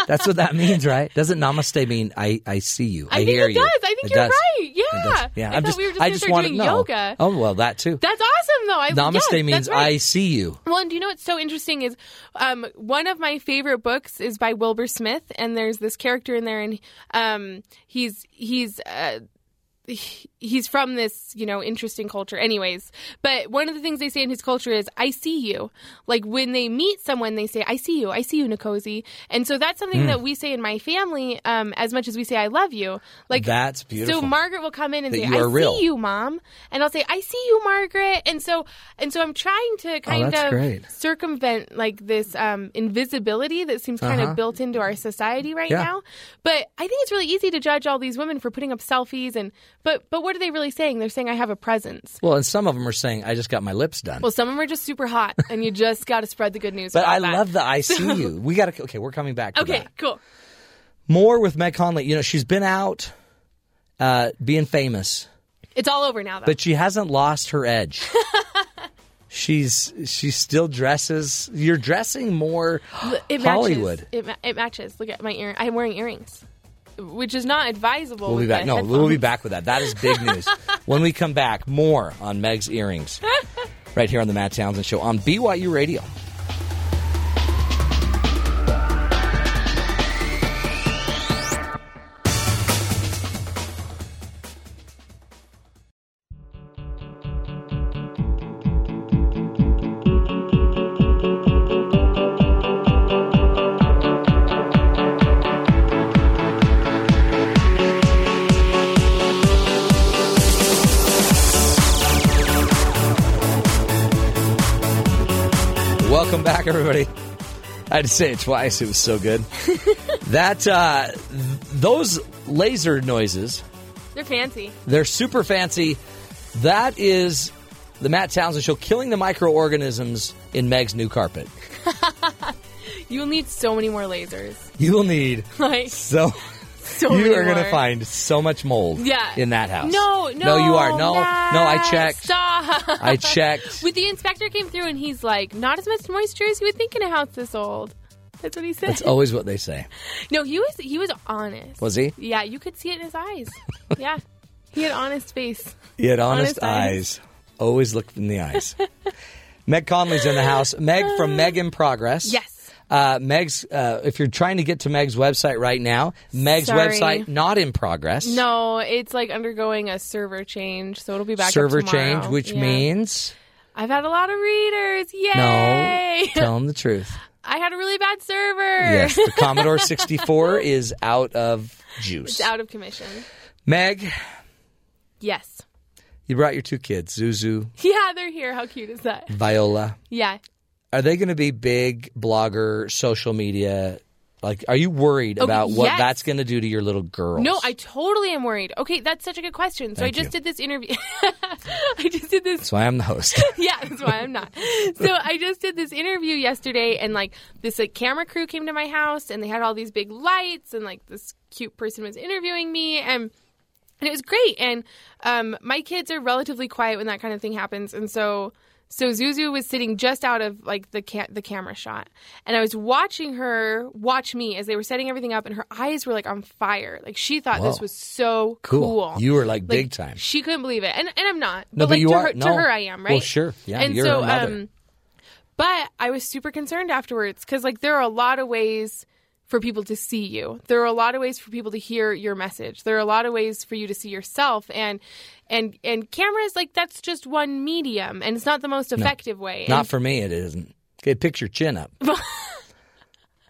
[SPEAKER 1] That's what that means, right? Doesn't namaste mean I, I see you? I,
[SPEAKER 5] I, think
[SPEAKER 1] hear
[SPEAKER 5] it
[SPEAKER 1] you.
[SPEAKER 5] does. I think
[SPEAKER 1] It
[SPEAKER 5] you're
[SPEAKER 1] does.
[SPEAKER 5] right.
[SPEAKER 1] It
[SPEAKER 5] Yeah.
[SPEAKER 1] does. Yeah.
[SPEAKER 5] I
[SPEAKER 1] am
[SPEAKER 5] thought
[SPEAKER 1] just,
[SPEAKER 5] we were just
[SPEAKER 1] I
[SPEAKER 5] gonna
[SPEAKER 1] just
[SPEAKER 5] start
[SPEAKER 1] wanted
[SPEAKER 5] doing
[SPEAKER 1] to know.
[SPEAKER 5] yoga.
[SPEAKER 1] Oh well, that too.
[SPEAKER 5] That's awesome though. I
[SPEAKER 1] namaste
[SPEAKER 5] yes,
[SPEAKER 1] means
[SPEAKER 5] that's right.
[SPEAKER 1] I see you.
[SPEAKER 5] Well, and do you know what's so interesting is um, one of my favorite books is by Wilbur Smith, and there's this character in there, and um, he's he's. Uh, he- He's from this, you know, interesting culture, anyways. But one of the things they say in his culture is, I see you. Like when they meet someone, they say, I see you, I see you, Nikosi. And so that's something that we say in my family um, as much as we say, I love you. Like,
[SPEAKER 1] That's beautiful.
[SPEAKER 5] so Margaret will come in and
[SPEAKER 1] That
[SPEAKER 5] say,
[SPEAKER 1] you
[SPEAKER 5] "I
[SPEAKER 1] are real."
[SPEAKER 5] see you, mom," and I'll say, "I see you, Margaret." And so, and so, I'm trying to kind
[SPEAKER 1] Oh, that's
[SPEAKER 5] of
[SPEAKER 1] great.
[SPEAKER 5] circumvent like this um, invisibility that seems kind
[SPEAKER 1] Uh-huh.
[SPEAKER 5] of built into our society right
[SPEAKER 1] Yeah.
[SPEAKER 5] now. But I think it's really easy to judge all these women for putting up selfies and but but what are they really saying? They're saying I have a presence.
[SPEAKER 1] Well, and some of them are saying I just got my lips done.
[SPEAKER 5] Well, some of them are just super hot, and you just got to spread the good news.
[SPEAKER 1] but
[SPEAKER 5] about
[SPEAKER 1] I
[SPEAKER 5] that.
[SPEAKER 1] love the I see you. We got to okay. We're coming back. To
[SPEAKER 5] Okay,
[SPEAKER 1] that.
[SPEAKER 5] cool.
[SPEAKER 1] more with Meg Conley. You know, she's been out uh, being famous,
[SPEAKER 5] It's all over now, though.
[SPEAKER 1] but she hasn't lost her edge. she's she still dresses. You're dressing more
[SPEAKER 5] it matches.
[SPEAKER 1] Hollywood.
[SPEAKER 5] It, ma- it matches. Look at my ear. I'm wearing earrings, which is not advisable.
[SPEAKER 1] We'll be
[SPEAKER 5] with
[SPEAKER 1] back.
[SPEAKER 5] the
[SPEAKER 1] No, we'll be
[SPEAKER 5] headphones.
[SPEAKER 1] back with that. That is big news. when we come back, more on Meg's earrings, right here on the Matt Townsend Show on BYU Radio. Welcome back, everybody. I had to say it twice. It was so good. that uh, th- those laser noises
[SPEAKER 5] They're fancy.
[SPEAKER 1] They're super fancy. That is the Matt Townsend show, killing the microorganisms in Meg's new carpet.
[SPEAKER 5] You'll need so many more lasers.
[SPEAKER 1] You will need
[SPEAKER 5] Like
[SPEAKER 1] so.
[SPEAKER 5] so
[SPEAKER 1] you
[SPEAKER 5] many
[SPEAKER 1] are going to
[SPEAKER 5] more.
[SPEAKER 1] find so much mold
[SPEAKER 5] Oh, Yeah.
[SPEAKER 1] in that house.
[SPEAKER 5] No,
[SPEAKER 1] no,
[SPEAKER 5] no.
[SPEAKER 1] you are. No, no. I
[SPEAKER 5] Matt,
[SPEAKER 1] checked.
[SPEAKER 5] Stop.
[SPEAKER 1] I checked.
[SPEAKER 5] With the inspector came through and he's like, not as much moisture as you would think in a house this old. That's what he said.
[SPEAKER 1] That's always what they say.
[SPEAKER 5] no, he was he was honest.
[SPEAKER 1] Was he?
[SPEAKER 5] Yeah, you could see it in his eyes. yeah. He had honest face.
[SPEAKER 1] He had honest,
[SPEAKER 5] Honest
[SPEAKER 1] eyes.
[SPEAKER 5] eyes.
[SPEAKER 1] Always look in the eyes. Meg Conley's in the house. Meg from Meg in Progress.
[SPEAKER 5] Uh, Yes.
[SPEAKER 1] Uh, Meg's. Uh, if you're trying to get to Meg's website right now, Meg's
[SPEAKER 5] Sorry.
[SPEAKER 1] website not in progress.
[SPEAKER 5] No, it's like undergoing a server change, so it'll be back. up
[SPEAKER 1] server
[SPEAKER 5] tomorrow.
[SPEAKER 1] change, which
[SPEAKER 5] Yeah.
[SPEAKER 1] means
[SPEAKER 5] I've had a lot of readers.
[SPEAKER 1] no.
[SPEAKER 5] Yay!
[SPEAKER 1] Tell them the truth.
[SPEAKER 5] I had a really bad server.
[SPEAKER 1] Yes, the Commodore 64 is out of juice.
[SPEAKER 5] it's out of commission.
[SPEAKER 1] Meg,
[SPEAKER 5] Yes.
[SPEAKER 1] you brought your two kids, Zuzu,
[SPEAKER 5] Yeah, they're here. How cute is that?
[SPEAKER 1] Viola.
[SPEAKER 5] Yeah.
[SPEAKER 1] Are they going to be big blogger, social media? Like, are you worried about what
[SPEAKER 5] Oh, yes.
[SPEAKER 1] that's going to do to your little girls?
[SPEAKER 5] No, I totally am worried. Okay, that's such a good question. So
[SPEAKER 1] Thank
[SPEAKER 5] I just
[SPEAKER 1] you.
[SPEAKER 5] did this interview. I just did this
[SPEAKER 1] That's why I'm the host.
[SPEAKER 5] yeah, that's why I'm not. So I just did this interview yesterday, and like this like camera crew came to my house, and they had all these big lights, and like this cute person was interviewing me, and and it was great. And um, my kids are relatively quiet when that kind of thing happens, and so. So Zuzu was sitting just out of like the ca- the camera shot, and I was watching her watch me as they were setting everything up, and her eyes were like on fire. Like she thought this
[SPEAKER 1] Whoa.
[SPEAKER 5] was so
[SPEAKER 1] Cool.
[SPEAKER 5] cool.
[SPEAKER 1] You were, like, big time.
[SPEAKER 5] She couldn't believe it, and and I'm not.
[SPEAKER 1] No, but
[SPEAKER 5] but like
[SPEAKER 1] you
[SPEAKER 5] to
[SPEAKER 1] are-
[SPEAKER 5] her
[SPEAKER 1] no.
[SPEAKER 5] to her, I am right.
[SPEAKER 1] Well, sure. Yeah,
[SPEAKER 5] and
[SPEAKER 1] you're her
[SPEAKER 5] so
[SPEAKER 1] mother.
[SPEAKER 5] um, but I was super concerned afterwards because, like, there are a lot of ways for people to see you. There are a lot of ways for people to hear your message. There are a lot of ways for you to see yourself, and and and cameras like that's just one medium, and it's not the most effective way. And
[SPEAKER 1] Not for me, it isn't. It picks your chin up.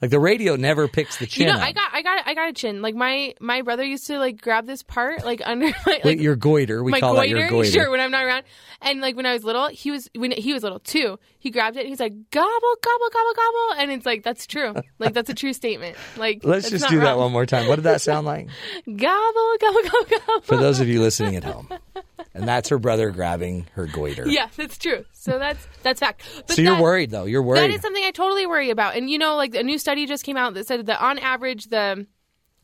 [SPEAKER 1] like the radio never picks the chin
[SPEAKER 5] you know,
[SPEAKER 1] up.
[SPEAKER 5] I got, I got, I got a chin. Like my my brother used to like grab this part like under my
[SPEAKER 1] Wait,
[SPEAKER 5] like
[SPEAKER 1] your goiter. We
[SPEAKER 5] my
[SPEAKER 1] call that
[SPEAKER 5] goiter.
[SPEAKER 1] your goiter.
[SPEAKER 5] Sure, when I'm not around, and like when I was little, he was when he was little too. He grabbed it. and He's like gobble, gobble, gobble, gobble, and it's like that's true. Like that's a true statement. Like
[SPEAKER 1] Let's
[SPEAKER 5] that's
[SPEAKER 1] just
[SPEAKER 5] not
[SPEAKER 1] do that
[SPEAKER 5] wrong.
[SPEAKER 1] one more time. What did that sound like?
[SPEAKER 5] Gobble, gobble, gobble, gobble.
[SPEAKER 1] For those of you listening at home. And that's her brother grabbing her goiter.
[SPEAKER 5] Yeah, that's true. So that's that's fact. But
[SPEAKER 1] so you're
[SPEAKER 5] that-
[SPEAKER 1] worried though. You're worried.
[SPEAKER 5] That is something I totally worry about. And you know, like a new study just came out that said that on average the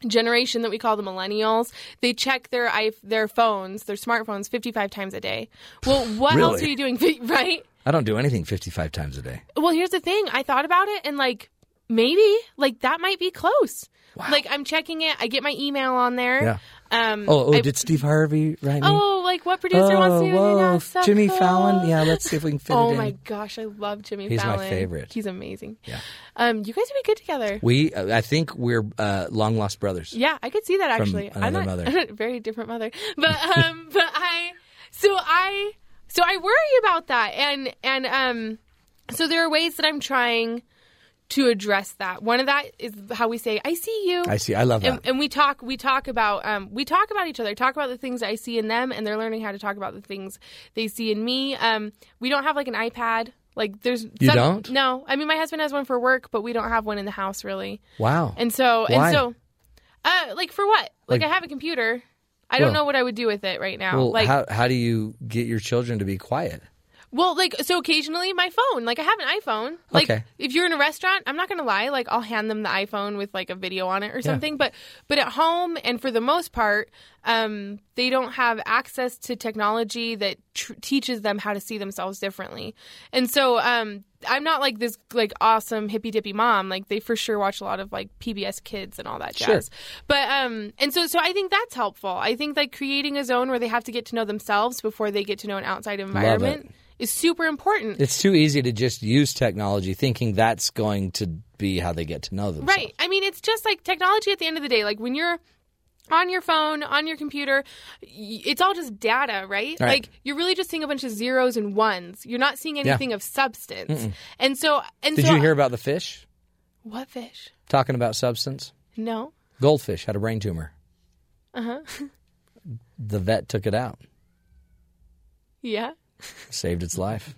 [SPEAKER 5] generation that we call the millennials, they check their i- their phones, their smartphones 55 times a day. Well, what else
[SPEAKER 1] Really?
[SPEAKER 5] are you doing right?
[SPEAKER 1] I don't do anything 55 times a day.
[SPEAKER 5] Well, here's the thing. I thought about it and like maybe like that might be close. Like I'm checking it. I get my email on there.
[SPEAKER 1] Yeah.
[SPEAKER 5] Um
[SPEAKER 1] Oh, oh
[SPEAKER 5] I-
[SPEAKER 1] did Steve Harvey write me?
[SPEAKER 5] Oh, like what producer wants to do
[SPEAKER 1] whoa,
[SPEAKER 5] that? So
[SPEAKER 1] Jimmy
[SPEAKER 5] cool.
[SPEAKER 1] Fallon. Yeah, let's see if we can fit
[SPEAKER 5] Oh
[SPEAKER 1] it in.
[SPEAKER 5] my gosh, I love Jimmy
[SPEAKER 1] He's my
[SPEAKER 5] Fallon.
[SPEAKER 1] favorite.
[SPEAKER 5] He's amazing.
[SPEAKER 1] Yeah.
[SPEAKER 5] Um, you guys would be good together.
[SPEAKER 1] We, uh, I think we're uh, long lost brothers.
[SPEAKER 5] Yeah, I could see that actually. I'm
[SPEAKER 1] another
[SPEAKER 5] not,
[SPEAKER 1] mother.
[SPEAKER 5] very different mother, but um, but I so I so I worry about that, and and um, so there are ways that I'm trying to address that. One of that is how we say "I see you."
[SPEAKER 1] I see. I love that.
[SPEAKER 5] and, and we talk we talk about um, we talk about each other talk about the things i see in them and they're learning how to talk about the things they see in me um, we don't have like an ipad like there's
[SPEAKER 1] You don't?
[SPEAKER 5] no i mean my husband has one for work but we don't have one in the house really
[SPEAKER 1] wow.
[SPEAKER 5] and so
[SPEAKER 1] Why?
[SPEAKER 5] and so uh, like for what like,
[SPEAKER 1] Like-
[SPEAKER 5] i have a computer i don't
[SPEAKER 1] Well-
[SPEAKER 5] know what i would do with it right now
[SPEAKER 1] well,
[SPEAKER 5] like
[SPEAKER 1] how how do you get your children to be quiet?
[SPEAKER 5] well, like so occasionally my phone. Like I have an iPhone. Like
[SPEAKER 1] Okay.
[SPEAKER 5] if you're in a restaurant, I'm not gonna lie, like I'll hand them the iPhone with like a video on it or something. But but at home and for the most part, um, they don't have access to technology that tr- teaches them how to see themselves differently. And so um, I'm not like this like awesome hippy dippy mom. Like they for sure watch a lot of like PBS Kids and all that
[SPEAKER 1] Sure.
[SPEAKER 5] jazz. But um, and so so I think that's helpful. I think like creating a zone where they have to get to know themselves before they get to know an outside environment is super important.
[SPEAKER 1] It's too easy to just use technology, thinking that's going to be how they get to know them.
[SPEAKER 5] right. I mean, it's just like technology at the end of the day. Like when you're on your phone, on your computer, y- it's all just data, right?
[SPEAKER 1] Right.
[SPEAKER 5] Like you're really just seeing a bunch of zeros and ones. You're not seeing anything of substance. And so, and
[SPEAKER 1] Did
[SPEAKER 5] so,
[SPEAKER 1] you hear about the fish
[SPEAKER 5] what fish?
[SPEAKER 1] talking about substance?
[SPEAKER 5] No.
[SPEAKER 1] Goldfish had a brain tumor. Uh huh.
[SPEAKER 5] Uh-huh.
[SPEAKER 1] The vet took it out,
[SPEAKER 5] Yeah.
[SPEAKER 1] saved its life.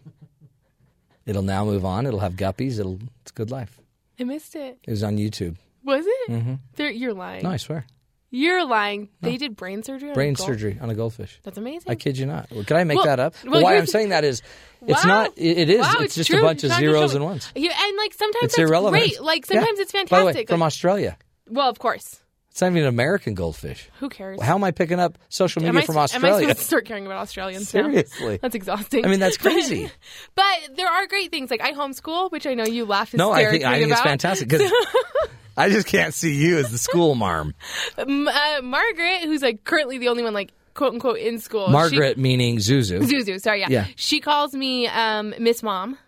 [SPEAKER 1] It'll now move on. It'll have guppies. It'll it's a good life.
[SPEAKER 5] I missed it.
[SPEAKER 1] It was on YouTube.
[SPEAKER 5] Was it? They're- You're lying.
[SPEAKER 1] Mm-hmm. No, I swear.
[SPEAKER 5] You're lying. They did brain surgery. on a
[SPEAKER 1] Brain
[SPEAKER 5] gold-
[SPEAKER 1] surgery on a goldfish.
[SPEAKER 5] That's amazing.
[SPEAKER 1] I kid you not. Well, Could I make
[SPEAKER 5] Well-
[SPEAKER 1] that up?
[SPEAKER 5] well,
[SPEAKER 1] Why
[SPEAKER 5] here's
[SPEAKER 1] I'm
[SPEAKER 5] the-
[SPEAKER 1] saying that is, it's
[SPEAKER 5] Wow.
[SPEAKER 1] not. It, it is.
[SPEAKER 5] Wow,
[SPEAKER 1] it's, just a
[SPEAKER 5] true.
[SPEAKER 1] bunch of
[SPEAKER 5] You're trying to
[SPEAKER 1] zeros
[SPEAKER 5] show-
[SPEAKER 1] and ones.
[SPEAKER 5] Yeah, and like sometimes
[SPEAKER 1] It's
[SPEAKER 5] that's
[SPEAKER 1] irrelevant.
[SPEAKER 5] great. Like
[SPEAKER 1] Yeah.
[SPEAKER 5] sometimes it's
[SPEAKER 1] By the
[SPEAKER 5] fantastic.
[SPEAKER 1] way, from
[SPEAKER 5] Like-
[SPEAKER 1] Australia.
[SPEAKER 5] well, of course.
[SPEAKER 1] It's not even an American goldfish.
[SPEAKER 5] Who cares?
[SPEAKER 1] How am I picking up social
[SPEAKER 5] am
[SPEAKER 1] media
[SPEAKER 5] I,
[SPEAKER 1] from
[SPEAKER 5] am I
[SPEAKER 1] Australia?
[SPEAKER 5] supposed to start caring about Australians
[SPEAKER 1] Seriously.
[SPEAKER 5] now? That's exhausting.
[SPEAKER 1] I mean, that's
[SPEAKER 5] But-
[SPEAKER 1] crazy.
[SPEAKER 5] but, there are great things. Like I homeschool, which I know you laugh
[SPEAKER 1] no,
[SPEAKER 5] hysterically
[SPEAKER 1] I think I think it's
[SPEAKER 5] about.
[SPEAKER 1] fantastic because I just can't see you as the school marm.
[SPEAKER 5] M- uh, Margaret, who's like currently the only one like quote unquote in school.
[SPEAKER 1] Margaret meaning Zuzu.
[SPEAKER 5] she, Zuzu, sorry, yeah.
[SPEAKER 1] Yeah.
[SPEAKER 5] She calls me um, Miss Mom.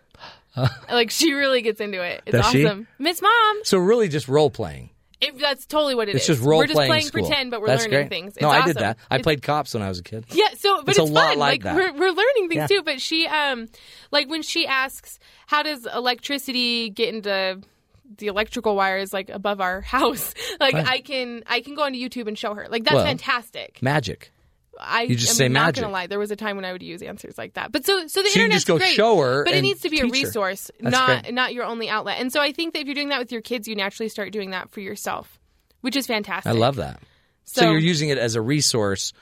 [SPEAKER 5] like she really gets into it. It's
[SPEAKER 1] Does she?
[SPEAKER 5] awesome. Miss Mom.
[SPEAKER 1] So really, just role playing.
[SPEAKER 5] It, that's totally what it
[SPEAKER 1] It's
[SPEAKER 5] is.
[SPEAKER 1] just role
[SPEAKER 5] We're just
[SPEAKER 1] playing.
[SPEAKER 5] playing
[SPEAKER 1] school.
[SPEAKER 5] pretend, but we're
[SPEAKER 1] That's
[SPEAKER 5] learning
[SPEAKER 1] great.
[SPEAKER 5] things. It's
[SPEAKER 1] no, I did
[SPEAKER 5] awesome.
[SPEAKER 1] that. I
[SPEAKER 5] It's-
[SPEAKER 1] played cops when I was a kid.
[SPEAKER 5] Yeah, so but
[SPEAKER 1] It's
[SPEAKER 5] it's,
[SPEAKER 1] a lot like
[SPEAKER 5] fun. Like,
[SPEAKER 1] that.
[SPEAKER 5] we're we're learning things
[SPEAKER 1] Yeah.
[SPEAKER 5] too. But she um like when she asks how does electricity get into the electrical wires like above our house, like
[SPEAKER 1] Right.
[SPEAKER 5] I can I can go onto YouTube and show her. Like that's
[SPEAKER 1] Well,
[SPEAKER 5] fantastic.
[SPEAKER 1] Magic.
[SPEAKER 5] I
[SPEAKER 1] you just
[SPEAKER 5] am
[SPEAKER 1] say
[SPEAKER 5] not
[SPEAKER 1] magic.
[SPEAKER 5] gonna lie, there was a time when I would use answers like that. But so so the
[SPEAKER 1] So you
[SPEAKER 5] internet's
[SPEAKER 1] just go
[SPEAKER 5] great,
[SPEAKER 1] show her
[SPEAKER 5] But it
[SPEAKER 1] and
[SPEAKER 5] needs to be a
[SPEAKER 1] teach her.
[SPEAKER 5] resource,
[SPEAKER 1] That's
[SPEAKER 5] not
[SPEAKER 1] great.
[SPEAKER 5] not your only outlet. And so I think that if you're doing that with your kids, you naturally start doing that for yourself. Which is fantastic.
[SPEAKER 1] I love that. So, you're using it as a resource,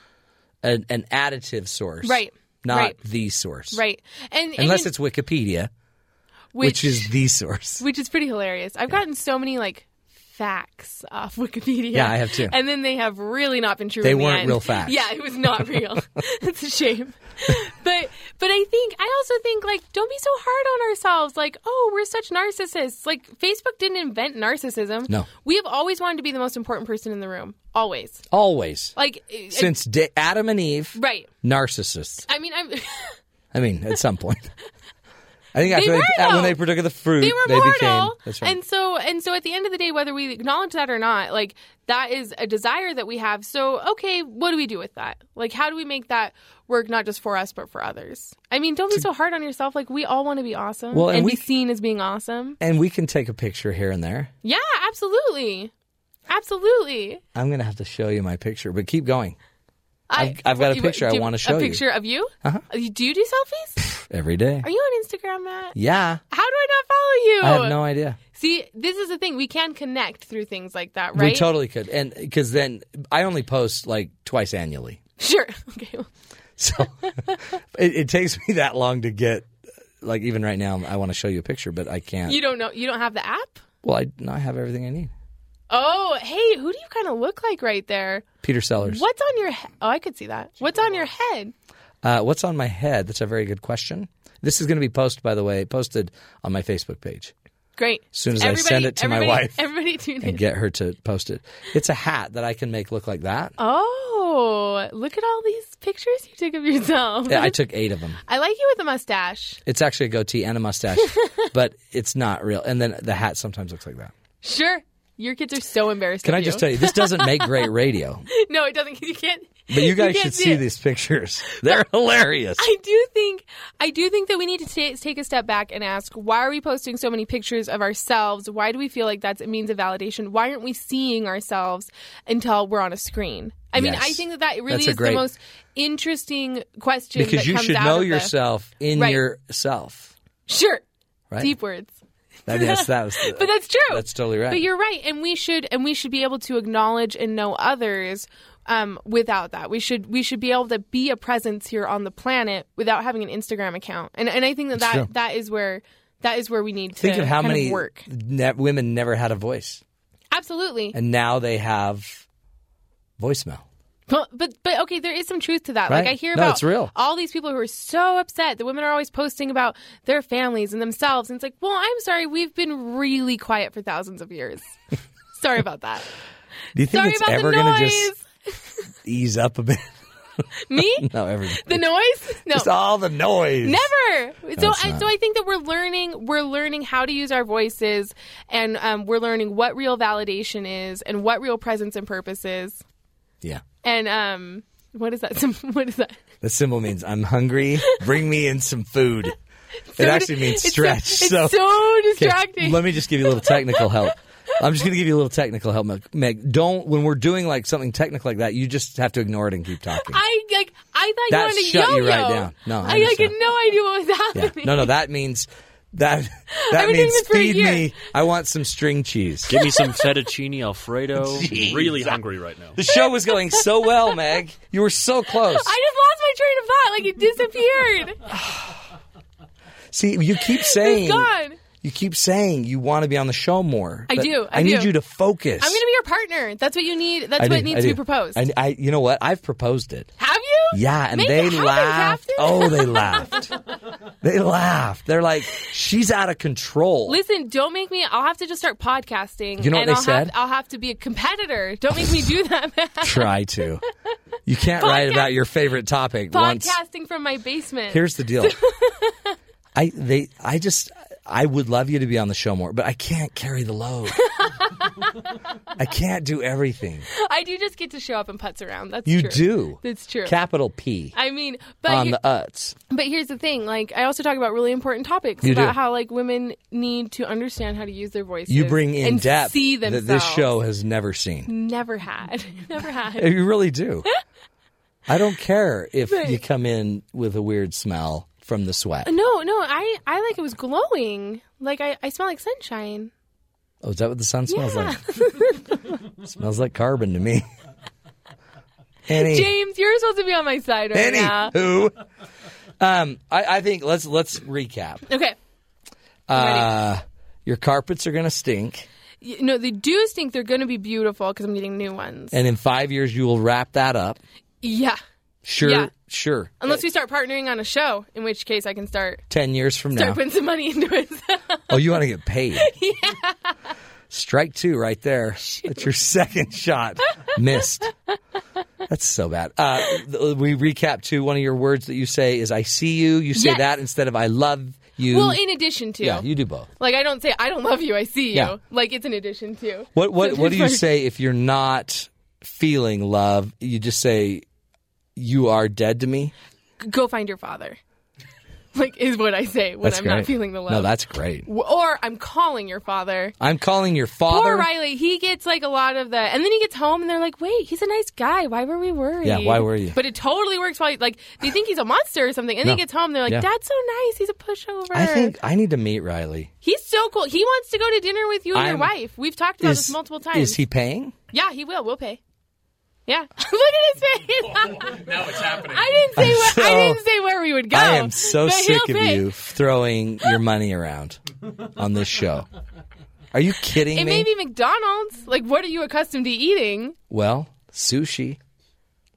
[SPEAKER 1] an, an additive source,
[SPEAKER 5] Right.
[SPEAKER 1] Not
[SPEAKER 5] Right.
[SPEAKER 1] the source,
[SPEAKER 5] right, and and
[SPEAKER 1] Unless
[SPEAKER 5] you-
[SPEAKER 1] it's Wikipedia, which, is the source.
[SPEAKER 5] which is pretty hilarious. I've gotten so many like facts off Wikipedia.
[SPEAKER 1] Yeah, I have too.
[SPEAKER 5] And then they have really not been true.
[SPEAKER 1] They
[SPEAKER 5] in the
[SPEAKER 1] weren't
[SPEAKER 5] end.
[SPEAKER 1] real facts.
[SPEAKER 5] Yeah, it was not real. It's a shame. But but I think I also think like don't be so hard on ourselves. Like oh we're such narcissists. Like Facebook didn't invent narcissism.
[SPEAKER 1] No.
[SPEAKER 5] we have always wanted to be the most important person in the room. Always.
[SPEAKER 1] Always.
[SPEAKER 5] Like it-
[SPEAKER 1] Since da- Adam and Eve,
[SPEAKER 5] right.
[SPEAKER 1] narcissists.
[SPEAKER 5] I mean I'm.
[SPEAKER 1] I mean, at some point. I think after
[SPEAKER 5] were,
[SPEAKER 1] they, when
[SPEAKER 5] though.
[SPEAKER 1] they partook of the fruit,
[SPEAKER 5] they were mortal.
[SPEAKER 1] became. That's right.
[SPEAKER 5] And so and so at the end of the day, whether we acknowledge that or not, like that is a desire that we have. So okay, what do we do with that? Like how do we make that work not just for us but for others? I mean, don't be so hard on yourself. Like we all want to be awesome
[SPEAKER 1] Well, and
[SPEAKER 5] and
[SPEAKER 1] we-
[SPEAKER 5] be seen as being awesome.
[SPEAKER 1] and we can take a picture here and there.
[SPEAKER 5] Yeah, absolutely. Absolutely.
[SPEAKER 1] I'm going to have to show you my picture, but keep going
[SPEAKER 5] I,
[SPEAKER 1] I've- I've got a
[SPEAKER 5] you-
[SPEAKER 1] picture I
[SPEAKER 5] do you-
[SPEAKER 1] wanna show
[SPEAKER 5] A
[SPEAKER 1] you.
[SPEAKER 5] picture of you? Uh,
[SPEAKER 1] Uh-huh.
[SPEAKER 5] You- Do you do selfies?
[SPEAKER 1] every day.
[SPEAKER 5] Are you Oh, on Instagram, Matt?
[SPEAKER 1] Yeah,
[SPEAKER 5] How do I
[SPEAKER 1] I
[SPEAKER 5] not follow you?
[SPEAKER 1] have no idea.
[SPEAKER 5] See, this is the thing. We can connect through things like that, right?
[SPEAKER 1] We totally could, and because then I only post like twice annually,
[SPEAKER 5] Sure. Okay.
[SPEAKER 1] so it, it takes me that long to get. Like even right now, I want to show you a picture, but I can't.
[SPEAKER 5] You don't know. You don't have the app.
[SPEAKER 1] well, I, no, I have everything I need.
[SPEAKER 5] Oh, hey, who do you kind of look like right there?
[SPEAKER 1] Peter Sellers.
[SPEAKER 5] What's on your? He- oh, I could see that. What's on your head?
[SPEAKER 1] Uh, what's on my head? That's a very good question. This is going to be posted, by the way, posted on my Facebook page.
[SPEAKER 5] Great. As
[SPEAKER 1] soon as I send it to my wife
[SPEAKER 5] everybody tune in.
[SPEAKER 1] and get her to post it. It's a hat that I can make look like that.
[SPEAKER 5] oh, look at all these pictures you took of yourself.
[SPEAKER 1] Yeah, I took eight of them.
[SPEAKER 5] I like you with a mustache.
[SPEAKER 1] It's actually a goatee and a mustache, but it's not real. And then the hat sometimes looks like that.
[SPEAKER 5] Sure. Your kids are so embarrassed.
[SPEAKER 1] Can
[SPEAKER 5] of
[SPEAKER 1] I just tell you, this doesn't make great radio,
[SPEAKER 5] No, it doesn't. You can't.
[SPEAKER 1] but you guys
[SPEAKER 5] can't
[SPEAKER 1] should
[SPEAKER 5] see
[SPEAKER 1] see
[SPEAKER 5] it.
[SPEAKER 1] these pictures. They're hilarious.
[SPEAKER 5] I do think I do think that we need to ta take a step back and ask why are we posting so many pictures of ourselves? Why do we feel like that's a means of validation? Why aren't we seeing ourselves until we're on a screen? I mean,
[SPEAKER 1] Yes.
[SPEAKER 5] I think that that really
[SPEAKER 1] That's a
[SPEAKER 5] is
[SPEAKER 1] great-
[SPEAKER 5] the most interesting question
[SPEAKER 1] Because
[SPEAKER 5] that
[SPEAKER 1] you
[SPEAKER 5] comes
[SPEAKER 1] should
[SPEAKER 5] out
[SPEAKER 1] know
[SPEAKER 5] of the-
[SPEAKER 1] yourself in
[SPEAKER 5] Right.
[SPEAKER 1] yourself,
[SPEAKER 5] Sure,
[SPEAKER 1] right?
[SPEAKER 5] deep words,
[SPEAKER 1] That, yes, that was
[SPEAKER 5] but that's true.
[SPEAKER 1] That's totally right.
[SPEAKER 5] But you're right, and we should and we should be able to acknowledge and know others um, without that. We should we should be able to be a presence here on the planet without having an Instagram account. And and I think that
[SPEAKER 1] true.
[SPEAKER 5] that, that is where that is where we need to
[SPEAKER 1] Think of how
[SPEAKER 5] kind
[SPEAKER 1] many
[SPEAKER 5] work.
[SPEAKER 1] ne- women never had a voice,
[SPEAKER 5] Absolutely,
[SPEAKER 1] and now they have voicemail.
[SPEAKER 5] Well, but but okay, there is some truth to that. Like
[SPEAKER 1] Right?
[SPEAKER 5] I hear
[SPEAKER 1] No,
[SPEAKER 5] about
[SPEAKER 1] it's real.
[SPEAKER 5] all these people who are so upset. The women are always posting about their families and themselves, and it's like, well, I'm sorry, we've been really quiet for thousands of years. sorry about that.
[SPEAKER 1] Do you think
[SPEAKER 5] Sorry
[SPEAKER 1] it's
[SPEAKER 5] about
[SPEAKER 1] ever
[SPEAKER 5] the
[SPEAKER 1] going
[SPEAKER 5] noise.
[SPEAKER 1] to just ease up a bit?
[SPEAKER 5] Me?
[SPEAKER 1] no, everything.
[SPEAKER 5] The noise? No.
[SPEAKER 1] Just all the noise.
[SPEAKER 5] Never. So,
[SPEAKER 1] it's
[SPEAKER 5] I,
[SPEAKER 1] not.
[SPEAKER 5] so I think that we're learning. We're learning how to use our voices, and um, we're learning what real validation is, and what real presence and purpose is,
[SPEAKER 1] Yeah.
[SPEAKER 5] and um, what is that? Some, what is that?
[SPEAKER 1] The symbol means I'm hungry. Bring me in some food. it actually means
[SPEAKER 5] It's so-
[SPEAKER 1] stretch.
[SPEAKER 5] It's so,
[SPEAKER 1] Okay,
[SPEAKER 5] distracting.
[SPEAKER 1] let me just give you a little technical help. I'm just going to give you a little technical help, Meg- Meg. Don't when we're doing like something technical like that, you just have to ignore it and keep talking.
[SPEAKER 5] I like. I thought
[SPEAKER 1] That
[SPEAKER 5] you wanted to
[SPEAKER 1] shut
[SPEAKER 5] yo-yo.
[SPEAKER 1] you right down. No, I
[SPEAKER 5] I, like had
[SPEAKER 1] understand.
[SPEAKER 5] no idea what was
[SPEAKER 1] yeah.
[SPEAKER 5] happening.
[SPEAKER 1] No, no, that means that that
[SPEAKER 5] I've been doing
[SPEAKER 1] means
[SPEAKER 5] this for a
[SPEAKER 1] feed
[SPEAKER 5] year.
[SPEAKER 1] me. I want some string cheese.
[SPEAKER 4] Give me some fettuccine alfredo. Really hungry right now.
[SPEAKER 1] The show was going so well, Meg. You were so close.
[SPEAKER 5] I just lost my train of thought. Like it disappeared.
[SPEAKER 1] See, you keep saying
[SPEAKER 5] it's gone.
[SPEAKER 1] You keep saying you want to be on the show more.
[SPEAKER 5] I
[SPEAKER 1] but
[SPEAKER 5] do, I
[SPEAKER 1] I need
[SPEAKER 5] do.
[SPEAKER 1] you to focus.
[SPEAKER 5] I'm going to be your partner. That's what you need. That's
[SPEAKER 1] I
[SPEAKER 5] what
[SPEAKER 1] do,
[SPEAKER 5] needs
[SPEAKER 1] I
[SPEAKER 5] to be
[SPEAKER 1] do.
[SPEAKER 5] proposed.
[SPEAKER 1] I, I- you know what? I've proposed it.
[SPEAKER 5] Have you?
[SPEAKER 1] Yeah, and
[SPEAKER 5] Make
[SPEAKER 1] they
[SPEAKER 5] it happen,
[SPEAKER 1] laughed.
[SPEAKER 5] Captain.
[SPEAKER 1] Oh, they laughed. they laughed. They're like, she's out of control.
[SPEAKER 5] Listen, don't make me. I'll have to just start podcasting.
[SPEAKER 1] You know what
[SPEAKER 5] and
[SPEAKER 1] they
[SPEAKER 5] I'll
[SPEAKER 1] said?
[SPEAKER 5] Have, I'll have to be a competitor. Don't make me do that. man.
[SPEAKER 1] Try to. You can't write
[SPEAKER 5] Podcast-
[SPEAKER 1] about your favorite topic once.
[SPEAKER 5] Podcasting from my basement.
[SPEAKER 1] Here's the deal. I they I just I would love you to be on the show more, but I can't carry the load. I can't do everything.
[SPEAKER 5] I do just get to show up and putz around. That's
[SPEAKER 1] You
[SPEAKER 5] true.
[SPEAKER 1] do.
[SPEAKER 5] That's true.
[SPEAKER 1] Capital P
[SPEAKER 5] I mean, but
[SPEAKER 1] on
[SPEAKER 5] he-
[SPEAKER 1] the uts.
[SPEAKER 5] but here's the thing. Like, I also talk about really important topics
[SPEAKER 1] You do.
[SPEAKER 5] about how like women need to understand how to use their voices.
[SPEAKER 1] you bring in
[SPEAKER 5] and
[SPEAKER 1] depth
[SPEAKER 5] See
[SPEAKER 1] that
[SPEAKER 5] themselves. Mm.
[SPEAKER 1] this show has never seen.
[SPEAKER 5] never had, never had.
[SPEAKER 1] You really do. I don't care if you come in with a weird smell from the sweat.
[SPEAKER 5] No, no. I I like it was glowing. Like I I smell like sunshine.
[SPEAKER 1] Oh, is that what the sun smells like? smells like carbon to me. Any,
[SPEAKER 5] James, you're supposed to be on my side right
[SPEAKER 1] any
[SPEAKER 5] now.
[SPEAKER 1] who? Um, I, I think let's let's recap.
[SPEAKER 5] Okay.
[SPEAKER 1] Uh, your carpets are going to stink,
[SPEAKER 5] Y- No, they do stink. They're going to be beautiful because I'm getting new ones.
[SPEAKER 1] and in five years you will wrap that up.
[SPEAKER 5] yeah.
[SPEAKER 1] Sure,
[SPEAKER 5] Yeah.
[SPEAKER 1] sure.
[SPEAKER 5] Unless we start partnering on a show, in which case I can start
[SPEAKER 1] Ten years from
[SPEAKER 5] start
[SPEAKER 1] now,
[SPEAKER 5] putting some money into it.
[SPEAKER 1] Oh, you want to get paid? yeah. Strike two right there. That's your second shot. Missed. That's so bad. Uh, th- we recap to one of your words that you say is I see you. You say
[SPEAKER 5] Yes.
[SPEAKER 1] that instead of I love You
[SPEAKER 5] well, in addition to.
[SPEAKER 1] yeah, you do both.
[SPEAKER 5] like I don't say I don't love you, I see you.
[SPEAKER 1] Yeah.
[SPEAKER 5] Like it's an addition to.
[SPEAKER 1] What what
[SPEAKER 5] So
[SPEAKER 1] what do you
[SPEAKER 5] it's like-
[SPEAKER 1] say if you're not feeling love? You just say you are dead to me.
[SPEAKER 5] Go find your father. Like is what I say when
[SPEAKER 1] That's
[SPEAKER 5] I'm
[SPEAKER 1] great.
[SPEAKER 5] not feeling the love.
[SPEAKER 1] No, that's great.
[SPEAKER 5] W- or I'm calling your father.
[SPEAKER 1] I'm calling your father.
[SPEAKER 5] Poor Riley, he gets like a lot of the, and then he gets home and they're like, "Wait, he's a nice guy. Why were we worried?
[SPEAKER 1] Yeah, why were you?
[SPEAKER 5] But it totally works. While like they think he's a monster or something, and
[SPEAKER 1] No.
[SPEAKER 5] then he gets home, they're like,
[SPEAKER 1] Yeah.
[SPEAKER 5] "Dad's so nice. He's a pushover.
[SPEAKER 1] I think I need to meet Riley.
[SPEAKER 5] he's so cool. He wants to go to dinner with you and
[SPEAKER 1] I'm-
[SPEAKER 5] your wife. We've talked about this multiple times.
[SPEAKER 1] Is he paying?
[SPEAKER 5] Yeah, he will. We'll pay. Yeah, look at his face.
[SPEAKER 2] Now it's happening.
[SPEAKER 5] I didn't say where,
[SPEAKER 1] so-
[SPEAKER 5] I didn't say where we would go.
[SPEAKER 1] I am so
[SPEAKER 5] Oh, but he'll
[SPEAKER 1] sick of
[SPEAKER 5] pay.
[SPEAKER 1] you throwing your money around on this show. Are you kidding me?
[SPEAKER 5] It may be McDonald's. Like, what are you accustomed to eating?
[SPEAKER 1] Well, sushi,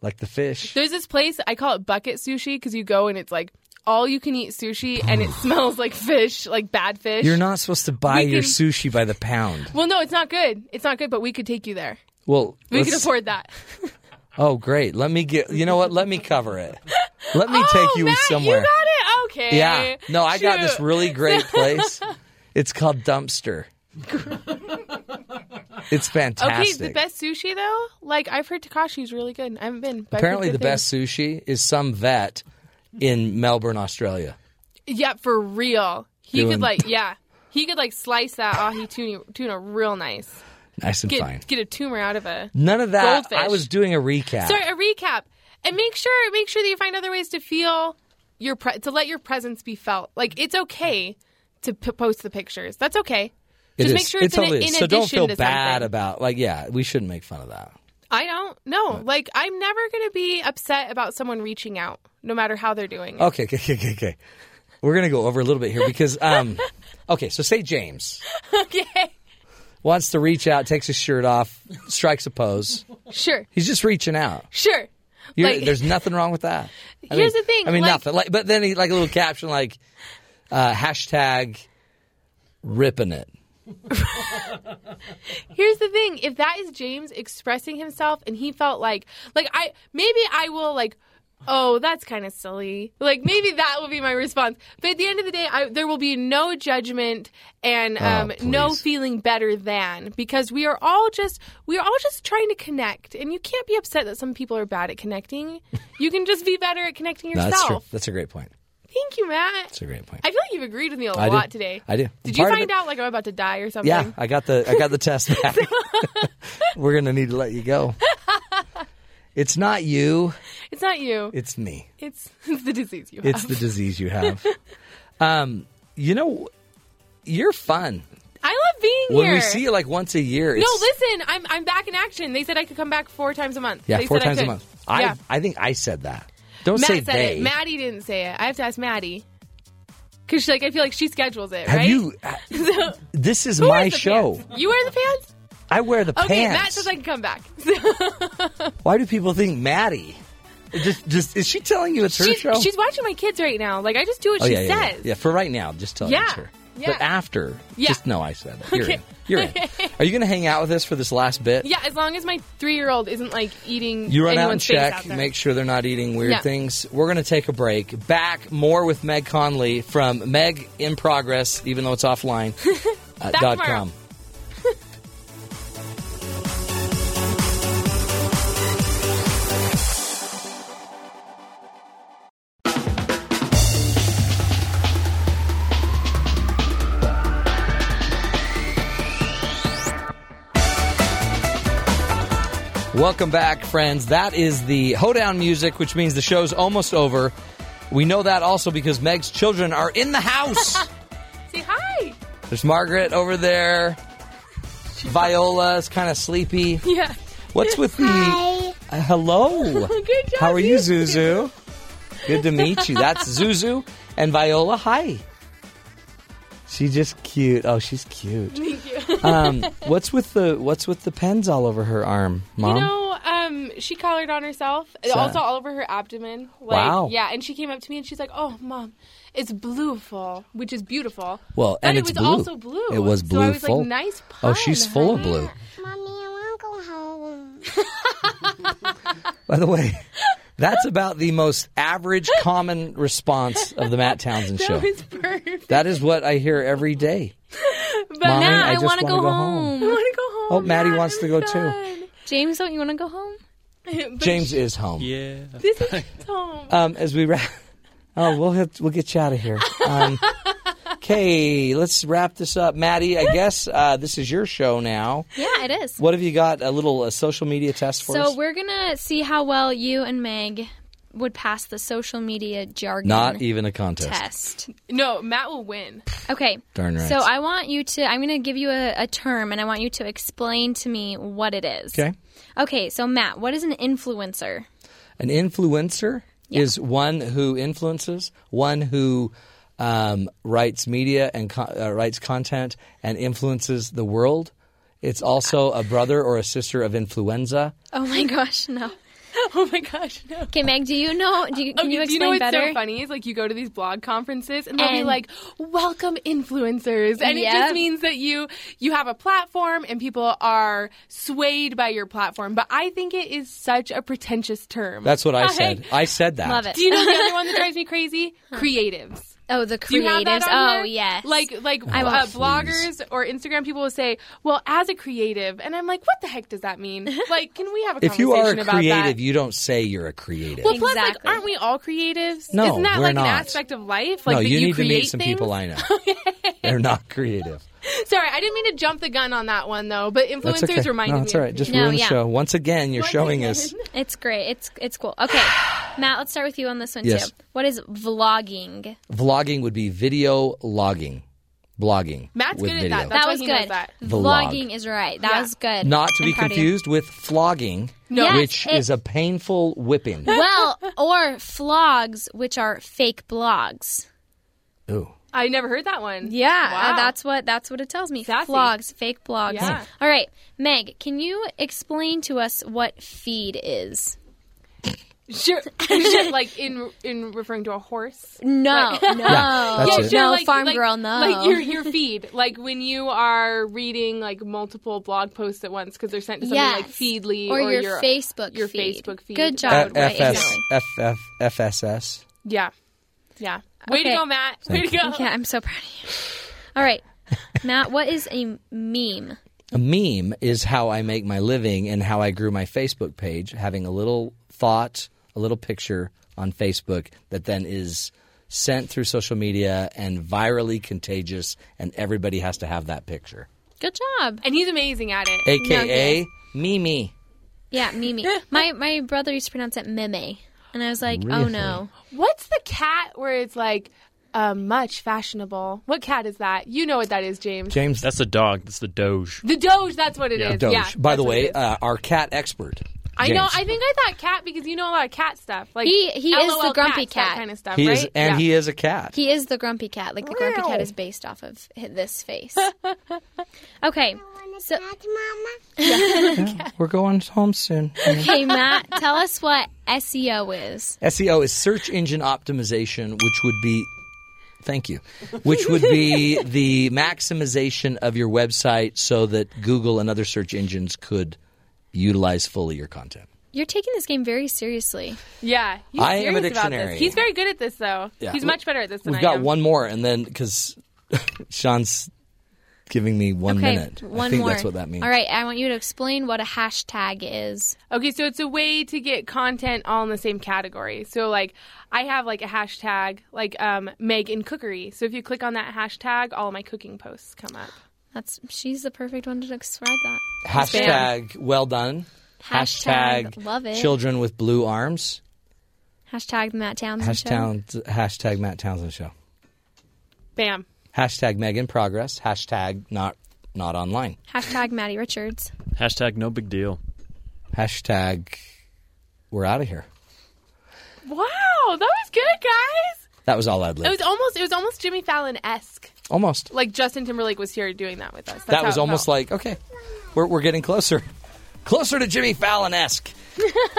[SPEAKER 1] like the fish.
[SPEAKER 5] There's this place I call it bucket sushi because you go and it's like all you can eat sushi and it smells like fish, like bad fish.
[SPEAKER 1] You're not supposed to buy
[SPEAKER 5] We
[SPEAKER 1] your
[SPEAKER 5] can-
[SPEAKER 1] sushi by the pound.
[SPEAKER 5] Well, no, it's not good. It's not good, but we could take you there.
[SPEAKER 1] Well,
[SPEAKER 5] We
[SPEAKER 1] let's-
[SPEAKER 5] could afford that.
[SPEAKER 1] Oh, great. Let me get. You know what? Let me cover it. Let me take
[SPEAKER 5] oh,
[SPEAKER 1] you
[SPEAKER 5] Matt,
[SPEAKER 1] somewhere.
[SPEAKER 5] You got it. Okay.
[SPEAKER 1] yeah. No, I got this
[SPEAKER 5] Shoot.
[SPEAKER 1] really great place. it's called Dumpster. it's
[SPEAKER 5] Okay,
[SPEAKER 1] fantastic.
[SPEAKER 5] the best sushi though. Like I've heard Takashi's really good. I haven't been. but I've heard
[SPEAKER 1] Apparently,
[SPEAKER 5] good
[SPEAKER 1] the
[SPEAKER 5] things.
[SPEAKER 1] best sushi is some vet in Melbourne, Australia.
[SPEAKER 5] Yeah, for real. He
[SPEAKER 1] Doing-
[SPEAKER 5] could like, yeah, he could like slice that ahi tuna, tuna real nice.
[SPEAKER 1] Nice and
[SPEAKER 5] Get
[SPEAKER 1] fine.
[SPEAKER 5] get a tumor out of a.
[SPEAKER 1] None of that.
[SPEAKER 5] Goldfish.
[SPEAKER 1] I was doing a recap.
[SPEAKER 5] Sorry, a recap, and make sure make sure that you find other ways to feel your pre- to let your presence be felt. Like it's okay to p- post the pictures. That's okay.
[SPEAKER 1] It
[SPEAKER 5] Just
[SPEAKER 1] is.
[SPEAKER 5] make sure
[SPEAKER 1] It
[SPEAKER 5] it's in,
[SPEAKER 1] totally
[SPEAKER 5] in
[SPEAKER 1] is. So don't
[SPEAKER 5] addition
[SPEAKER 1] feel
[SPEAKER 5] to
[SPEAKER 1] bad
[SPEAKER 5] something.
[SPEAKER 1] about like yeah. We shouldn't make fun of that.
[SPEAKER 5] I don't. No, like I'm never gonna be upset about someone reaching out, no matter how they're doing. it.
[SPEAKER 1] Okay, okay, okay, okay, okay. We're gonna go over a little bit here because um, okay. So say James
[SPEAKER 5] Okay,
[SPEAKER 1] wants to reach out, takes his shirt off, strikes a pose.
[SPEAKER 5] sure,
[SPEAKER 1] He's just reaching out.
[SPEAKER 5] sure.
[SPEAKER 1] You're,
[SPEAKER 5] Like-
[SPEAKER 1] there's nothing wrong with that. I
[SPEAKER 5] Here's
[SPEAKER 1] mean-
[SPEAKER 5] the thing,
[SPEAKER 1] I mean,
[SPEAKER 5] like-
[SPEAKER 1] nothing. Like, but then he like a little caption like uh, hashtag ripping it.
[SPEAKER 5] Here's the thing: if that is James expressing himself, and he felt like, like I maybe I will like, oh, that's kind of silly. Like maybe that will be my response. But at the end of the day, I, there will be no judgment and um, no
[SPEAKER 1] Oh, please.
[SPEAKER 5] feeling better than because we are all just we are all just trying to connect, and you can't be upset that some people are bad at connecting. you can just be better at connecting
[SPEAKER 1] No,
[SPEAKER 5] yourself.
[SPEAKER 1] that's true. That's a great point.
[SPEAKER 5] Thank you, Matt.
[SPEAKER 1] That's a great point.
[SPEAKER 5] I feel like you've agreed with me a
[SPEAKER 1] I do.
[SPEAKER 5] lot today.
[SPEAKER 1] I do.
[SPEAKER 5] Did
[SPEAKER 1] Part
[SPEAKER 5] you
[SPEAKER 1] of
[SPEAKER 5] find
[SPEAKER 1] it-
[SPEAKER 5] out like I'm about to die or something?
[SPEAKER 1] Yeah, I got the I got the test back. We're gonna need to let you go. It's not you.
[SPEAKER 5] It's not you.
[SPEAKER 1] It's me.
[SPEAKER 5] It's, it's the disease you have.
[SPEAKER 1] It's the disease you have. Um, you know, you're fun.
[SPEAKER 5] I love being
[SPEAKER 1] When
[SPEAKER 5] here.
[SPEAKER 1] we see you like once a year,
[SPEAKER 5] no,
[SPEAKER 1] it's,
[SPEAKER 5] listen, I'm I'm back in action. They said I could come back four times a month.
[SPEAKER 1] yeah,
[SPEAKER 5] they
[SPEAKER 1] four
[SPEAKER 5] said
[SPEAKER 1] times
[SPEAKER 5] I
[SPEAKER 1] a
[SPEAKER 5] could.
[SPEAKER 1] month. I
[SPEAKER 5] yeah.
[SPEAKER 1] I think I said that. Don't
[SPEAKER 5] Matt
[SPEAKER 1] say
[SPEAKER 5] said
[SPEAKER 1] they.
[SPEAKER 5] it. Maddie didn't say it. I have to ask Maddie because like I feel like she schedules it.
[SPEAKER 1] have
[SPEAKER 5] right?
[SPEAKER 1] you? uh,
[SPEAKER 5] So,
[SPEAKER 1] This is
[SPEAKER 5] who
[SPEAKER 1] my
[SPEAKER 5] wears the
[SPEAKER 1] show.
[SPEAKER 5] pants? You wear the pants?
[SPEAKER 1] I wear the
[SPEAKER 5] Okay,
[SPEAKER 1] pants.
[SPEAKER 5] Matt says I can come back.
[SPEAKER 1] Why do people think Maddie? Just, just is she telling you it's her
[SPEAKER 5] she's,
[SPEAKER 1] show?
[SPEAKER 5] she's watching my kids right now. Like I just do what
[SPEAKER 1] oh
[SPEAKER 5] she
[SPEAKER 1] yeah, yeah, yeah.
[SPEAKER 5] says.
[SPEAKER 1] Yeah, For right now, just tell
[SPEAKER 5] Yeah,
[SPEAKER 1] it's her.
[SPEAKER 5] yeah.
[SPEAKER 1] But after,
[SPEAKER 5] Yeah.
[SPEAKER 1] just no. I said that. You're
[SPEAKER 5] Okay.
[SPEAKER 1] in. You're in. Are you going to hang out with us for this last bit?
[SPEAKER 5] Yeah, as long as my three year old isn't like eating
[SPEAKER 1] You run out and
[SPEAKER 5] anyone's face
[SPEAKER 1] check,
[SPEAKER 5] out there.
[SPEAKER 1] make sure they're not eating weird
[SPEAKER 5] Yeah.
[SPEAKER 1] things. We're going to take a break. Back more with Meg Conley from Meg in Progress, even though it's offline. uh,
[SPEAKER 5] Back
[SPEAKER 1] dot
[SPEAKER 5] tomorrow.
[SPEAKER 1] com. Welcome back, friends. That is the hoedown music, which means the show's almost over. We know that also because Meg's children are in the house.
[SPEAKER 5] Say hi.
[SPEAKER 1] There's Margaret over there. Viola's kind of sleepy.
[SPEAKER 5] Yeah.
[SPEAKER 1] What's with the Uh, hello?
[SPEAKER 5] Good job,
[SPEAKER 1] How are you,
[SPEAKER 5] you
[SPEAKER 1] Zuzu? Good to meet you. That's Zuzu and Viola. Hi. She's just cute. Oh, she's cute.
[SPEAKER 5] Thank you.
[SPEAKER 1] Um, what's with the what's with the pens all over her arm, Mom?
[SPEAKER 5] You know, um, she collared on herself, uh, also all over her abdomen. Like,
[SPEAKER 1] Wow.
[SPEAKER 5] Yeah, and she came up to me and she's like, "Oh, mom, it's blueful, which is beautiful."
[SPEAKER 1] well,
[SPEAKER 5] but
[SPEAKER 1] and
[SPEAKER 5] it
[SPEAKER 1] it's
[SPEAKER 5] was
[SPEAKER 1] blue.
[SPEAKER 5] also blue.
[SPEAKER 1] It was blue
[SPEAKER 5] So I was
[SPEAKER 1] full.
[SPEAKER 5] like, "Nice
[SPEAKER 1] oh,
[SPEAKER 5] pun,
[SPEAKER 1] she's full of
[SPEAKER 5] honey."
[SPEAKER 1] blue.
[SPEAKER 6] Mommy and Uncle home.
[SPEAKER 1] By the way, that's about the most average common response of the Matt Townsend show.
[SPEAKER 5] That was perfect.
[SPEAKER 1] That is what I hear every day.
[SPEAKER 5] But
[SPEAKER 1] Mommy,
[SPEAKER 5] now
[SPEAKER 1] I
[SPEAKER 7] I
[SPEAKER 1] just
[SPEAKER 7] want to
[SPEAKER 1] wanna
[SPEAKER 7] go,
[SPEAKER 1] go home.
[SPEAKER 7] home.
[SPEAKER 5] I want to go home.
[SPEAKER 1] Oh, Maddie wants to go too.
[SPEAKER 7] James, don't you want to go home?
[SPEAKER 5] But
[SPEAKER 1] James is home.
[SPEAKER 2] Yeah.
[SPEAKER 5] This is home.
[SPEAKER 1] Um, as we wrap, oh, we'll have, we'll get you out of here. Um, okay, let's wrap this up, Maddie. I guess uh, this is your show now.
[SPEAKER 7] Yeah, it is.
[SPEAKER 1] What have you got? A little uh social media test for
[SPEAKER 7] So
[SPEAKER 1] us?
[SPEAKER 7] we're gonna see how well you and Meg would pass the social media jargon
[SPEAKER 1] Not even a contest.
[SPEAKER 7] test.
[SPEAKER 5] No, Matt will win.
[SPEAKER 7] Okay.
[SPEAKER 1] Darn right.
[SPEAKER 7] So I want you to. I'm gonna give you a, a term, and I want you to explain to me what it is.
[SPEAKER 1] Okay.
[SPEAKER 7] Okay. So Matt, what is an influencer?
[SPEAKER 1] An influencer is one who influences, one who um, writes media and co- uh, writes content and influences the world. It's also a brother or a sister of influenza.
[SPEAKER 7] Oh my gosh, no.
[SPEAKER 5] Oh my gosh, no.
[SPEAKER 7] Okay, Meg, do you know? Do you, can
[SPEAKER 5] Okay,
[SPEAKER 7] you
[SPEAKER 5] do
[SPEAKER 7] explain
[SPEAKER 5] Oh, you know what's
[SPEAKER 7] better?
[SPEAKER 5] so funny? Is like you go to these blog conferences and they'll be
[SPEAKER 7] And-
[SPEAKER 5] like, "Welcome influencers," and it just
[SPEAKER 7] Yep.
[SPEAKER 5] means that you you have a platform and people are swayed by your platform. But I think it is such a pretentious term.
[SPEAKER 1] That's what I said. I said that.
[SPEAKER 7] Love it.
[SPEAKER 5] Do you know the other one that drives me crazy? Creatives.
[SPEAKER 7] Oh, the creatives.
[SPEAKER 5] Do you have that on
[SPEAKER 7] oh
[SPEAKER 5] there?
[SPEAKER 7] yes.
[SPEAKER 5] Like like
[SPEAKER 7] I
[SPEAKER 5] uh,
[SPEAKER 7] love-
[SPEAKER 5] bloggers or Instagram people will say, "Well, as a creative," and I'm like, "What the heck does that mean? Like, can we have a
[SPEAKER 1] If you are
[SPEAKER 5] conversation
[SPEAKER 1] a
[SPEAKER 5] about that?"
[SPEAKER 1] creative, you don't say you're a creative.
[SPEAKER 5] Well, plus, like,
[SPEAKER 7] Exactly.
[SPEAKER 5] aren't we all creatives?
[SPEAKER 1] No,
[SPEAKER 5] Isn't that
[SPEAKER 1] we're
[SPEAKER 5] like
[SPEAKER 1] not.
[SPEAKER 5] an aspect of life? Like
[SPEAKER 1] no,
[SPEAKER 5] that
[SPEAKER 1] you,
[SPEAKER 5] you,
[SPEAKER 1] need to
[SPEAKER 5] create
[SPEAKER 1] meet some
[SPEAKER 5] things?
[SPEAKER 1] people I know. They're not creative.
[SPEAKER 5] Sorry, I didn't mean to jump the gun on that one though. But
[SPEAKER 1] That's
[SPEAKER 5] influencers
[SPEAKER 1] okay.
[SPEAKER 5] reminded
[SPEAKER 1] no,
[SPEAKER 5] me.
[SPEAKER 1] it's
[SPEAKER 5] of
[SPEAKER 1] all right. Just
[SPEAKER 7] No,
[SPEAKER 1] ruin the
[SPEAKER 7] yeah.
[SPEAKER 1] show once again. You're showing us.
[SPEAKER 7] it's great. It's it's cool. Okay, Matt, let's start with you on this one
[SPEAKER 1] Yes.
[SPEAKER 7] too. What is vlogging?
[SPEAKER 1] Vlogging would be video logging, blogging.
[SPEAKER 5] Matt's
[SPEAKER 1] with
[SPEAKER 5] good at
[SPEAKER 1] video.
[SPEAKER 5] That's
[SPEAKER 7] that
[SPEAKER 5] why
[SPEAKER 7] was
[SPEAKER 5] he knows
[SPEAKER 7] good.
[SPEAKER 5] that.
[SPEAKER 1] Vlog.
[SPEAKER 7] Vlogging is right. That
[SPEAKER 5] Yeah.
[SPEAKER 7] was good.
[SPEAKER 1] Not to
[SPEAKER 7] I'm
[SPEAKER 1] be
[SPEAKER 7] proud of you.
[SPEAKER 1] confused with flogging,
[SPEAKER 7] Yes,
[SPEAKER 1] which
[SPEAKER 7] it-
[SPEAKER 1] is a painful whipping.
[SPEAKER 7] well, or flogs, which are fake blogs.
[SPEAKER 1] Ooh.
[SPEAKER 5] I never heard that one.
[SPEAKER 7] Yeah,
[SPEAKER 5] Wow.
[SPEAKER 7] uh, that's what that's what it tells me.
[SPEAKER 5] Sassy.
[SPEAKER 7] Flogs, fake blogs.
[SPEAKER 5] Yeah.
[SPEAKER 7] All right, Meg, can you explain to us what feed is?
[SPEAKER 5] sure. sure, like in in referring to a horse.
[SPEAKER 7] No, no,
[SPEAKER 1] that's it.
[SPEAKER 7] no,
[SPEAKER 5] like-
[SPEAKER 7] farm
[SPEAKER 5] like-
[SPEAKER 7] girl, no.
[SPEAKER 5] Like your your feed, like when you are reading like multiple blog posts at once because they're sent to something
[SPEAKER 7] Yes.
[SPEAKER 5] like Feedly
[SPEAKER 7] or, your, Facebook
[SPEAKER 5] your
[SPEAKER 7] feed.
[SPEAKER 5] Facebook feed.
[SPEAKER 7] Good
[SPEAKER 5] That
[SPEAKER 7] job.
[SPEAKER 5] would
[SPEAKER 7] Right,
[SPEAKER 5] work.
[SPEAKER 1] FS,
[SPEAKER 7] exactly.
[SPEAKER 1] FF, FSS.
[SPEAKER 5] Yeah, yeah. Way to
[SPEAKER 7] Okay.
[SPEAKER 5] go, Matt. Way to go.
[SPEAKER 7] Yeah, I'm so proud of you. All right, Matt, what is a meme?
[SPEAKER 1] A meme is how I make my living and how I grew my Facebook page, having a little thought, a little picture on Facebook that then is sent through social media and virally contagious, and everybody has to have that picture.
[SPEAKER 7] Good job.
[SPEAKER 5] And he's amazing at it.
[SPEAKER 1] AKA Mimi.
[SPEAKER 7] Yeah, meme. my my brother used to pronounce it meme, and I was like, oh no.
[SPEAKER 5] What's the cat where it's like uh, much fashionable? What cat is that? You know what that is, James.
[SPEAKER 1] James
[SPEAKER 4] That's the dog. That's the Doge.
[SPEAKER 5] the Doge. That's what it is.
[SPEAKER 4] Yeah.
[SPEAKER 1] Doge.
[SPEAKER 5] Yeah,
[SPEAKER 1] By
[SPEAKER 5] that's
[SPEAKER 1] the
[SPEAKER 5] what it
[SPEAKER 1] way,
[SPEAKER 5] is.
[SPEAKER 1] uh, our cat expert.
[SPEAKER 5] I know.
[SPEAKER 1] James.
[SPEAKER 5] I think I thought cat because you know a lot of cat stuff. Like
[SPEAKER 7] He- he is
[SPEAKER 5] LOL
[SPEAKER 7] the grumpy
[SPEAKER 5] cats, that
[SPEAKER 7] cat.
[SPEAKER 5] kind of stuff,
[SPEAKER 1] he
[SPEAKER 5] right?
[SPEAKER 1] is, and he is a cat.
[SPEAKER 7] He is the grumpy cat. Like the grumpy cat is based off of hi- this face. Okay. So,
[SPEAKER 6] Not mama.
[SPEAKER 1] We're going home soon.
[SPEAKER 7] okay, Matt, tell us what SEO is.
[SPEAKER 1] SEO E is search engine optimization, which would be thank you, which would be the maximization of your website so that Google and other search engines could utilize fully your content.
[SPEAKER 7] You're taking this game very seriously.
[SPEAKER 5] yeah. He's
[SPEAKER 1] I am a
[SPEAKER 5] serious about
[SPEAKER 1] dictionary.
[SPEAKER 5] this. He's very good at this, though.
[SPEAKER 1] Yeah.
[SPEAKER 5] He's much better at this than
[SPEAKER 1] We've
[SPEAKER 5] I
[SPEAKER 1] got
[SPEAKER 5] am.
[SPEAKER 1] one more, and then because Sean's giving me one
[SPEAKER 7] Okay,
[SPEAKER 1] minute,
[SPEAKER 7] one
[SPEAKER 1] I think
[SPEAKER 7] more.
[SPEAKER 1] that's what that means.
[SPEAKER 7] All right, I want you to explain what a hashtag is.
[SPEAKER 5] Okay, so it's a way to get content all in the same category. So like I have like a hashtag like um Meg in cookery. So if you click on that hashtag, all of my cooking posts come up.
[SPEAKER 7] That's she's the perfect one to describe that.
[SPEAKER 1] Hashtag well done.
[SPEAKER 7] Hashtag love it.
[SPEAKER 1] Children with blue arms.
[SPEAKER 7] Hashtag Matt Townsend Show.
[SPEAKER 1] Hashtag hashtag Matt Townsend show.
[SPEAKER 5] Bam.
[SPEAKER 1] Hashtag Meg in progress. Hashtag not not online.
[SPEAKER 7] Hashtag Maddie Richards.
[SPEAKER 4] Hashtag no big deal.
[SPEAKER 1] Hashtag we're out of here.
[SPEAKER 5] Wow, that was good, guys.
[SPEAKER 1] That was all ad
[SPEAKER 5] It
[SPEAKER 1] lib.
[SPEAKER 5] was almost it was almost Jimmy Fallon esque.
[SPEAKER 1] Almost.
[SPEAKER 5] Like Justin Timberlake was here doing that with us. That's
[SPEAKER 1] that
[SPEAKER 5] how
[SPEAKER 1] was
[SPEAKER 5] it
[SPEAKER 1] almost
[SPEAKER 5] felt.
[SPEAKER 1] like okay, we're we're getting closer, closer to Jimmy Fallon esque.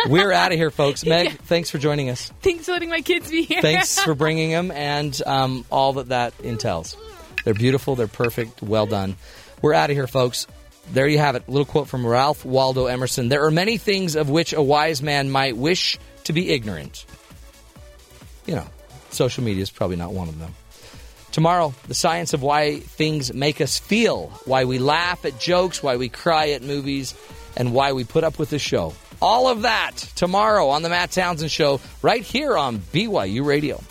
[SPEAKER 1] we're out of here, folks. Meg, thanks for joining us.
[SPEAKER 5] thanks for letting my kids be here.
[SPEAKER 1] Thanks for bringing them and um, all that that entails. They're beautiful. They're perfect. Well done. We're out of here, folks. There you have it. A little quote from Ralph Waldo Emerson. There are many things of which a wise man might wish to be ignorant. You know, social media is probably not one of them. Tomorrow, the science of why things make us feel, why we laugh at jokes, why we cry at movies, and why we put up with the show. All of that tomorrow on The Matt Townsend Show, right here on BYU Radio.